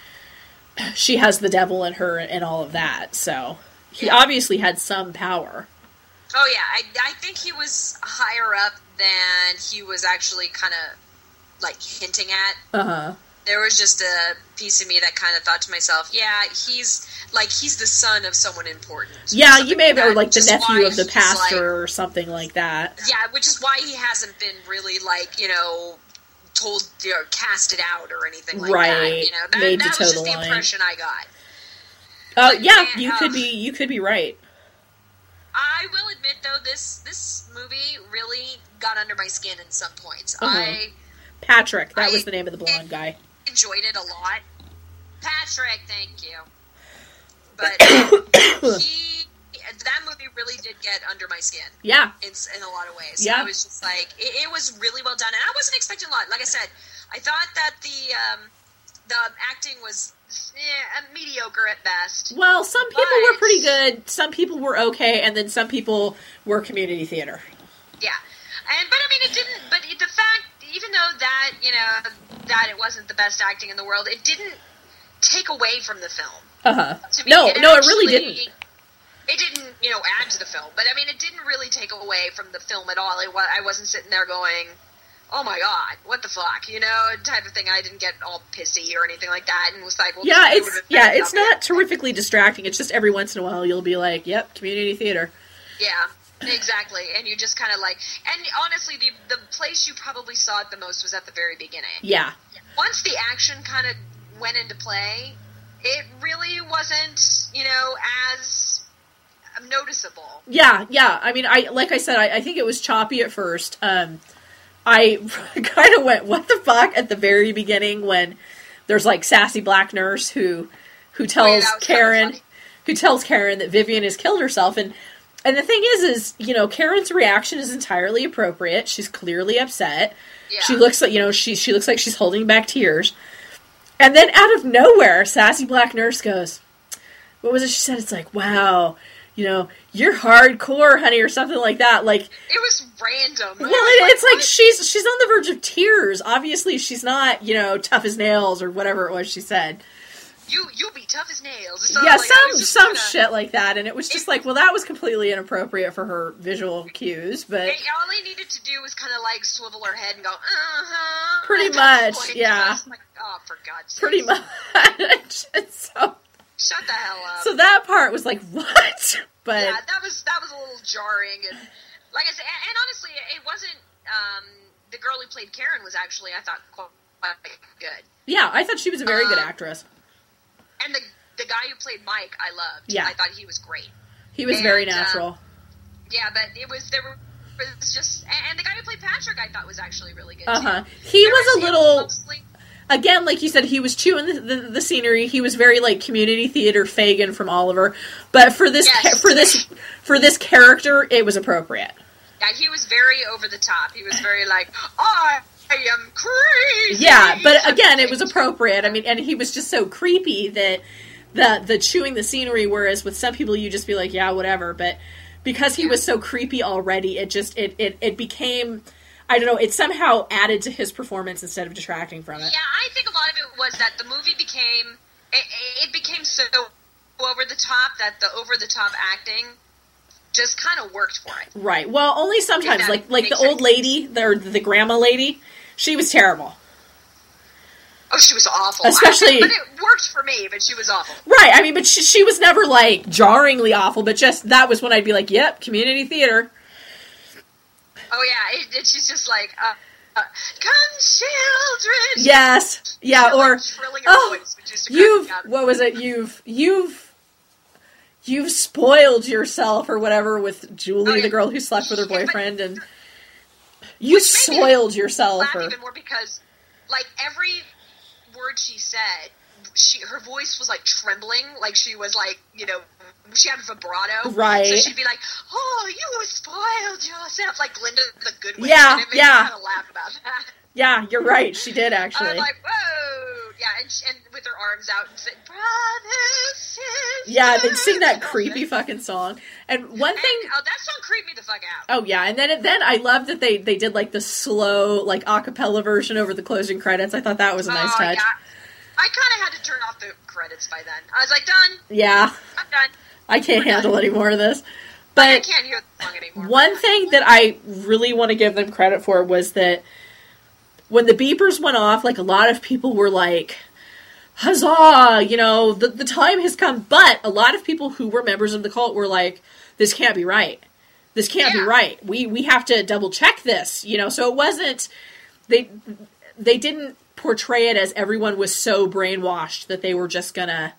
she has the devil in her and all of that so he obviously had some power oh yeah. I I think he was higher up than he was actually kind of like hinting at. uh-huh There was just a piece of me that kind of thought to myself, yeah, he's like he's the son of someone important. Yeah, Something you may have, that, or like the just nephew why of the he's, pastor like- or something like that. Yeah, which is why he hasn't been really like you know told or casted out or anything like that. Right. You know, that, Made to that toe was the just the line. impression I got. Uh, But yeah, man, you uh, could be, you could be right. I will admit though, this this movie really got under my skin in some points. Uh-huh. I Patrick, that I- was the name of the blonde guy. enjoyed it a lot. Patrick, thank you. But he, that movie really did get under my skin. Yeah, in, in a lot of ways. Yeah. It was just like it, it was really well done, and I wasn't expecting a lot. Like I said, I thought that the um, the acting was eh, mediocre at best. well, some people were But- pretty good, some people were okay, and then some people were community theater. Yeah, and but I mean, it didn't. But it, the fact, even though that you know that it wasn't the best acting in the world, it didn't take away from the film. Uh huh. To me, No, no, it really actually- didn't. It didn't, you know, add to the film, but I mean, it didn't really take away from the film at all. It wa- I wasn't sitting there going, oh my god, what the fuck, you know, type of thing. I didn't get all pissy or anything like that, and was like, well, yeah, this it's would've been yeah, it's something. not terrifically distracting. It's just every once in a while you'll be like, "Yep, community theater." Yeah, exactly. And you just kind of like, and honestly, the the place you probably saw it the most was at the very beginning. Yeah, Once the action kind of went into play, it really wasn't, you know, as noticeable. yeah, yeah. I mean, I like I said, I, I think it was choppy at first. Um, I kind of went, "What the fuck?" at the very beginning when there's like sassy black nurse who who tells Oh, that was kinda Karen funny. who tells Karen that Vivian has killed herself and. And the thing is, is you know, Karen's reaction is entirely appropriate. She's clearly upset. Yeah. She looks like you know she she looks like she's holding back tears, and then out of nowhere, sassy black nurse goes, "What was it?" She said, "It's like wow, you know, you're hardcore, honey," or something like that. Like, It was random. well, I was it- it's like what? she's she's on the verge of tears. Obviously, she's not you know tough as nails or whatever it was she said. you you be tough as nails. It sounded yeah, like Oh I some was just some kinda- shit like that, and it was just like, well, that was completely inappropriate for her visual cues, but. Hey, all I needed to do was kind of like swivel her head and go, uh huh. Pretty much, yeah. Like, oh, for God's sake. Pretty much. so, Shut the hell up. so that part was like, what? But Um, yeah, that was that was a little jarring, and like I said, and, and honestly, it wasn't. Um, the girl who played Karen was actually, I thought, quite good, Yeah, I thought she was a very good Um, actress. and the the guy who played Mike, I loved. Yeah. I thought he was great. He was very and, uh, natural. Yeah, but it was there were. was just and and the guy who played Patrick, I thought was actually really good. Uh huh. Too. He There was a he little mostly- again, like you said, he was chewing the, the, the scenery. He was very like community theater Fagin from Oliver, but for this Yes. ca- for this for this character, it was appropriate. Yeah, he was very over the top. He was very like, I am crazy. Yeah, but again, it was appropriate. I mean, and he was just so creepy that the the chewing the scenery. Whereas with some people, you just be like, yeah, whatever. But because he was so creepy already, it just it it it became. I don't know. It somehow added to his performance instead of detracting from it. Yeah, I think a lot of it was that the movie became it, it became so over the top that the over the top acting just kind of worked for it. Right. Well, only sometimes. that like like the makes old sense. lady, the, or the grandma lady, she was terrible. Oh, she was awful. Especially- but it worked for me. But she was awful. Right. I mean, but she, she was never like jarringly awful. But just that was when I'd be like, "Yep, community theater." Oh yeah, it, it, she's just like, uh, uh, come children. Yes. Yeah. She's like Or trilling her oh, voice, which used to crack you've me up. what was it? You've you've you've spoiled yourself or whatever with Julie, Oh, yeah. the girl who slept with her Yeah, but- boyfriend, and you made me soiled yourself. laugh Or even more because, like every word she said, she her voice was like trembling, like she was like you know she had vibrato, Right. So she'd be like, "Oh, you spoiled yourself," like Linda the Good Witch. Yeah, and it made yeah. Kind of laugh about that. yeah, you're right. She did actually. I was like, "Whoa, yeah," and, she, and with her arms out and said, "Brothers, sisters." yeah, they'd sing that and all creepy that. fucking song. And one And, thing oh, that song creeped me the fuck out. Oh yeah, and then then I love that they they did like the slow like a cappella version over the closing credits. I thought that was a nice Oh, touch. yeah. I kind of had to turn off the credits by then. I was like, "Done, Yeah. I'm done." I can't We're handle done. any more of this. I But can't hear the song anymore. Uh, one thing that I really want to give them credit for was that when the beepers went off, like a lot of people were like huzzah, you know, the, the time has come. But a lot of people who were members of the cult were like, this can't be right. This can't Yeah. be right. We we have to double check this, you know. So it wasn't they they didn't portray it as everyone was so brainwashed that they were just gonna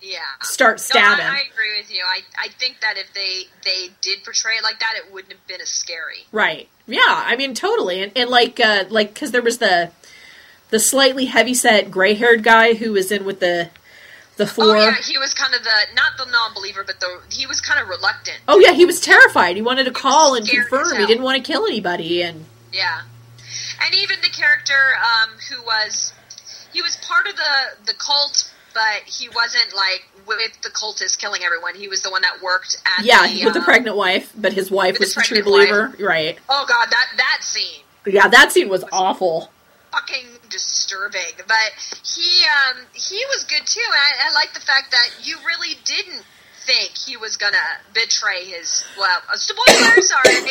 yeah. start stabbing. No, I, I agree with you. I, I think that if they they did portray it like that, it wouldn't have been as scary. Right. Yeah. I mean, totally. And, and like, uh, like, because there was the the slightly heavyset gray-haired guy who was in with the the four. oh yeah, he was kind of the not the non-believer, but the he was kind of reluctant. Oh, yeah, he was terrified. He wanted to call and scared as confirm. He hell. didn't want to kill anybody. And Yeah, and even the character um, who was he was part of the the cult. But he wasn't like with the cultists killing everyone. He was the one that worked at yeah, the, with the um, pregnant wife, but his wife was with the a true pregnant believer. Right. Oh god, that that scene. Yeah, that scene was awful. fucking disturbing. But he um, he was good too. And I, I like the fact that you really didn't think he was gonna betray his. Well, uh, spoiler. sorry.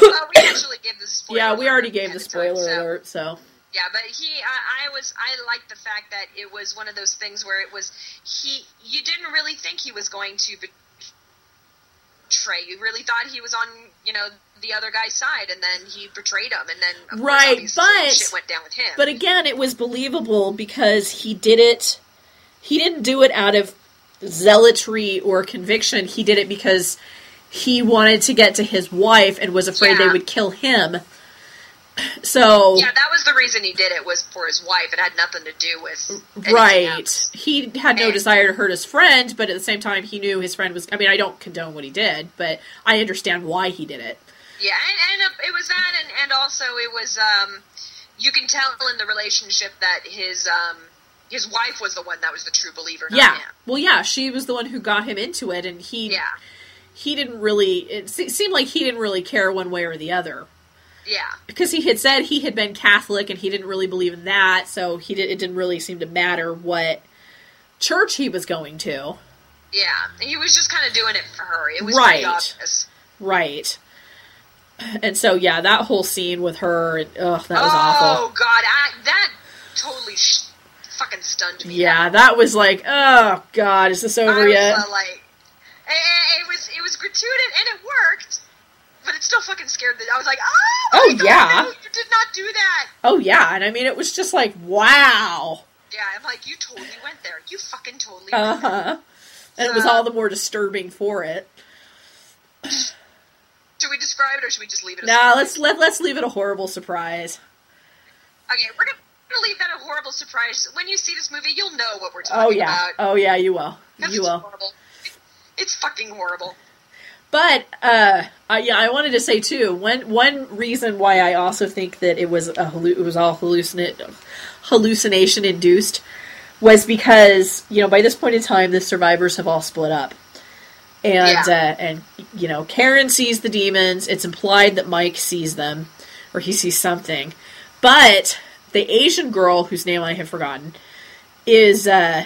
well, we actually gave the spoiler. yeah, we alert already gave ahead the of time, spoiler so- alert, so Yeah, but he, I, I was, I liked the fact that it was one of those things where it was he. You didn't really think he was going to betray. You really thought he was on, you know, the other guy's side, and then he betrayed him, and then of Right, course, obviously, but- shit went down with him. But again, it was believable because he did it. He didn't do it out of zealotry or conviction. He did it because he wanted to get to his wife and was afraid they Yeah. would kill him. So yeah, that was the reason he did it was for his wife. It had nothing to do with anything right, else. he had no And- desire to hurt his friend, but at the same time, he knew his friend was. I mean, I don't condone what he did, but I understand why he did it. Yeah, and, and uh, it was that, and, and also it was. Um, you can tell in the relationship that his um, his wife was the one that was the true believer. Not yeah. him. Well, yeah, she was the one who got him into it, and he Yeah, he didn't really. It se- seemed like he didn't really care one way or the other. yeah, because he had said he had been Catholic and he didn't really believe in that, so he did, it didn't really seem to matter what church he was going to. yeah. He was just kind of doing it for her. It was Right. pretty obvious. Right. And so yeah, that whole scene with her, and, ugh, that was oh awful. God, I, that totally sh- fucking stunned me. Yeah, that was like, oh god, is this I over was yet? uh, like, it, it, it was it was gratuitous and it worked, but it still fucking scared me. I was like, oh, Oh, my God, yeah. no, you did not do that. oh yeah, and I mean it was just like, wow. Yeah, I'm like, you totally went there. You fucking totally. Uh Went there. huh. And it was all the more disturbing for it. Should we describe it or should we just leave it? as Now let's let let's leave it a horrible surprise. Okay, we're gonna. we're gonna Leave that a horrible surprise. When you see this movie, you'll know what we're talking Oh yeah, about. oh yeah, you will, That's you will. horrible. It's fucking horrible. But uh, I, yeah, I wanted to say too. One one reason why I also think that it was a hallu- it was all hallucinate hallucination induced was because you know by this point in time the survivors have all split up, and uh, and you know Karen sees the demons. It's implied that Mike sees them, or he sees something. But the Asian girl whose name I have forgotten is uh,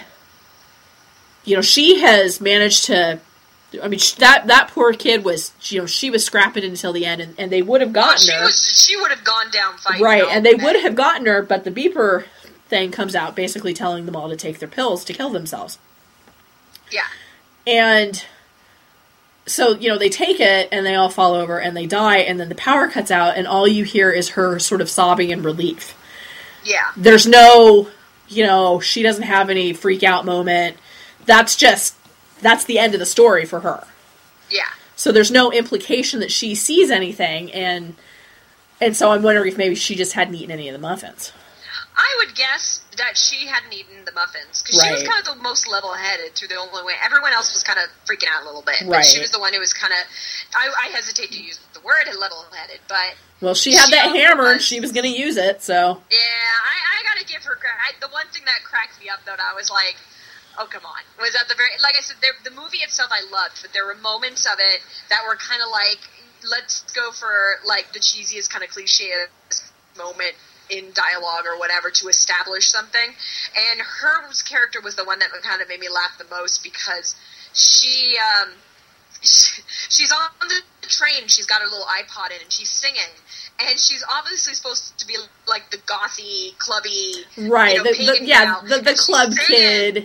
you know she has managed to I mean, sh- that that poor kid was, you know, she was scrapping until the end, and, and they would have Well, gotten she her was. She would have gone down fighting. right, all and they the would men. have gotten her, but the beeper thing comes out, basically telling them all to take their pills to kill themselves, Yeah, and so you know they take it, and they all fall over, and they die, and then the power cuts out, and all you hear is her sort of sobbing in relief. yeah, There's no, you know, she doesn't have any freak out moment. That's just that's the end of the story for her. yeah. So there's no implication that she sees anything, and and so I'm wondering if maybe she just hadn't eaten any of the muffins. I would guess that she hadn't eaten the muffins because she was Right. kind of the most level-headed through the only way. Everyone else was kind of freaking out a little bit, but Right. she was the one who was kind of. I, I hesitate to use the word level-headed, but Well, she had She that also hammer, and was- she was going to use it. So yeah, I, I gotta give her credit. I- The one thing that cracked me up though, I was like, oh come on, was at the very like I said, there, the movie itself I loved, but there were moments of it that were kind of like, let's go for like the cheesiest kind of cliche moment in dialogue or whatever to establish something. And her character was the one that kind of made me laugh the most because she. Um, she- she's on the train. She's got her little iPod in, and she's singing. And she's obviously supposed to be like the gothy, clubby, right, You know, the, the, pagan yeah, gal. the, the She's club singing. kid.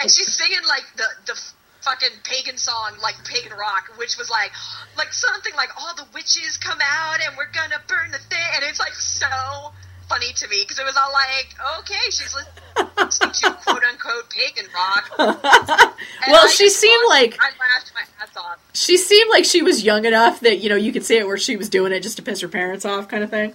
and she's singing like the the fucking pagan song, like pagan rock, which was like like something like all the witches come out and we're gonna burn the thing, and it's like so funny to me because it was all like, okay, she's listening to quote unquote pagan rock. And Well, I she just seemed lost- like- I laughed my ass off. She seemed like she was young enough that you know you could see it where she was doing it just to piss her parents off, kind of thing.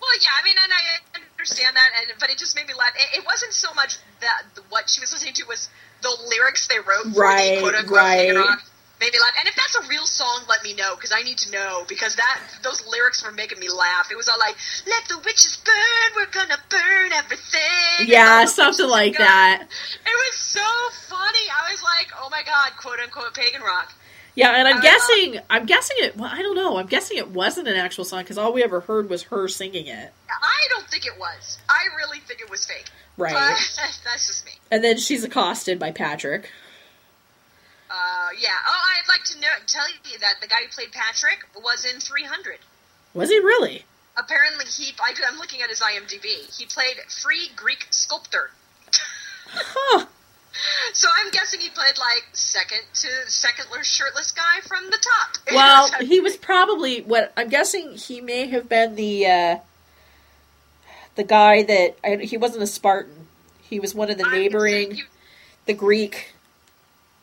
Well, yeah, I mean, and I understand that, and but it just made me laugh. It, it wasn't so much that what she was listening to was the lyrics they wrote for Right, the quote unquote right. rock made me laugh. And if that's a real song, let me know because I need to know because that those lyrics were making me laugh. It was all like, "Let the witches burn, we're gonna burn everything." Yeah, And all the something like witches go- that. It was so funny. I was like, "Oh my god!" "Quote unquote pagan rock." Yeah, and I'm Uh, guessing, I'm guessing it. Well, I don't know. I'm guessing it wasn't an actual song because all we ever heard was her singing it. I don't think it was. I really think it was fake. Right, But that's just me. and then she's accosted by Patrick. Uh, Uh, yeah. Oh, I'd like to know, tell you that the guy who played Patrick was in 300. Was he really? Apparently, he. I, am looking at his IMDb. He played free Greek sculptor. Huh. So I'm guessing he played like second to second shirtless guy from the top. Well, So- he was probably what I'm guessing he may have been the uh, the guy that I, he wasn't a Spartan. He was one of the I'm neighboring guessing he- the Greek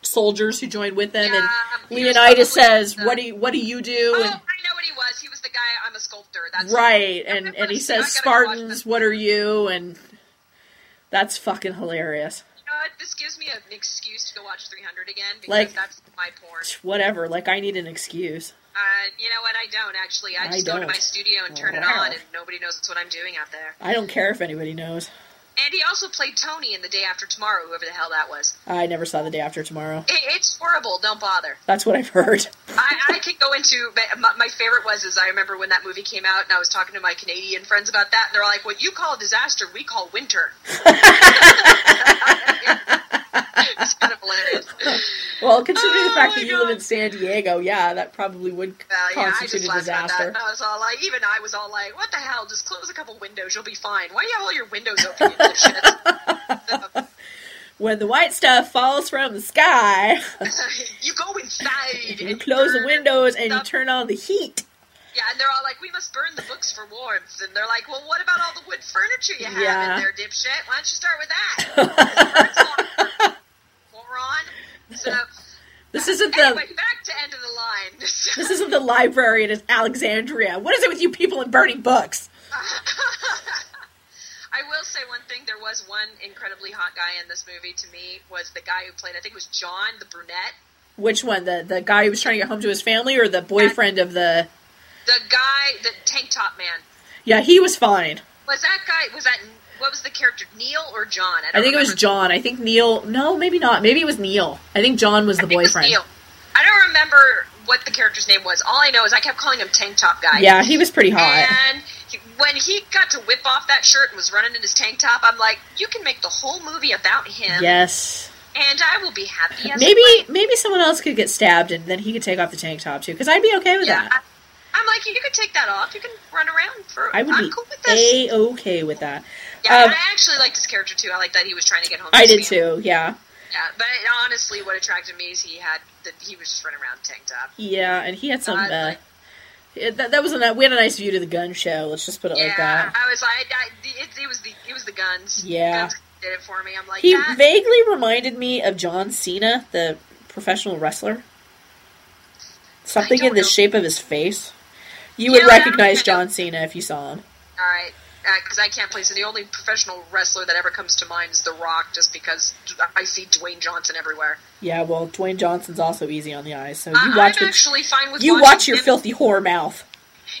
soldiers who joined with them. Yeah, and he was Leonidas probably says, the- "What do you, what do you do?" Oh, and I know what he was. He was the guy. I'm a sculptor. That's Right, I've and never and he seen- I says, gotta watch "Spartans, this. what are you?" And that's fucking hilarious. You know what? This gives me an excuse to go watch 300 again because Like- that's my porn. Whatever. Like I need an excuse. Uh, you know what? I don't actually. I I just go to don't. my studio and turn it Wow. on, and nobody knows what I'm doing out there. I don't care if anybody knows. And he also played Tony in The Day After Tomorrow, whoever the hell that was. I never saw the day after tomorrow. It, it's horrible. Don't bother. That's what I've heard. I, I could go into but my, my favorite was is I remember when that movie came out and I was talking to my Canadian friends about that and they're like, "What you call disaster, we call winter." it's kind of hilarious. Well, considering the Oh fact my that you live God. in San Diego, yeah, that probably would Well, yeah, I constitute just a laughed about that. disaster. And I was all like, even I was all like, "What the hell? Just close a couple windows, you'll be fine. Why do you have all your windows open?" You little shit? When the white stuff falls from the sky, you go inside. you and close the burn- windows and you stuff. turn on the heat. Yeah, and they're all like, "We must burn the books for warmth," and they're like, "Well, what about all the wood furniture you have Yeah. in there, dipshit? Why don't you start with that, moron?" So, This isn't the anyway, back to end of the line. this isn't the library. It is Alexandria. What is it with you people and burning books? I will say one thing: there was one incredibly hot guy in this movie. To me, was the guy who played. I think it was John, the brunette. Which one? The the guy who was trying to get home to his family, or the boyfriend of the? The guy, the tank top man. Yeah, he was fine. Was that guy? Was that what was the character? Neil or John? I don't think it was remember. John. I think Neil. No, maybe not. Maybe it was Neil. I think John was the think it was boyfriend. Neil. I don't remember what the character's name was. All I know is I kept calling him Tank Top Guy. Yeah, he was pretty hot. And he, when he got to whip off that shirt and was running in his tank top, I'm like, you can make the whole movie about him, Yes. and I will be happy. As a Maybe clam." maybe someone else could get stabbed and then he could take off the tank top too. Because I'd be okay with Yeah, that. I, am like, you can take that off. You can run around for. I, would am be cool with this. a okay with that. yeah, um, but I actually liked his character too. I like that he was trying to get home. to I his did family. too. Yeah. Yeah, but honestly, what attracted me is he had that he was just running around tank top. Yeah, and he had some. Uh, Uh, it- that, that was a ni- we had a nice view to the gun show. Let's just put it yeah, like that. I was like, I, it, it was the it was the guns. Yeah. guns did it for me. I'm like, He that, vaguely reminded me of John Cena, the professional wrestler. Something don't in the know. shape of his face. You Yeah, would I don't recognize know. John Cena if you saw him. all right, because I can't place. And the only professional wrestler that ever comes to mind is The Rock, just because I see Dwayne Johnson everywhere. Yeah, well, Dwayne Johnson's also easy on the eyes, so I, you watch I'm with, actually fine with you watching watch your him. filthy whore mouth.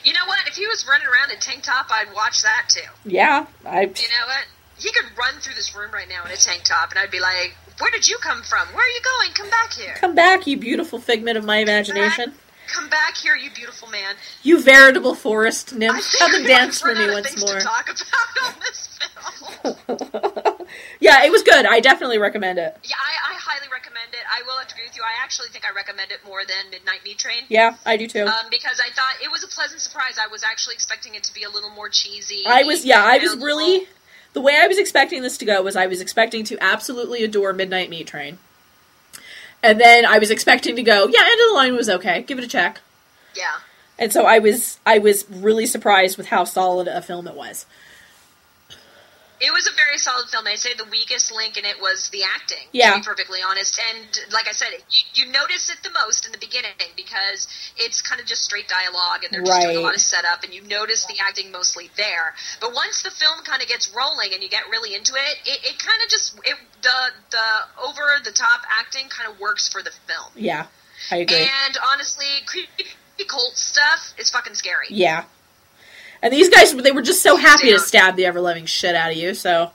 You know what? If he was running around in tank top, I'd watch that too. Yeah, I You know what? He could run through this room right now in a tank top, and I'd be like, "Where did you come from? Where are you going? Come back here! come back, you beautiful figment of my imagination. Come back here, you beautiful man!" You veritable forest I nymph, think come and we've dance for run me out of once things more. To talk about on this film. yeah, it was good. I definitely recommend it. yeah, I, I highly recommend it. I will have to agree with you. I actually think I recommend it more than Midnight Meat Train. Yeah, I do too. Um, because I thought it was a pleasant surprise. I was actually expecting it to be a little more cheesy. I was yeah, I and a was little- really the way I was expecting this to go was I was expecting to absolutely adore Midnight Meat Train. And then I was expecting to go, yeah, end of the line was okay. Give it a check. yeah. And so I was I was really surprised with how solid a film it was. It was a very solid film. I'd say the weakest link in it was the acting. Yeah. To be perfectly honest, and like I said, you, you notice it the most in the beginning because it's kind of just straight dialogue, and they're just doing a Right. lot of setup, and you notice the acting mostly there. But once the film kind of gets rolling and you get really into it, it, it kind of just it, the the over the top acting kind of works for the film. Yeah. I agree. And honestly, creepy cult stuff is fucking scary. yeah. And these guys they were just so happy to stab the ever loving shit out of you, so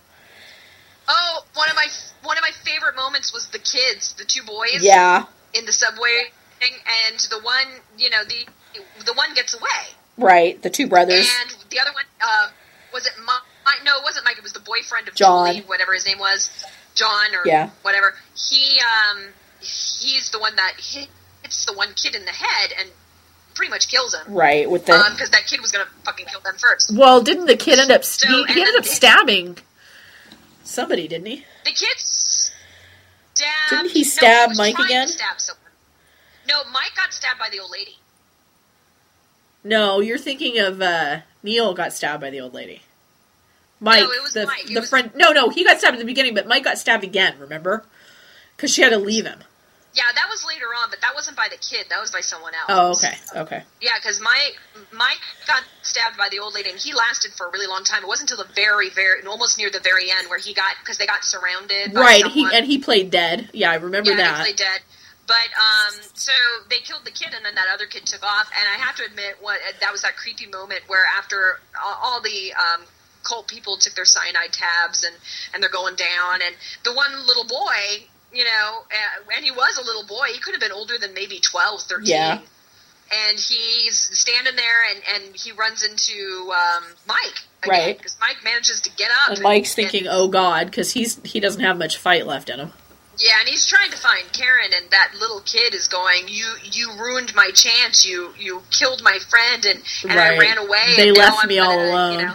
Oh, one of my one of my favorite moments was the kids, the two boys. yeah. in the subway thing, and the one you know the the one gets away Right. The two brothers. and the other one uh, was it Mike? No, it wasn't Mike. It was the boyfriend of John. Julie, whatever his name was, John or Yeah. whatever. He um he's the one that hit, hits the one kid in the head and pretty much kills him. Right, with the Because that kid was gonna fucking kill them first. Well, didn't the kid end up So, he, and he ended then- up stabbing somebody, didn't he? The kid stabbed. Didn't he no, stab was Mike trying to again? stab someone. No, Mike got stabbed by the old lady. No, you're thinking of uh Neil got stabbed by the old lady. Mike, No, it was the Mike. It the was- friend. No, no, he got stabbed at the beginning, but Mike got stabbed again. Remember? Because she had to leave him. Yeah, that was later on, but that wasn't by the kid. That was by someone else. Oh, okay, okay. Yeah, because Mike Mike got stabbed by the old lady, and he lasted for a really long time. It wasn't until the very, very, almost near the very end where he got because they got surrounded. By Right, someone. he and he played dead. Yeah, I remember yeah, that. they played dead. But um, so they killed the kid, and then that other kid took off. And I have to admit, what that was that creepy moment where after all, all the um, cult people took their cyanide tabs, and and they're going down, and the one little boy, you know, uh, and he was a little boy. He could have been older than maybe 12, 13. Yeah. And he's standing there, and, and he runs into um, Mike again, Right. Because Mike manages to get up. And Mike's and- thinking, "Oh God," because he's he doesn't have much fight left in him. yeah, and he's trying to find Karen, and that little kid is going, "You, you ruined my chance. You, you killed my friend, and, and I Right. ran away. They and now left I'm me all gonna, you alone. know."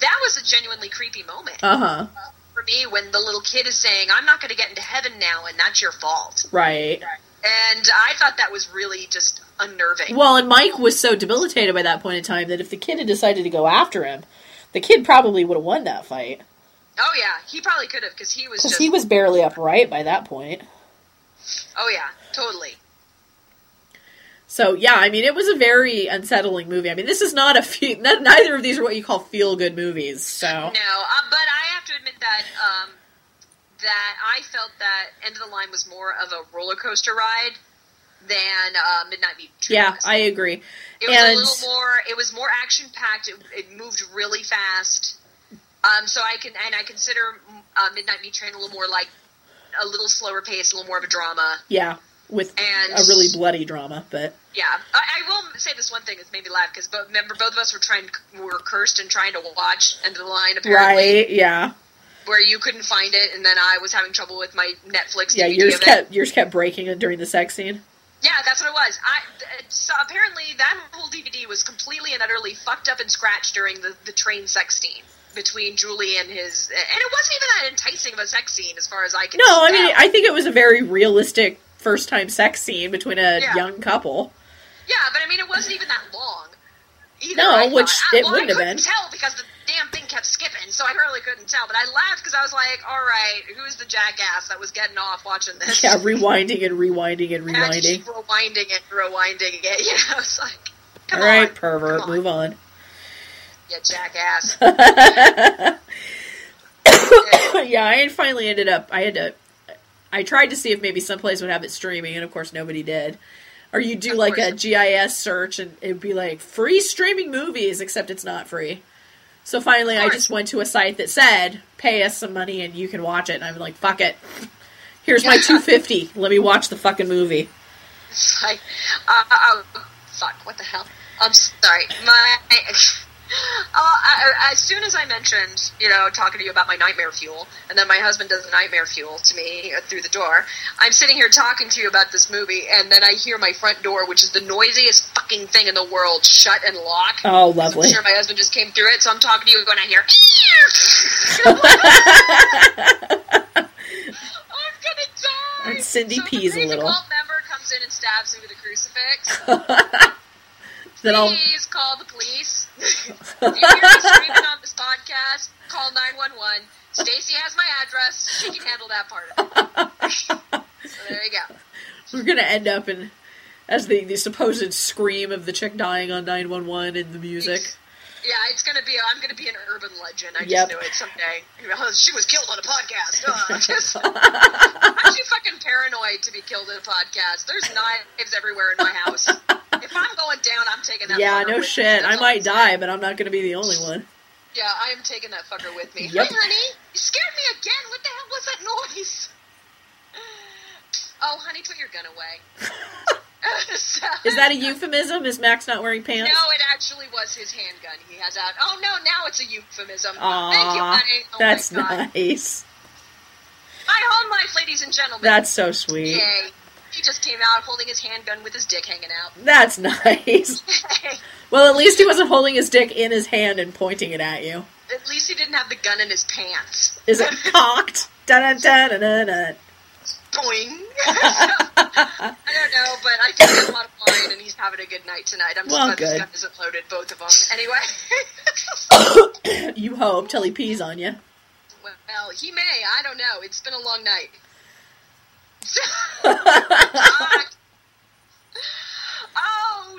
That was a genuinely creepy moment Uh huh. for me when the little kid is saying, "I'm not going to get into heaven now, and that's your fault." Right. And I thought that was really just unnerving. Well, and Mike was so debilitated by that point in time that if the kid had decided to go after him, the kid probably would have won that fight oh yeah, he probably could have because he was because just. he was barely upright by that point. oh yeah, totally. So yeah, I mean, it was a very unsettling movie. I mean, this is not a fe- n- neither of these are what you call feel good movies. So No, uh, but I have to admit that um, that I felt that End of the Line was more of a roller coaster ride than uh, Midnight Meat. yeah, I agree. it was and- a little more. It was more action packed. It, it moved really fast. Um, so I can and I consider uh, Midnight Meat Train a little more like a little slower pace, a little more of a drama. Yeah, with And- a really bloody drama, but Yeah, I, I will say this one thing that's made me laugh because remember both of us were trying were cursed and trying to watch End of the Line apparently. right, yeah, where you couldn't find it, and then I was having trouble with my Netflix. yeah. DVD Yours of it. kept yours kept breaking during the sex scene. Yeah, that's what it was. I th- so apparently that whole DVD was completely and utterly fucked up and scratched during the the train sex scene between Julie and his, and it wasn't even that enticing of a sex scene as far as I can. No, I mean, tell. I think it was a very realistic first time sex scene between a Yeah. young couple. yeah, but I mean, it wasn't even that long. Either, No, I thought. which I, it well, wouldn't I have couldn't been. Tell because the damn thing kept skipping, so I really couldn't tell. But I laughed because I was like, "All right, who's the jackass that was getting off watching this?" Yeah, rewinding and rewinding and Yeah, just rewinding. rewinding it, rewinding it. You know, it's like, All come right, on, pervert, come on, move on. you jackass. yeah, I had finally ended up. I had to. I tried to see if maybe someplace would have it streaming, and of course nobody did. Or you do Of like course. a GIS search, and it'd be like free streaming movies, except it's not free. So finally, Of I course. just went to a site that said, "Pay us some money, and you can watch it." And I'm like, "Fuck it." Here's my Yeah. 250. Let me watch the fucking movie. It's like, uh, uh, uh, fuck, what the hell? I'm sorry. My, uh, I, I- as soon as I mentioned, you know, talking to you about my nightmare fuel, and then my husband does the nightmare fuel to me uh, through the door. I'm sitting here talking to you about this movie, and then I hear my front door, which is the noisiest fucking thing in the world, shut and lock. Oh, I'm lovely. sure my husband just came through it, so I'm talking to you when I hear. I'm gonna die. And Cindy so if pees a crazy little. Cult member comes in and stabs me with a crucifix. Then I'll Please call the police. if you hear me screaming on this podcast, call nine one one. Stacy has my address. She can handle that part of it. so there you go. we're gonna end up in as the the supposed scream of the chick dying on 911 and the music. Yeah, it's gonna be. I'm gonna be an urban legend. I Yep. just knew it someday. Oh, She was killed on a podcast. Uh, just- I'm too fucking paranoid to be killed in a podcast. There's knives everywhere in my house. If I'm going down, I'm taking that. Yeah, fucker no with me. shit. That's I all I'm might saying. die, but I'm not going to be the only one. Yeah, I am taking that fucker with me. Yep. Hey, honey, you scared me again. What the hell was that noise? Oh, honey, put your gun away. Is that a euphemism? Is Max not wearing No, pants? it actually was his handgun he has out. Oh no, now it's a euphemism. Aw, Thank you, honey. Oh that's my god. nice. My home life, ladies and gentlemen. That's so sweet. Yay. He just came out holding his handgun with his dick hanging out. That's nice. well, at least he wasn't holding his dick in his hand and pointing it at you. At least he didn't have the gun in his pants. Is it cocked? Dun dun dun dun dun. Boing. I don't know, but I think there's a lot of wine, and he's having a good night tonight. I'm just Well, glad this good. gun isn't loaded, both of them. Anyway, dun. You hope till he pees on you. well, he may. I don't know. It's been a long night. oh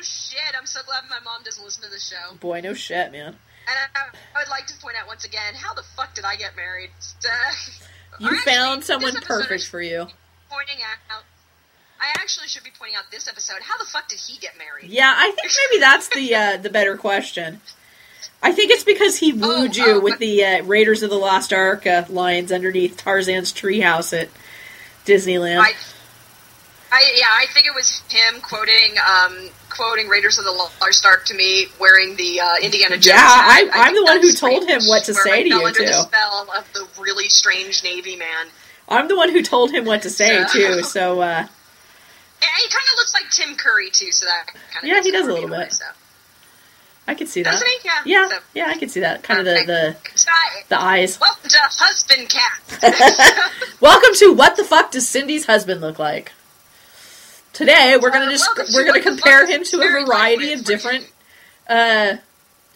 shit! I'm so glad my mom doesn't listen to the show. Boy, no shit, man. And I, I would like to point out once again, how the fuck did I get married? Uh, You or actually, found this someone episode I perfect should for you. be Pointing out, I actually should be pointing out this episode. How the fuck did he get married? Yeah, I think maybe that's the uh, the better question. I think it's because he wooed you oh, with but- the uh, Raiders of the Lost Ark uh, lines underneath Tarzan's treehouse at Disneyland. I, I yeah, I think it was him quoting um, quoting Raiders of the Lost Ark to me, wearing the uh, Indiana Jones. Yeah, hat. I- I'm the think one that's who told strange, him what to where say I to fell you, under too. The spell of the really strange Navy man. I'm the one who told him what to say Yeah. too. So uh, And he kind of looks like Tim Curry too, so that kind of Yeah, he does a little bit. So. I could see that. Doesn't he? Yeah. Yeah, So, yeah, I can see that. Kind of the perfect. the, So I- the eyes. Welcome to Husband Cat. Welcome to what the fuck does Cindy's husband look like? Today we're gonna Uh, just welcome to we're gonna What the Fuck compare is him to Very a variety Lightweight of different uh,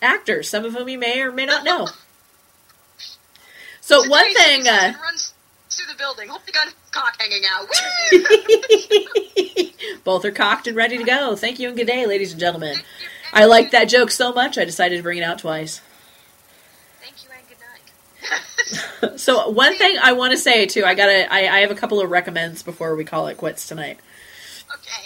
actors, some of whom he may or may not know. So Today, one thing, Jason uh, runs through the building, hold the gun, cock hanging out. Woo! both are cocked and ready to go. Thank you and good day, ladies and gentlemen. I liked that joke so much, I decided to bring it out twice. Thank you and good night. So one thing I want to say too, I gotta, I, I have a couple of recommends before we call it quits tonight.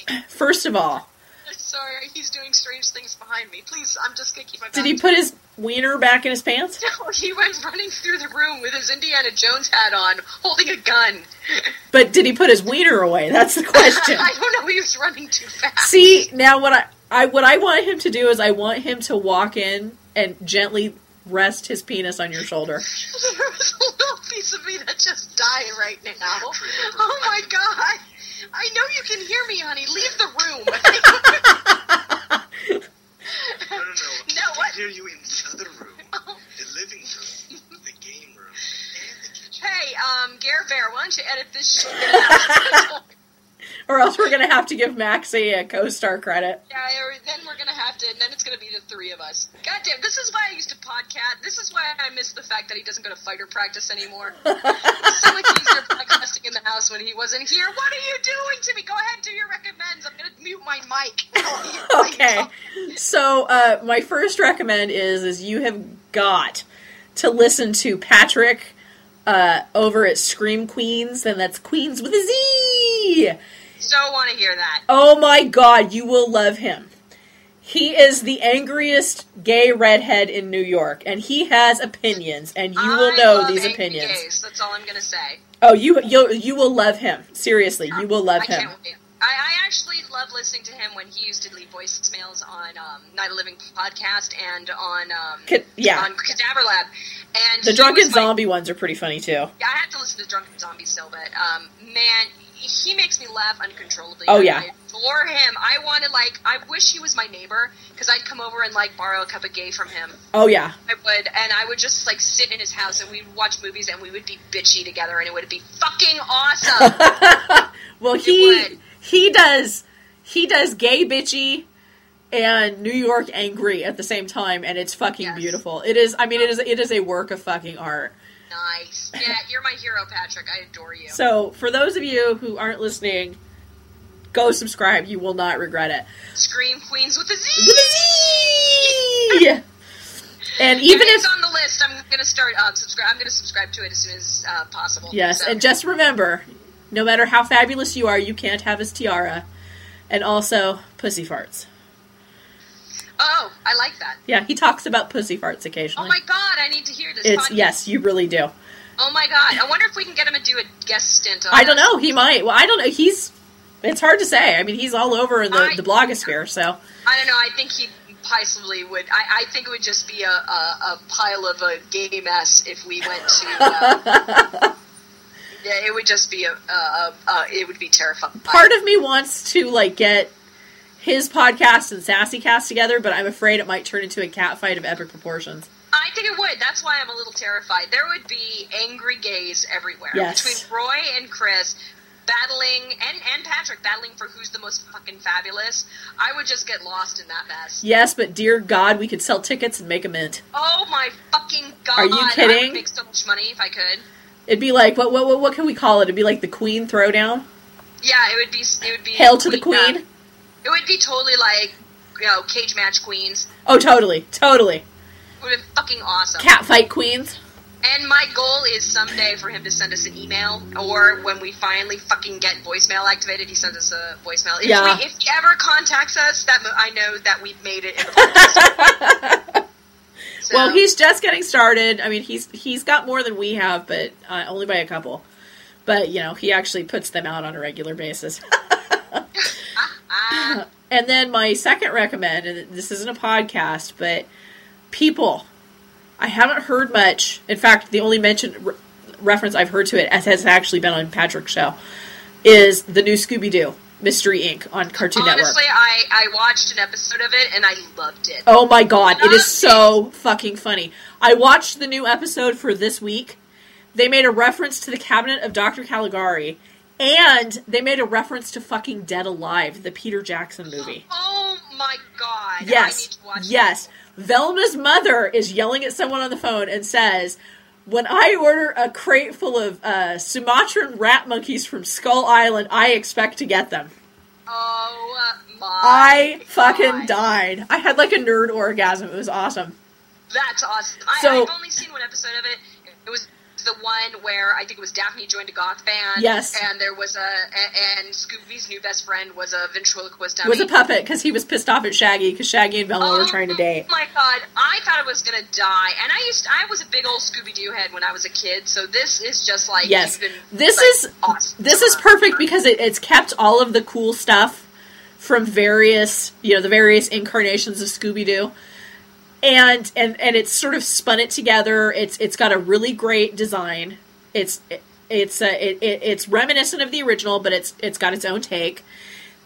Okay. First of all, Sorry, he's doing strange things behind me. Please, I'm just gonna keep my. did back he to- put his wiener back in his pants? No, he went running through the room with his Indiana Jones hat on, holding a gun. But did he put his wiener away? That's the question. I don't know. He was running too fast. See now what I, I what I want him to do is I want him to walk in and gently rest his penis on your shoulder. there was a little piece of me that just died right now. Oh my god! I know you can hear me, honey. Leave the room. No, no, no. No, what? I hear you in the other room, the living room, the game room, and the kitchen. hey, um, Gare Bear, why don't you edit this shit out? Or else we're gonna have to give Maxie a co-star credit. Yeah, or then we're gonna have to, and then it's gonna be the three of us. Goddamn, this is why I used to podcast. This is why I miss the fact that he doesn't go to fighter practice anymore. it's so much easier podcasting in the house when he wasn't here. What are you doing to me? Go ahead, do your recommends. I'm gonna mute my mic. Okay. So uh, my first recommend is is you have got to listen to Patrick uh, over at Scream Queens, and that's Queens with a Z. So want to hear that. Oh my god, you will love him. He is the angriest gay redhead in New York, and he has opinions, and you will I know love these angry opinions. gays, That's all I'm gonna say. Oh, you you you will love him. Seriously, you will love I him. can't wait. I, I actually love listening to him when he used to leave voicemails on um, Night of Living podcast and on um, Ca- yeah. on Cadaver Lab. And The he drunken was my- zombie ones are pretty funny too. Yeah, I have to listen to Drunken Zombie still, but um, man, he makes me laugh uncontrollably. Oh, yeah. I adore him. I want to like. I wish he was my neighbor because I'd come over and like borrow a cup of gay from him. Oh yeah, I would, and I would just like sit in his house and we'd watch movies and we would be bitchy together and it would be fucking awesome. Well, he would. he does he does gay bitchy and New York angry at the same time, and it's fucking Yes. beautiful. It is. I mean, it is it is a work of fucking art. nice. Yeah, you're my hero, Patrick. I adore you. So, for those of you who aren't listening, go subscribe. You will not regret it. Scream Queens with a Z. Yippee! and even it's if on the list, I'm gonna start um, subscribe. I'm gonna subscribe to it as soon as uh, possible. yes, So- and just remember, no matter how fabulous you are, you can't have his tiara, and also pussy farts. oh, I like that. Yeah, he talks about pussy farts Oh occasionally. my god, I need to hear this. it's podcast. yes, you really do. Oh my god! I wonder if we can get him to do a guest stint. on I don't this. know. He might. Well, I don't know. He's. It's hard to say. I mean, he's all over in the, I- the blogosphere. So I don't know. I think he possibly would. I, I think it would just be a, a, a pile of a gay mess if we went to. Uh, Yeah, it would just be a. Uh, uh, it would be terrifying. Part of me wants to like get his podcast and Sassy Cast together, but I'm afraid it might turn into a cat fight of epic proportions. I think it would. That's why I'm a little terrified. There would be angry gays everywhere Yes. between Roy and Chris battling, and and Patrick battling for who's the most fucking fabulous. I would just get lost in that mess. Yes, but dear God, we could sell tickets and make a mint. Oh my fucking god! Are you I kidding? would make so much money if I could. It'd be like what what what, what can we call it? It'd be like the Queen Throwdown. Yeah, it would be. It would be. Hail to the Queen. uh, it would be totally like you know cage match queens. Oh, totally, totally. It would have been fucking awesome. Cat fight queens. And my goal is someday for him to send us an email, or when we finally fucking get voicemail activated, he sends us a voicemail. If, Yeah. we, if he ever contacts us, that mo- I know that we've made it. In the podcast. So, Well, he's just getting started. I mean, he's he's got more than we have, but uh, only by a couple. But you know, he actually puts them out on a regular basis. ah, and then my second recommend, and this isn't a podcast, but people, I haven't heard much. In fact, the only mention re- reference I've heard to it, as has actually been on Patrick's show, is the new Scooby Doo Mystery Inc. on Cartoon honestly, Network. I I watched an episode of it and I loved it. Oh my god, it is so fucking funny. I watched the new episode for this week. They made a reference to the cabinet of Dr. Caligari, and they made a reference to fucking Dead Alive, the Peter Jackson movie. Oh my god! I need Yes. to watch Yes. Velma's mother is yelling at someone on the phone and says, When I order a crate full of uh, Sumatran rat monkeys from Skull Island, I expect to get them. That. Oh my! I fucking God. died. I had like a nerd orgasm. It was awesome. That's awesome. I, So- I've only seen one episode of it. It was the one where I think it was Daphne joined a goth band. Yes. And there was a, a and Scooby's new best friend was a ventriloquist dummy. was a puppet because he was pissed off at Shaggy because Shaggy and Velma were trying to date. Oh my god! I thought I was gonna die, and I used I was a big old Scooby Doo head when I was a kid. So this is just like Yes, even, this like, is awesome. this is perfect because it, it's kept all of the cool stuff from various you know the various incarnations of Scooby Doo, and and and it's sort of spun it together. It's it's got a really great design. It's it, it's uh, it, it, it's reminiscent of the original, but it's it's got its own take.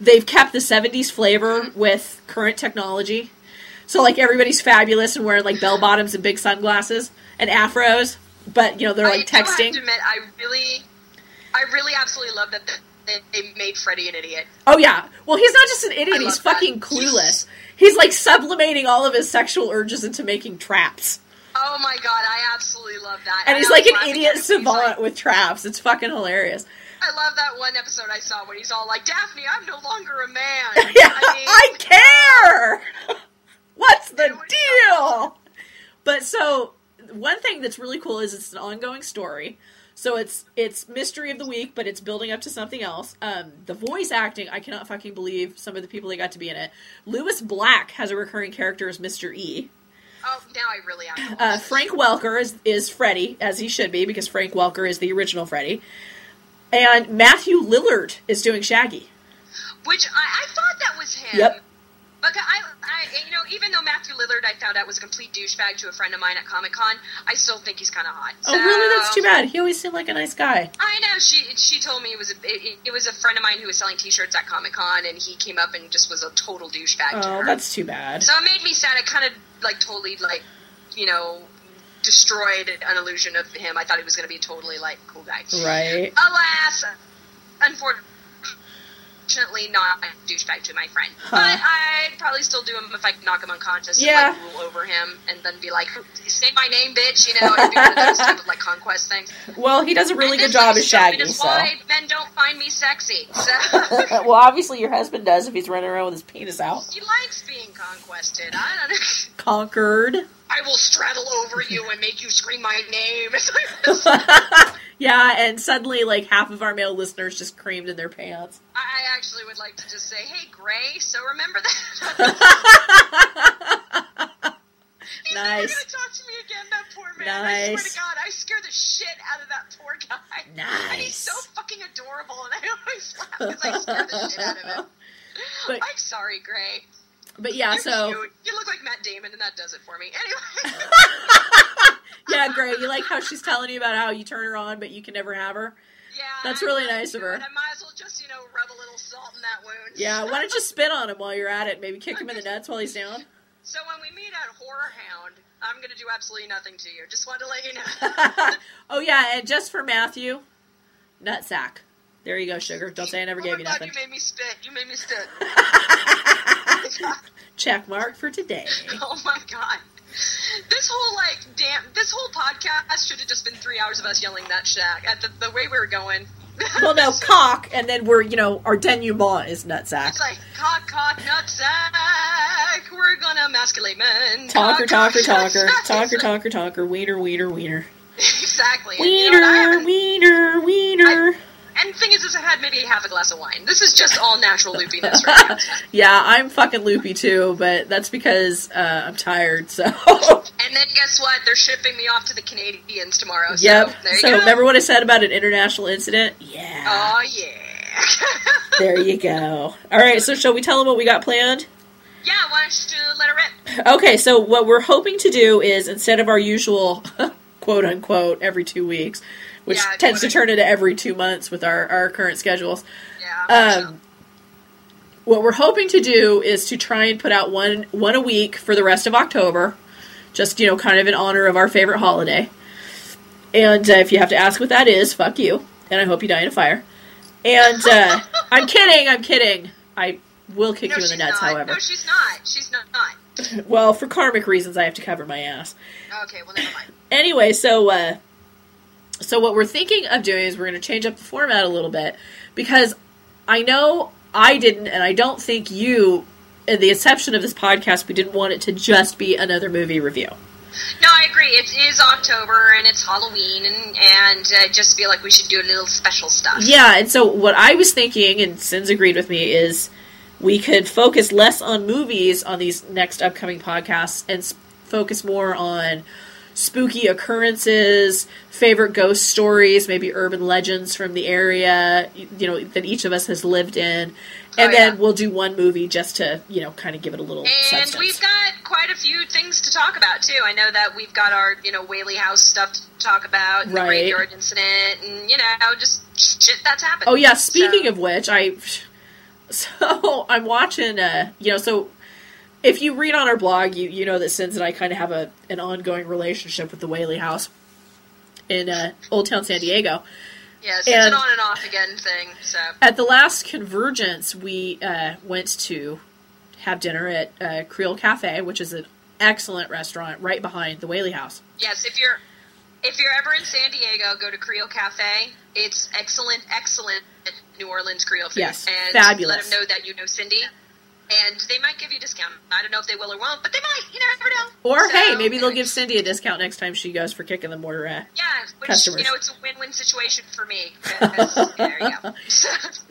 They've kept the '70s flavor Mm-hmm. with current technology, so like everybody's fabulous and wearing like bell bottoms and big sunglasses and afros, but you know they're like I do texting. have to admit, I really, I really absolutely love that they, they made Freddy an idiot. Oh yeah. Well, he's not just an idiot. I He's love that. fucking clueless. He's like sublimating all of his sexual urges into making traps, Oh my god, I absolutely love that. and I he's was like an laughing idiot at him. He's like, savant with traps. It's fucking hilarious. I love that one episode I saw where he's all like, "Daphne, I'm no longer a man." Yeah, I mean, I care. What's the Dude, deal? But so one thing that's really cool is it's an ongoing story. So it's it's mystery of the week, but it's building up to something else. Um, the voice acting, I cannot fucking believe some of the people they got to be in it. Lewis Black has a recurring character as Mr. E. oh, now I really am. Uh, Frank Welker is, is Freddy, as he should be, because Frank Welker is the original Freddy. And Matthew Lillard is doing Shaggy. Which I, I thought that was him. Yep. But I, I, you know, even though Matthew Lillard, I found out was a complete douchebag to a friend of mine at Comic Con, I still think he's kind of hot. Oh, really? That's So- too bad. He always seemed like a nice guy. I know she she told me it was a it, it was a friend of mine who was selling T-shirts at Comic Con, and he came up and just was a total douchebag to Oh, her. that's too bad. So it made me sad. I kind of like totally like you know destroyed an illusion of him. I thought he was going to be a totally like cool guy. Right. Alas, unfortunately, not a douchebag to my friend. Huh. But I'd probably still do him if I could knock him unconscious Yeah. and like rule over him, and then be like, "Say my name, bitch," you know, and do one of those type of like conquest things. Well, he does a really And good this job is as Shaggy, stupid is so. why men don't find me sexy. So. well, obviously, your husband does if he's running around with his penis out. He likes being conquested. I don't know. Conquered. I will straddle over you and make you scream my name. It's like, yeah, and suddenly, like, half of our male listeners just creamed in their pants. I I actually would like to just say, hey, Gray, so remember that. He's never going Nice. to talk to me again, that poor man. I swear Nice. to God, I scare the shit out of that poor guy. And he's so Nice. fucking adorable, and I always laugh because I scare the shit out of him. But- I'm sorry, Gray. But yeah, You're so. cute. You look like Matt Damon, and that does it for me. Anyway. Yeah, great. You like how she's telling you about how you turn her on, but you can never have her? Yeah, That's I- really I nice of do her. it. I might as well just you know rub a little salt in that wound. Yeah, why don't you spit on him while you're at it? Maybe kick him in the nuts while he's down. So when we meet at Horror Hound, I'm gonna do absolutely nothing to you. Just wanted to let you know. oh yeah, and just for Matthew, nutsack. There you go, sugar. Don't say I never oh gave my you God, nothing. You made me spit. You made me spit. Check mark for today. oh my god. This whole like damn this whole podcast should have just been three hours of us yelling that shack at the, the way we were going. Well, no cock, and then we're you know our denouement is nutsack. It's like cock cock nutsack. We're gonna emasculate men. Talker, Cock, talker, cock, talker, nutsack. talker, talker, talker. Wiener, wiener, wiener. Exactly. And, you know, I Wiener, haven't- wiener, wiener. and the thing is, is I've had maybe half a glass of wine. This is just all natural loopiness right now. Yeah, I'm fucking loopy too, but that's because uh, I'm tired. So And then guess what? They're shipping me off to the Canadians tomorrow. So yep. there you So go. remember what I said about an international incident? Yeah. Oh yeah. There you go. All right, so shall we tell them what we got planned? yeah, why don't you let it rip? Okay, so what we're hoping to do is instead of our usual quote unquote every two weeks, which Yeah, tends to quote- turn into every two months with our, our current schedules, Yeah. I um, what we're hoping to do is to try and put out one one a week for the rest of October, just you know, kind of in honor of our favorite holiday. And uh, if you have to ask what that is, fuck you. And I hope you die in a fire. And uh, I'm kidding. I'm kidding. I will kick No, you in the she's nuts, not. however. No, she's not. She's not. not. Well, for karmic reasons, I have to cover my ass. Okay, well, never mind. Anyway, so uh, so what we're thinking of doing is we're going to change up the format a little bit because I know I didn't, and I don't think you, at the inception of this podcast, we didn't want it to just be another movie review. No, I agree. It is October and it's Halloween, and and uh, just feel like we should do a little special stuff. Yeah, and so what I was thinking, and Sins agreed with me, is we could focus less on movies on these next upcoming podcasts and s- focus more on spooky occurrences, favorite ghost stories, maybe urban legends from the area, y- you know, that each of us has lived in. And Oh, then yeah. we'll do one movie just to, you know, kind of give it a little And substance. we've got quite a few things to talk about too. I know that we've got our you know Whaley House stuff to talk about, and Right. the graveyard incident, and you know just shit that's happened. Oh yeah, speaking So- of which, I so I'm watching uh you know, so if you read on our blog, you you know that Sins and I kind of have a an ongoing relationship with the Whaley House in uh Old Town San Diego. yes, it's and- an on and off again thing. So At the last convergence, we uh went to have dinner at uh, Creole Cafe, which is an excellent restaurant right behind the Whaley House. yes, if you're if you're ever in San Diego, go to Creole Cafe. It's excellent, excellent New Orleans Creole food. Yes, and fabulous. Let them know that you know Cindy, and they might give you a discount. I don't know if they will or won't, but they might. You never know. Or So- hey, maybe they'll give Cindy a discount next time she goes for kicking the mortar uh, at. Yeah, which customers. you know, it's a win-win situation for me. 'cause- there you go.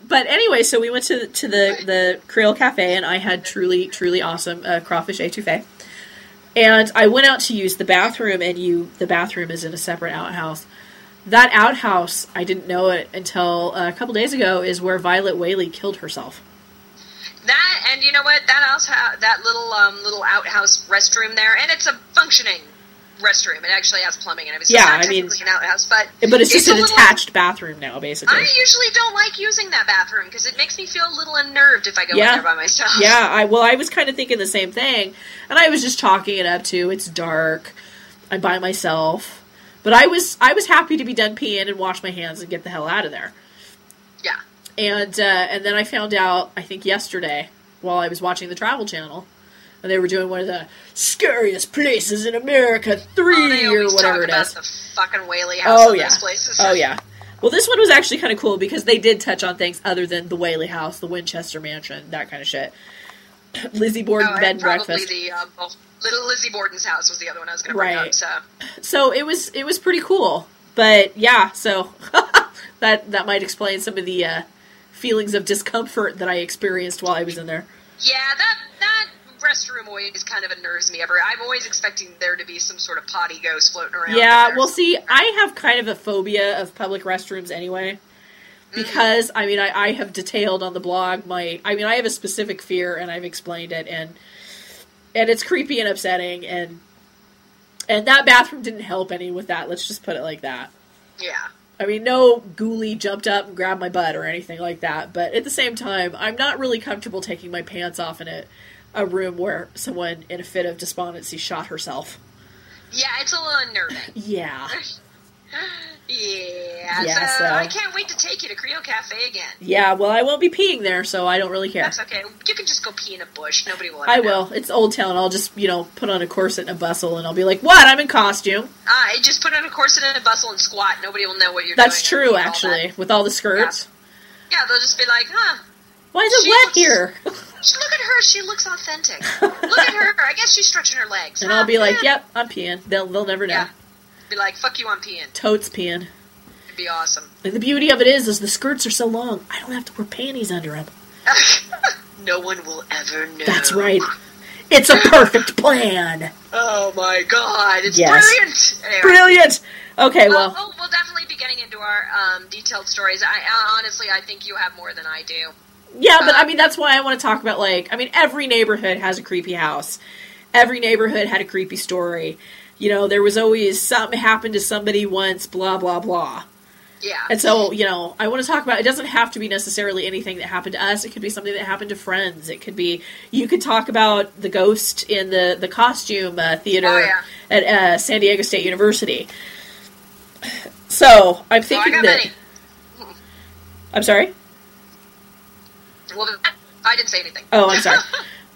but anyway, so we went to to the the Creole Cafe, and I had truly truly awesome uh, crawfish etouffee. And I went out to use the bathroom, and you the bathroom is in a separate outhouse. That outhouse, I didn't know it until uh, a couple days ago, is where Violet Whaley killed herself. that and you know what? That house, ha- that little um, little outhouse restroom there, and it's a functioning restroom. It actually has plumbing and everything. Yeah, it's not I mean- technically an outhouse, but But it's just a an little- attached bathroom now, basically. I usually don't like using that bathroom because it makes me feel a little unnerved if I go Yeah. in there by myself. yeah, I well, I was kind of thinking the same thing, and I was just chalking it up to it's dark, I'm by myself, but I was I was happy to be done peeing and wash my hands and get the hell out of there. yeah. And uh, and then I found out I think yesterday while I was watching the Travel Channel, and they were doing one of the scariest places in America Oh, three they or always whatever talk it about is. the fucking Whaley House. Oh and yeah. those places. Oh yeah. Well, this one was actually kind of cool because they did touch on things other than the Whaley House, the Winchester Mansion, that kind of shit. Lizzie Borden Oh, bed and and probably breakfast. the um, oh, little Lizzie Borden's house was the other one I was going to bring Right. up. So So it was it was pretty cool. But yeah, so that that might explain some of the uh, feelings of discomfort that I experienced while I was in there. Yeah, that that restroom always kind of unnerves me. Ever, I'm always expecting there to be some sort of potty ghost floating around. in Yeah, there. well, see, I have kind of a phobia of public restrooms anyway. Because, I mean, I, I have detailed on the blog my. I mean, I have a specific fear and I've explained it, and and it's creepy and upsetting, and and that bathroom didn't help any with that. Let's just put it like that. yeah. I mean, no ghoulie jumped up and grabbed my butt or anything like that. But at the same time, I'm not really comfortable taking my pants off in a, a room where someone in a fit of despondency shot herself. Yeah, it's a little unnerving. Yeah. Yeah, Yeah, so, so- I can't wait to take you to Creole Cafe again. Yeah, well, I won't be peeing there, so I don't really care. That's okay. You can just go pee in a bush. Nobody will. Ever I know. will. It's Old Town. I'll just, you know, put on a corset and a bustle and I'll be like, what? I'm in costume. I Uh, just put on a corset and a bustle and squat. Nobody will know what you're That's doing. true, I mean, all actually, that. with all the skirts. Yeah, they'll just be like, huh. Why is it She wet looks- here? Just look at her. She looks authentic. look at her. I guess she's stretching her legs. and Huh? I'll be like, Yeah. yep, I'm peeing. They'll, they'll never know. Yeah. Be like, fuck you, I'm peeing. Totes peeing. It'd be awesome. And the beauty of it is, is the skirts are so long, I don't have to wear panties under them. no one will ever know. That's right. It's a perfect plan. Oh my god, it's Yes. brilliant. Anyway. Brilliant. Okay, Well, well, oh, we'll definitely be getting into our um, detailed stories. I, I honestly, I think you have more than I do. yeah, but Um, I mean, that's why I want to talk about like, I mean, every neighborhood has a creepy house. Every neighborhood had a creepy story. You know, there was always something happened to somebody once, blah blah blah. Yeah. And so, you know, I want to talk about it doesn't have to be necessarily anything that happened to us. It could be something that happened to friends. It could be you could talk about the ghost in the the costume uh, theater Oh, yeah. at uh, San Diego State University. So, I'm Oh, I thinking got that many. I'm sorry. Well, I didn't say anything. Oh, I'm sorry.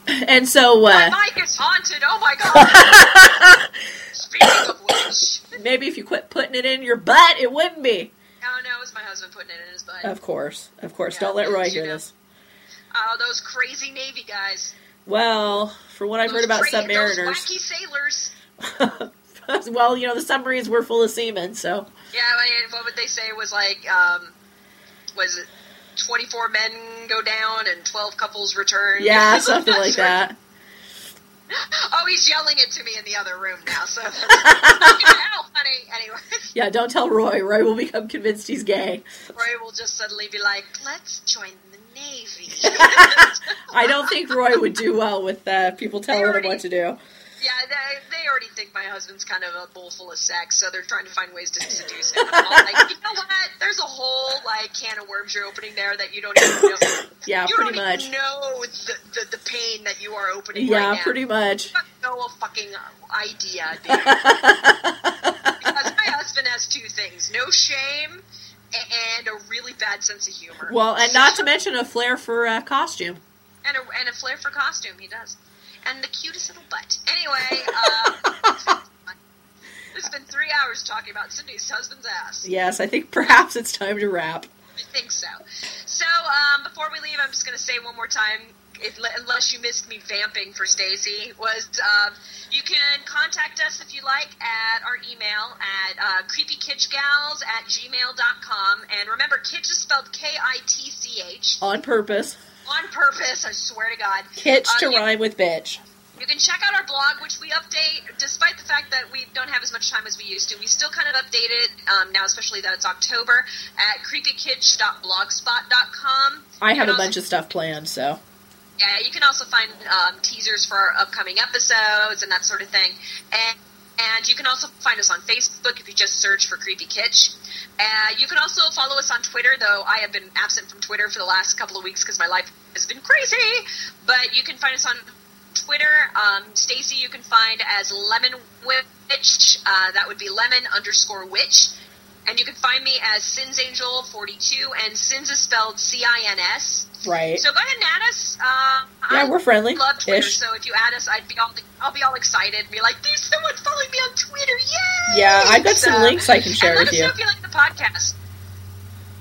and so uh, My mic is haunted. Oh my god. Speaking of which, maybe if you quit putting it in your butt, it wouldn't be. oh no, it was my husband putting it in his butt. Of course, of course. Yeah, Don't let Roy you hear know. this. Oh, those crazy Navy guys. Well, from what I've Those heard about cra- Those submariners, wacky sailors. well, you know the submarines were full of semen, so Yeah, I mean, what would they say was like, um, was it 24 men go down and 12 couples return? yeah, something like that. Oh, he's yelling it to me in the other room now, so that's Ow, honey. Anyway, Yeah, don't tell Roy. Roy will become convinced he's gay. Roy will just suddenly be like, let's join the Navy. I don't think Roy would do well with uh, people telling him what to do. Yeah, they, they already think my husband's kind of a bowl full of sex, so they're trying to find ways to seduce him. I'm all like, you know what? There's a whole like can of worms you're opening there that you don't even know. Yeah, you pretty don't much. Even know the, the the pain that you are opening. Yeah, right now. pretty much. You have No fucking idea, dude. because my husband has two things: no shame a- and a really bad sense of humor. Well, and not to mention a flair for uh, costume. and a, and a flair for costume. He does, and the cutest little butt. Anyway, uh, it's been three hours talking about Cindy's husband's ass. Yes, I think perhaps it's time to wrap. I think so. So um, before we leave, I'm just going to say one more time. If, unless you missed me vamping for Stacy, was um, you can contact us if you like at our email at uh, creepykitchgals at gmail.com. And remember, kitch is spelled K I T C H On purpose. on purpose, I swear to God. Kitch to Um, you- rhyme with bitch. you can check out our blog, which we update, despite the fact that we don't have as much time as we used to. We still kind of update it um, now, especially that it's October, at creepykitsch.blogspot.com. I You have can a also- bunch of stuff planned, so. Yeah, you can also find um, teasers for our upcoming episodes and that sort of thing. And, and you can also find us on Facebook if you just search for Creepy Kitsch. Uh, you can also follow us on Twitter, though I have been absent from Twitter for the last couple of weeks because my life has been crazy. But you can find us on Twitter. Um, Stacy, you can find as Lemon Witch. Uh, that would be Lemon underscore Witch. And you can find me as Sins Angel 42, and Sins is spelled C I N S. Right. So go ahead and add us. Uh, Yeah, we're friendly. I love Twitter, Ish. so if you add us, I'd be all I'll be all excited and be like, "There's someone following me on Twitter!" Yay! Yeah, I've got So- some links I can share and let with us you. know if you like the podcast.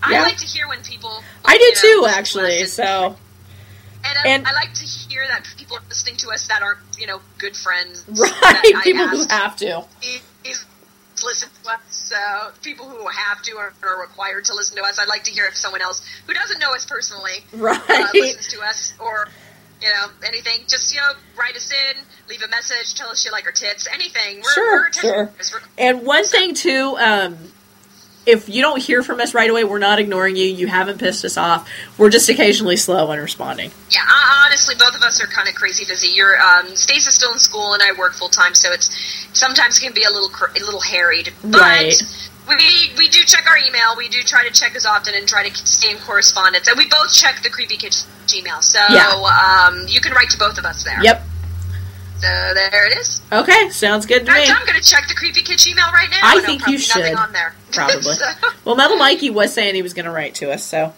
I Yeah. like to hear when people. I you do know, too, listen to actually, us. so. and, I- and- I like to hear that people are listening to us that aren't you know good friends. that Right, I Uh, people who asked have to. please listen to us. So people who have to or are required to listen to us, I'd like to hear if someone else who doesn't know us personally uh, Right. listens to us or you know anything. Just you know, write us in, leave a message, tell us you like our tits, anything. We're, Sure, we're attention- sure. we're- And one thing too, um, if you don't hear from us right away, we're not ignoring you. You haven't pissed us off. We're just occasionally slow in responding. Yeah, I, honestly, both of us are kind of crazy busy. You're um, Stace is still in school, and I work full time, so it's sometimes can be a little cr- a little harried. But Right. We, we do check our email. We do try to check as often and try to stay in correspondence. And we both check the Creepy Kitchen email. So Yeah. um, you can write to both of us there. Yep. So there it is. Okay, sounds good to In me. fact, I'm going to check the Creepy Kitchen email right now. I No, think prob- you should. Nothing on there. Probably. So, Well, Metal Mikey was saying he was going to write to us, so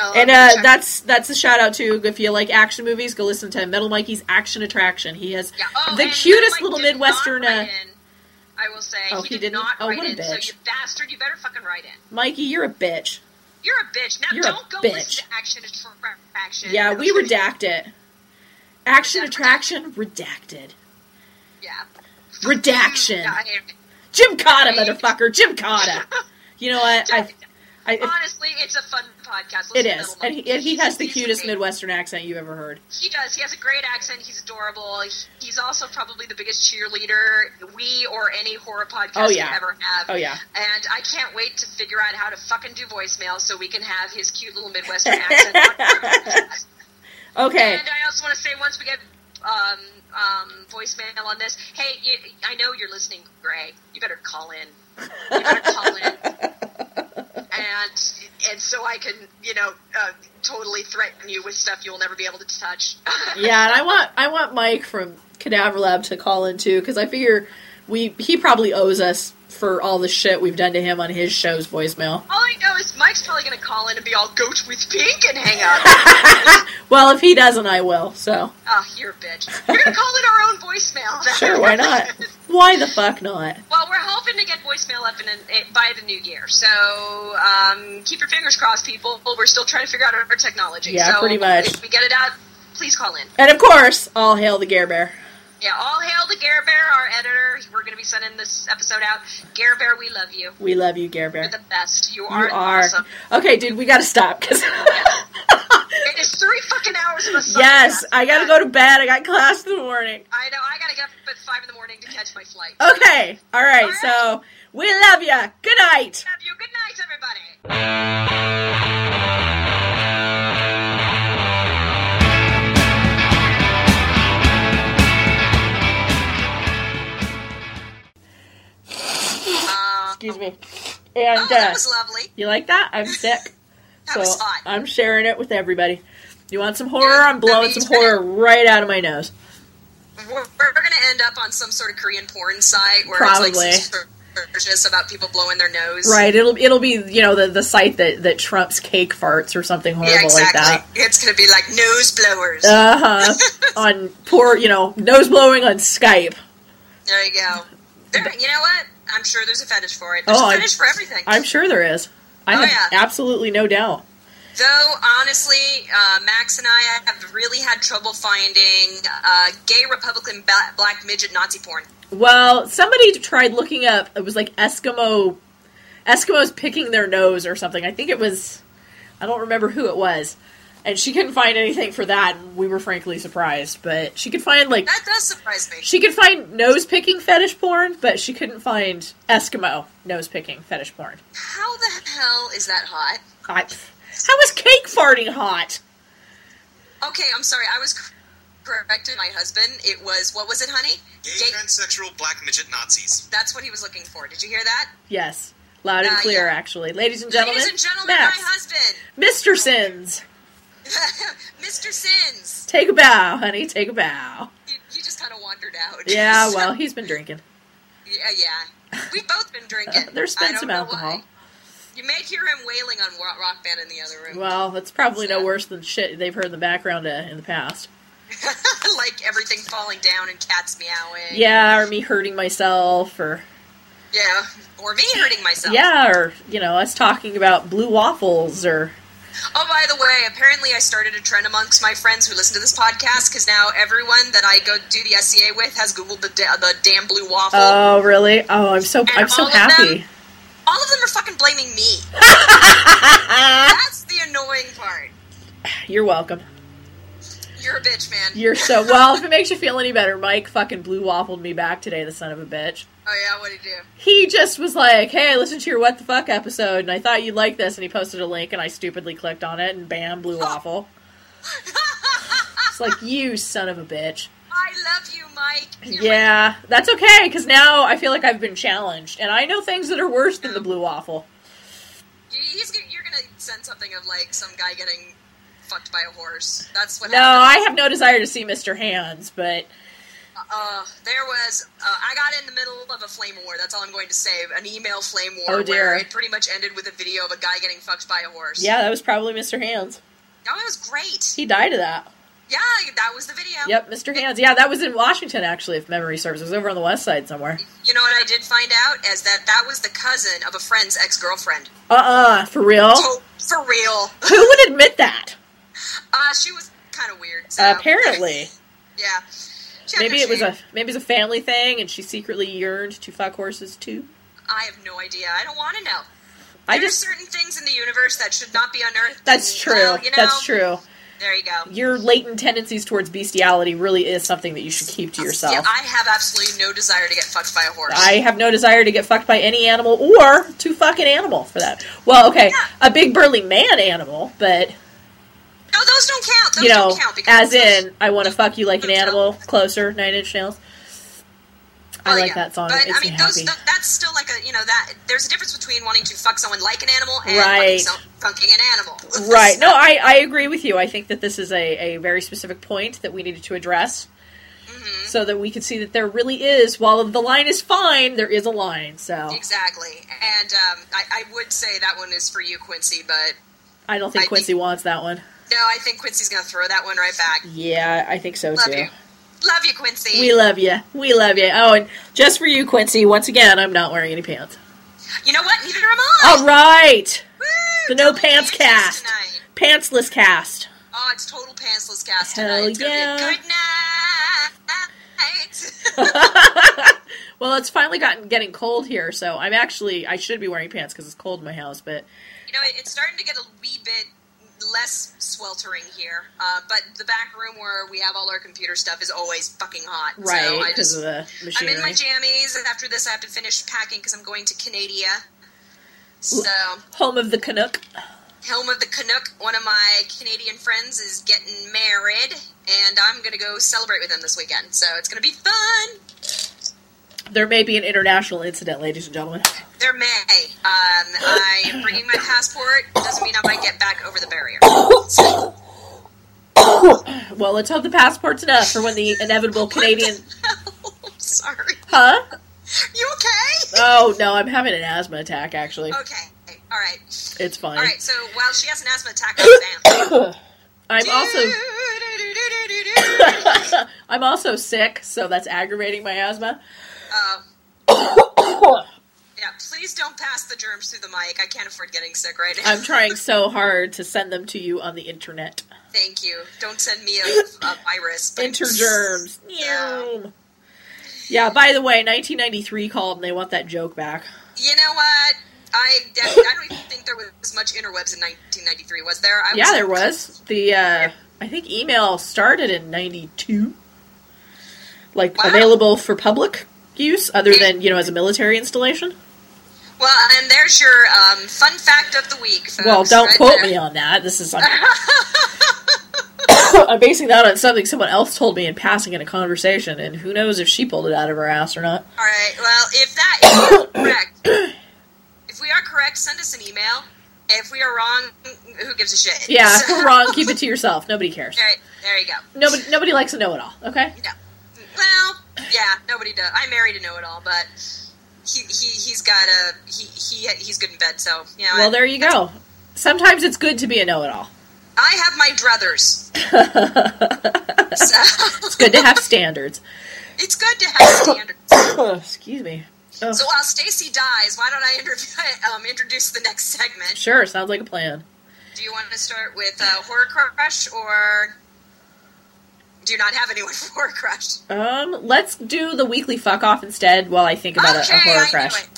I'll and have uh, to check. that's that's a shout out to if you like action movies, go listen to Metal Mikey's Action Attraction. He has Yeah. Oh, the and cutest Mike little did not Midwestern. Uh, write in, I will say Oh, he, he did didn't? not Oh, write what a in. So bitch. you bastard, you better fucking write in. Mikey, you're a bitch. You're a bitch. Now You're a don't go bitch. listen to action for action. Yeah, we redact it. Action Redact. Attraction redacted. Yeah. Redaction. Yeah, I hate it. Jim Cotta, Right? motherfucker. Jim Cotta. You know what? I, I, it, Honestly, it's a fun podcast. it Listen to is, Little and Mike. he, and he He's- has the he's cutest great. Midwestern accent you've ever heard. He does. He has a great accent. He's adorable. He- He's also probably the biggest cheerleader we or any horror podcast Oh, yeah. could ever have. Oh yeah. And I can't wait to figure out how to fucking do voicemail so we can have his cute little Midwestern accent. Okay. And I also want to say once we get um, um, voicemail on this, hey, you, I know you're listening, Gray. You better call in. You better call in. And and so I can, you know, uh, totally threaten you with stuff you'll never be able to touch. yeah, and I want I want Mike from Cadaver Lab to call in too because I figure we he probably owes us for all the shit we've done to him on his show's voicemail. All I know is Mike's probably going to call in and be all goat with pink and hang up. Well, if he doesn't, I will. So Ah, you're a bitch. We're going to call it our own voicemail. sure, why not? Why the fuck not? Well, we're hoping to get voicemail up in an, eh, by the new year, so um, keep your fingers crossed, people. We're still trying to figure out our technology. Yeah, so pretty much. If we get it out, please call in. And of course, all hail the Gare Bear. Yeah, all hail to Gare Bear, our editor. We're going to be sending this episode out. Gare Bear, we love you. We love you, Gare Bear. You're the best. You are, You are awesome. okay, dude. We gotta stop because It is three fucking hours of us. yes, I gotta go to bed. I got class in the morning. I know. I got to get up at five in the morning to catch my flight. Oh. Okay, all right. So we love you. Good night. Love you. Good night, everybody. Uh, Uh, Excuse me. Oh, And that uh, was lovely. you like that? I'm sick. That so uh, was hot. I'm sharing it with everybody. You want some horror? I'm blowing some That'd be great. horror right out of my nose. We're, we're going to end up on some sort of Korean porn site where it's Probably. like some sort of just about people blowing their nose. Right? It'll it'll be you know the the site that that trumps cake farts or something horrible Yeah, exactly. like that. It's going to be like nose blowers. Uh huh. on poor you know nose blowing on Skype. There you go. There, you know what? I'm sure there's a fetish for it. There's Oh, a I'm- fetish for everything. I'm sure there is. I Oh, have yeah. absolutely no doubt. Though, honestly, uh, Max and I have really had trouble finding uh, gay Republican ba- black midget Nazi porn. Well, somebody tried looking up. It was like Eskimo, Eskimos picking their nose or something. I think it was. I don't remember who it was, and she couldn't find anything for that. And we were frankly surprised, but she could find like That does surprise me. she could find nose picking fetish porn, but she couldn't find Eskimo nose picking fetish porn. How the hell is that hot? I, how is cake farting hot? Okay, I'm sorry. I was corrected. My husband. It was what was it, honey? Gay, transsexual black midget Nazis. That's what he was looking for. Did you hear that, Yes, loud and Uh, clear. yeah. Actually, ladies and gentlemen, ladies and gentlemen? Max, My husband, Mr. Sins, Mr. Sins. take a bow, honey, take a bow. You, you just kind of wandered out. Yeah, well, he's been drinking. Yeah, yeah. We've both been drinking. There's I been don't some know alcohol. why. You may hear him wailing on Ro- Rock Band in the other room. Well, it's probably no worse than shit they've heard in the background uh, in the past. like everything falling down and cats meowing. Yeah, or me hurting myself, or Yeah. Or me hurting myself. yeah, or you know, us talking about blue waffles, or Oh, by the way, apparently I started a trend amongst my friends who listen to this podcast because now everyone that I go do the SCA with has Googled the, da- the damn blue waffle. oh, really? Oh, I'm so I'm so all of them- happy. All of them are fucking blaming me. That's the annoying part. You're welcome. You're a bitch, man. You're so well. If it makes you feel any better, Mike fucking blue waffled me back today. The son of a bitch. oh, yeah, what'd he do? He just was like, "Hey, I listened to your what the fuck episode, and I thought you'd like this." And he posted a link, and I stupidly clicked on it, and bam, blue waffle. it's like you son of a bitch. I love you, Mike. You're Yeah, that's okay because now I feel like I've been challenged, and I know things that are worse than the blue waffle. right. You- He's gonna- you're gonna send something of like some guy getting fucked by a horse. That's what. No, happened. I have no desire to see Mister Hands, but Uh, there was. Uh, I got in the middle of a flame war. That's all I'm going to say. An email flame war. Oh, dear. Where it pretty much ended with a video of a guy getting fucked by a horse. yeah, that was probably Mister Hands. That was great. He died of that. Yeah, that was the video. Yep, Mister Hands. Yeah, that was in Washington actually, if memory serves. It was over on the west side somewhere. You know what I did find out is that that was the cousin of a friend's ex girlfriend. Uh uh for real. Oh, for real. Who would admit that? Uh, she was kind of weird. So. Apparently, yeah. She had maybe no it was shame. a maybe it's a family thing, and she secretly yearned to fuck horses too. I have no idea. I don't want to know. I There's just certain things in the universe that should not be unearthed. that's and, true. well, you know, That's true. There you go. Your latent tendencies towards bestiality really is something that you should keep to yourself. Yeah, I have absolutely no desire to get fucked by a horse. I have no desire to get fucked by any animal or to fuck an animal for that. Well, okay, a big burly man animal, but no, those don't count. Those you know, don't count because as in, I want to fuck you like an animal, closer, nine inch nails. I Oh, like yeah. that song. But it makes I mean, me those, happy. th- that's still like a you know that there's a difference between wanting to fuck someone like an animal and Right. fucking, some, fucking an animal. right? No, I, I agree with you. I think that this is a, a very specific point that we needed to address, Mm-hmm. so that we could see that there really is. While the line is fine, there is a line. So Exactly. And um, I, I would say that one is for you, Quincy, but I don't think I think- Quincy wants that one. no, I think Quincy's going to throw that one right back. Yeah, I think so Love too. you. Love you, Quincy. We love you. We love you. Oh, and just for you, Quincy, once again, I'm not wearing any pants. you know what? Neither am I. All right. Woo! The No Total Pants Cast. Tonight. Pantsless cast. Oh, it's total pantsless cast Hell tonight. It's gonna be a yeah. Good night. Well, it's finally gotten getting cold here, so I'm actually I should be wearing pants because it's cold in my house. But you know, it- it's starting to get a wee bit less sweltering here, uh, but the back room where we have all our computer stuff is always fucking hot. So right I because just, of the I'm machinery. in my jammies, and after this, I have to finish packing because I'm going to Canada. So, Home of the Canuck. home of the Canuck, one of my Canadian friends is getting married, and I'm going to go celebrate with him this weekend. So, it's going to be fun. There may be an international incident, ladies and gentlemen. There may. Um, I am bringing my passport. Doesn't mean I might get back over the barrier. Well, let's hope the passport's enough for when the inevitable Canadian. I'm sorry. Huh? You okay? Oh no, I'm having an asthma attack. Actually, Okay. All right. it's fine. All right. So while she has an asthma attack, I'm I'm also. also. I'm also sick, so that's aggravating my asthma. Uh, Oh. yeah. Please don't pass the germs through the mic. I can't afford getting sick right now. I'm trying so hard to send them to you on the internet. Thank you. Don't send me a, a virus. but- Intergerms. Meow. Yeah, by the way, 1993 called and they want that joke back. You know what? I, I don't even think there was much interwebs in 1993, was there? I Yeah, there was. The uh I think email started in 92. Like Wow. available for public use other than, you know, as a military installation. Well, and there's your um, fun fact of the week. Folks, Well, don't right quote there. me on that. This is I'm, I'm basing that on something someone else told me in passing in a conversation, and who knows if she pulled it out of her ass or not. All right. Well, if that if we are correct, if we are correct, send us an email. If we are wrong, who gives a shit? Yeah, if So- we're wrong, keep it to yourself. Nobody cares. All right. There you go. Nobody nobody likes a know-it-all. Okay. No. Well, yeah. Nobody does. I married a know-it-all, but he he he's got a he he he's good in bed. So you know. Well, there you go. Sometimes it's good to be a know-it-all. I have my druthers. so It's good to have standards. it's good to have standards. Oh, excuse me. Oh, So while Stacy dies, why don't I interview, um, introduce the next segment? sure, sounds like a plan. Do you want to start with uh, Horror Crush or do you not have anyone for Horror Crush? Um, let's do the weekly fuck off instead while I think about a- okay, a, I horror knew crush. it.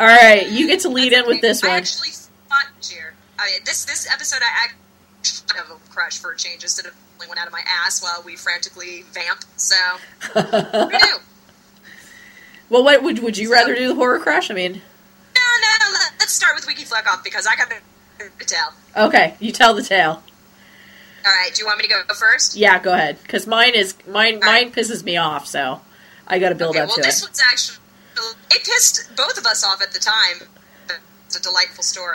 All right, you get to lead in with this I one. actually thought cheer. I mean, this this episode I actually have a crush for a change instead of pulling one out of my ass while we frantically vamp. So who knew? Well, what would would you rather do the horror crush? I mean, No, no, let- let's start with Wiki Fleck off because I got to tell. okay, you tell the tale. All right, do you want me to go first? Yeah, go ahead. Because mine is mine. All mine right. pisses me off, so I got to build okay, up well, to this it. one's actually. It pissed both of us off at the time. It's a delightful story.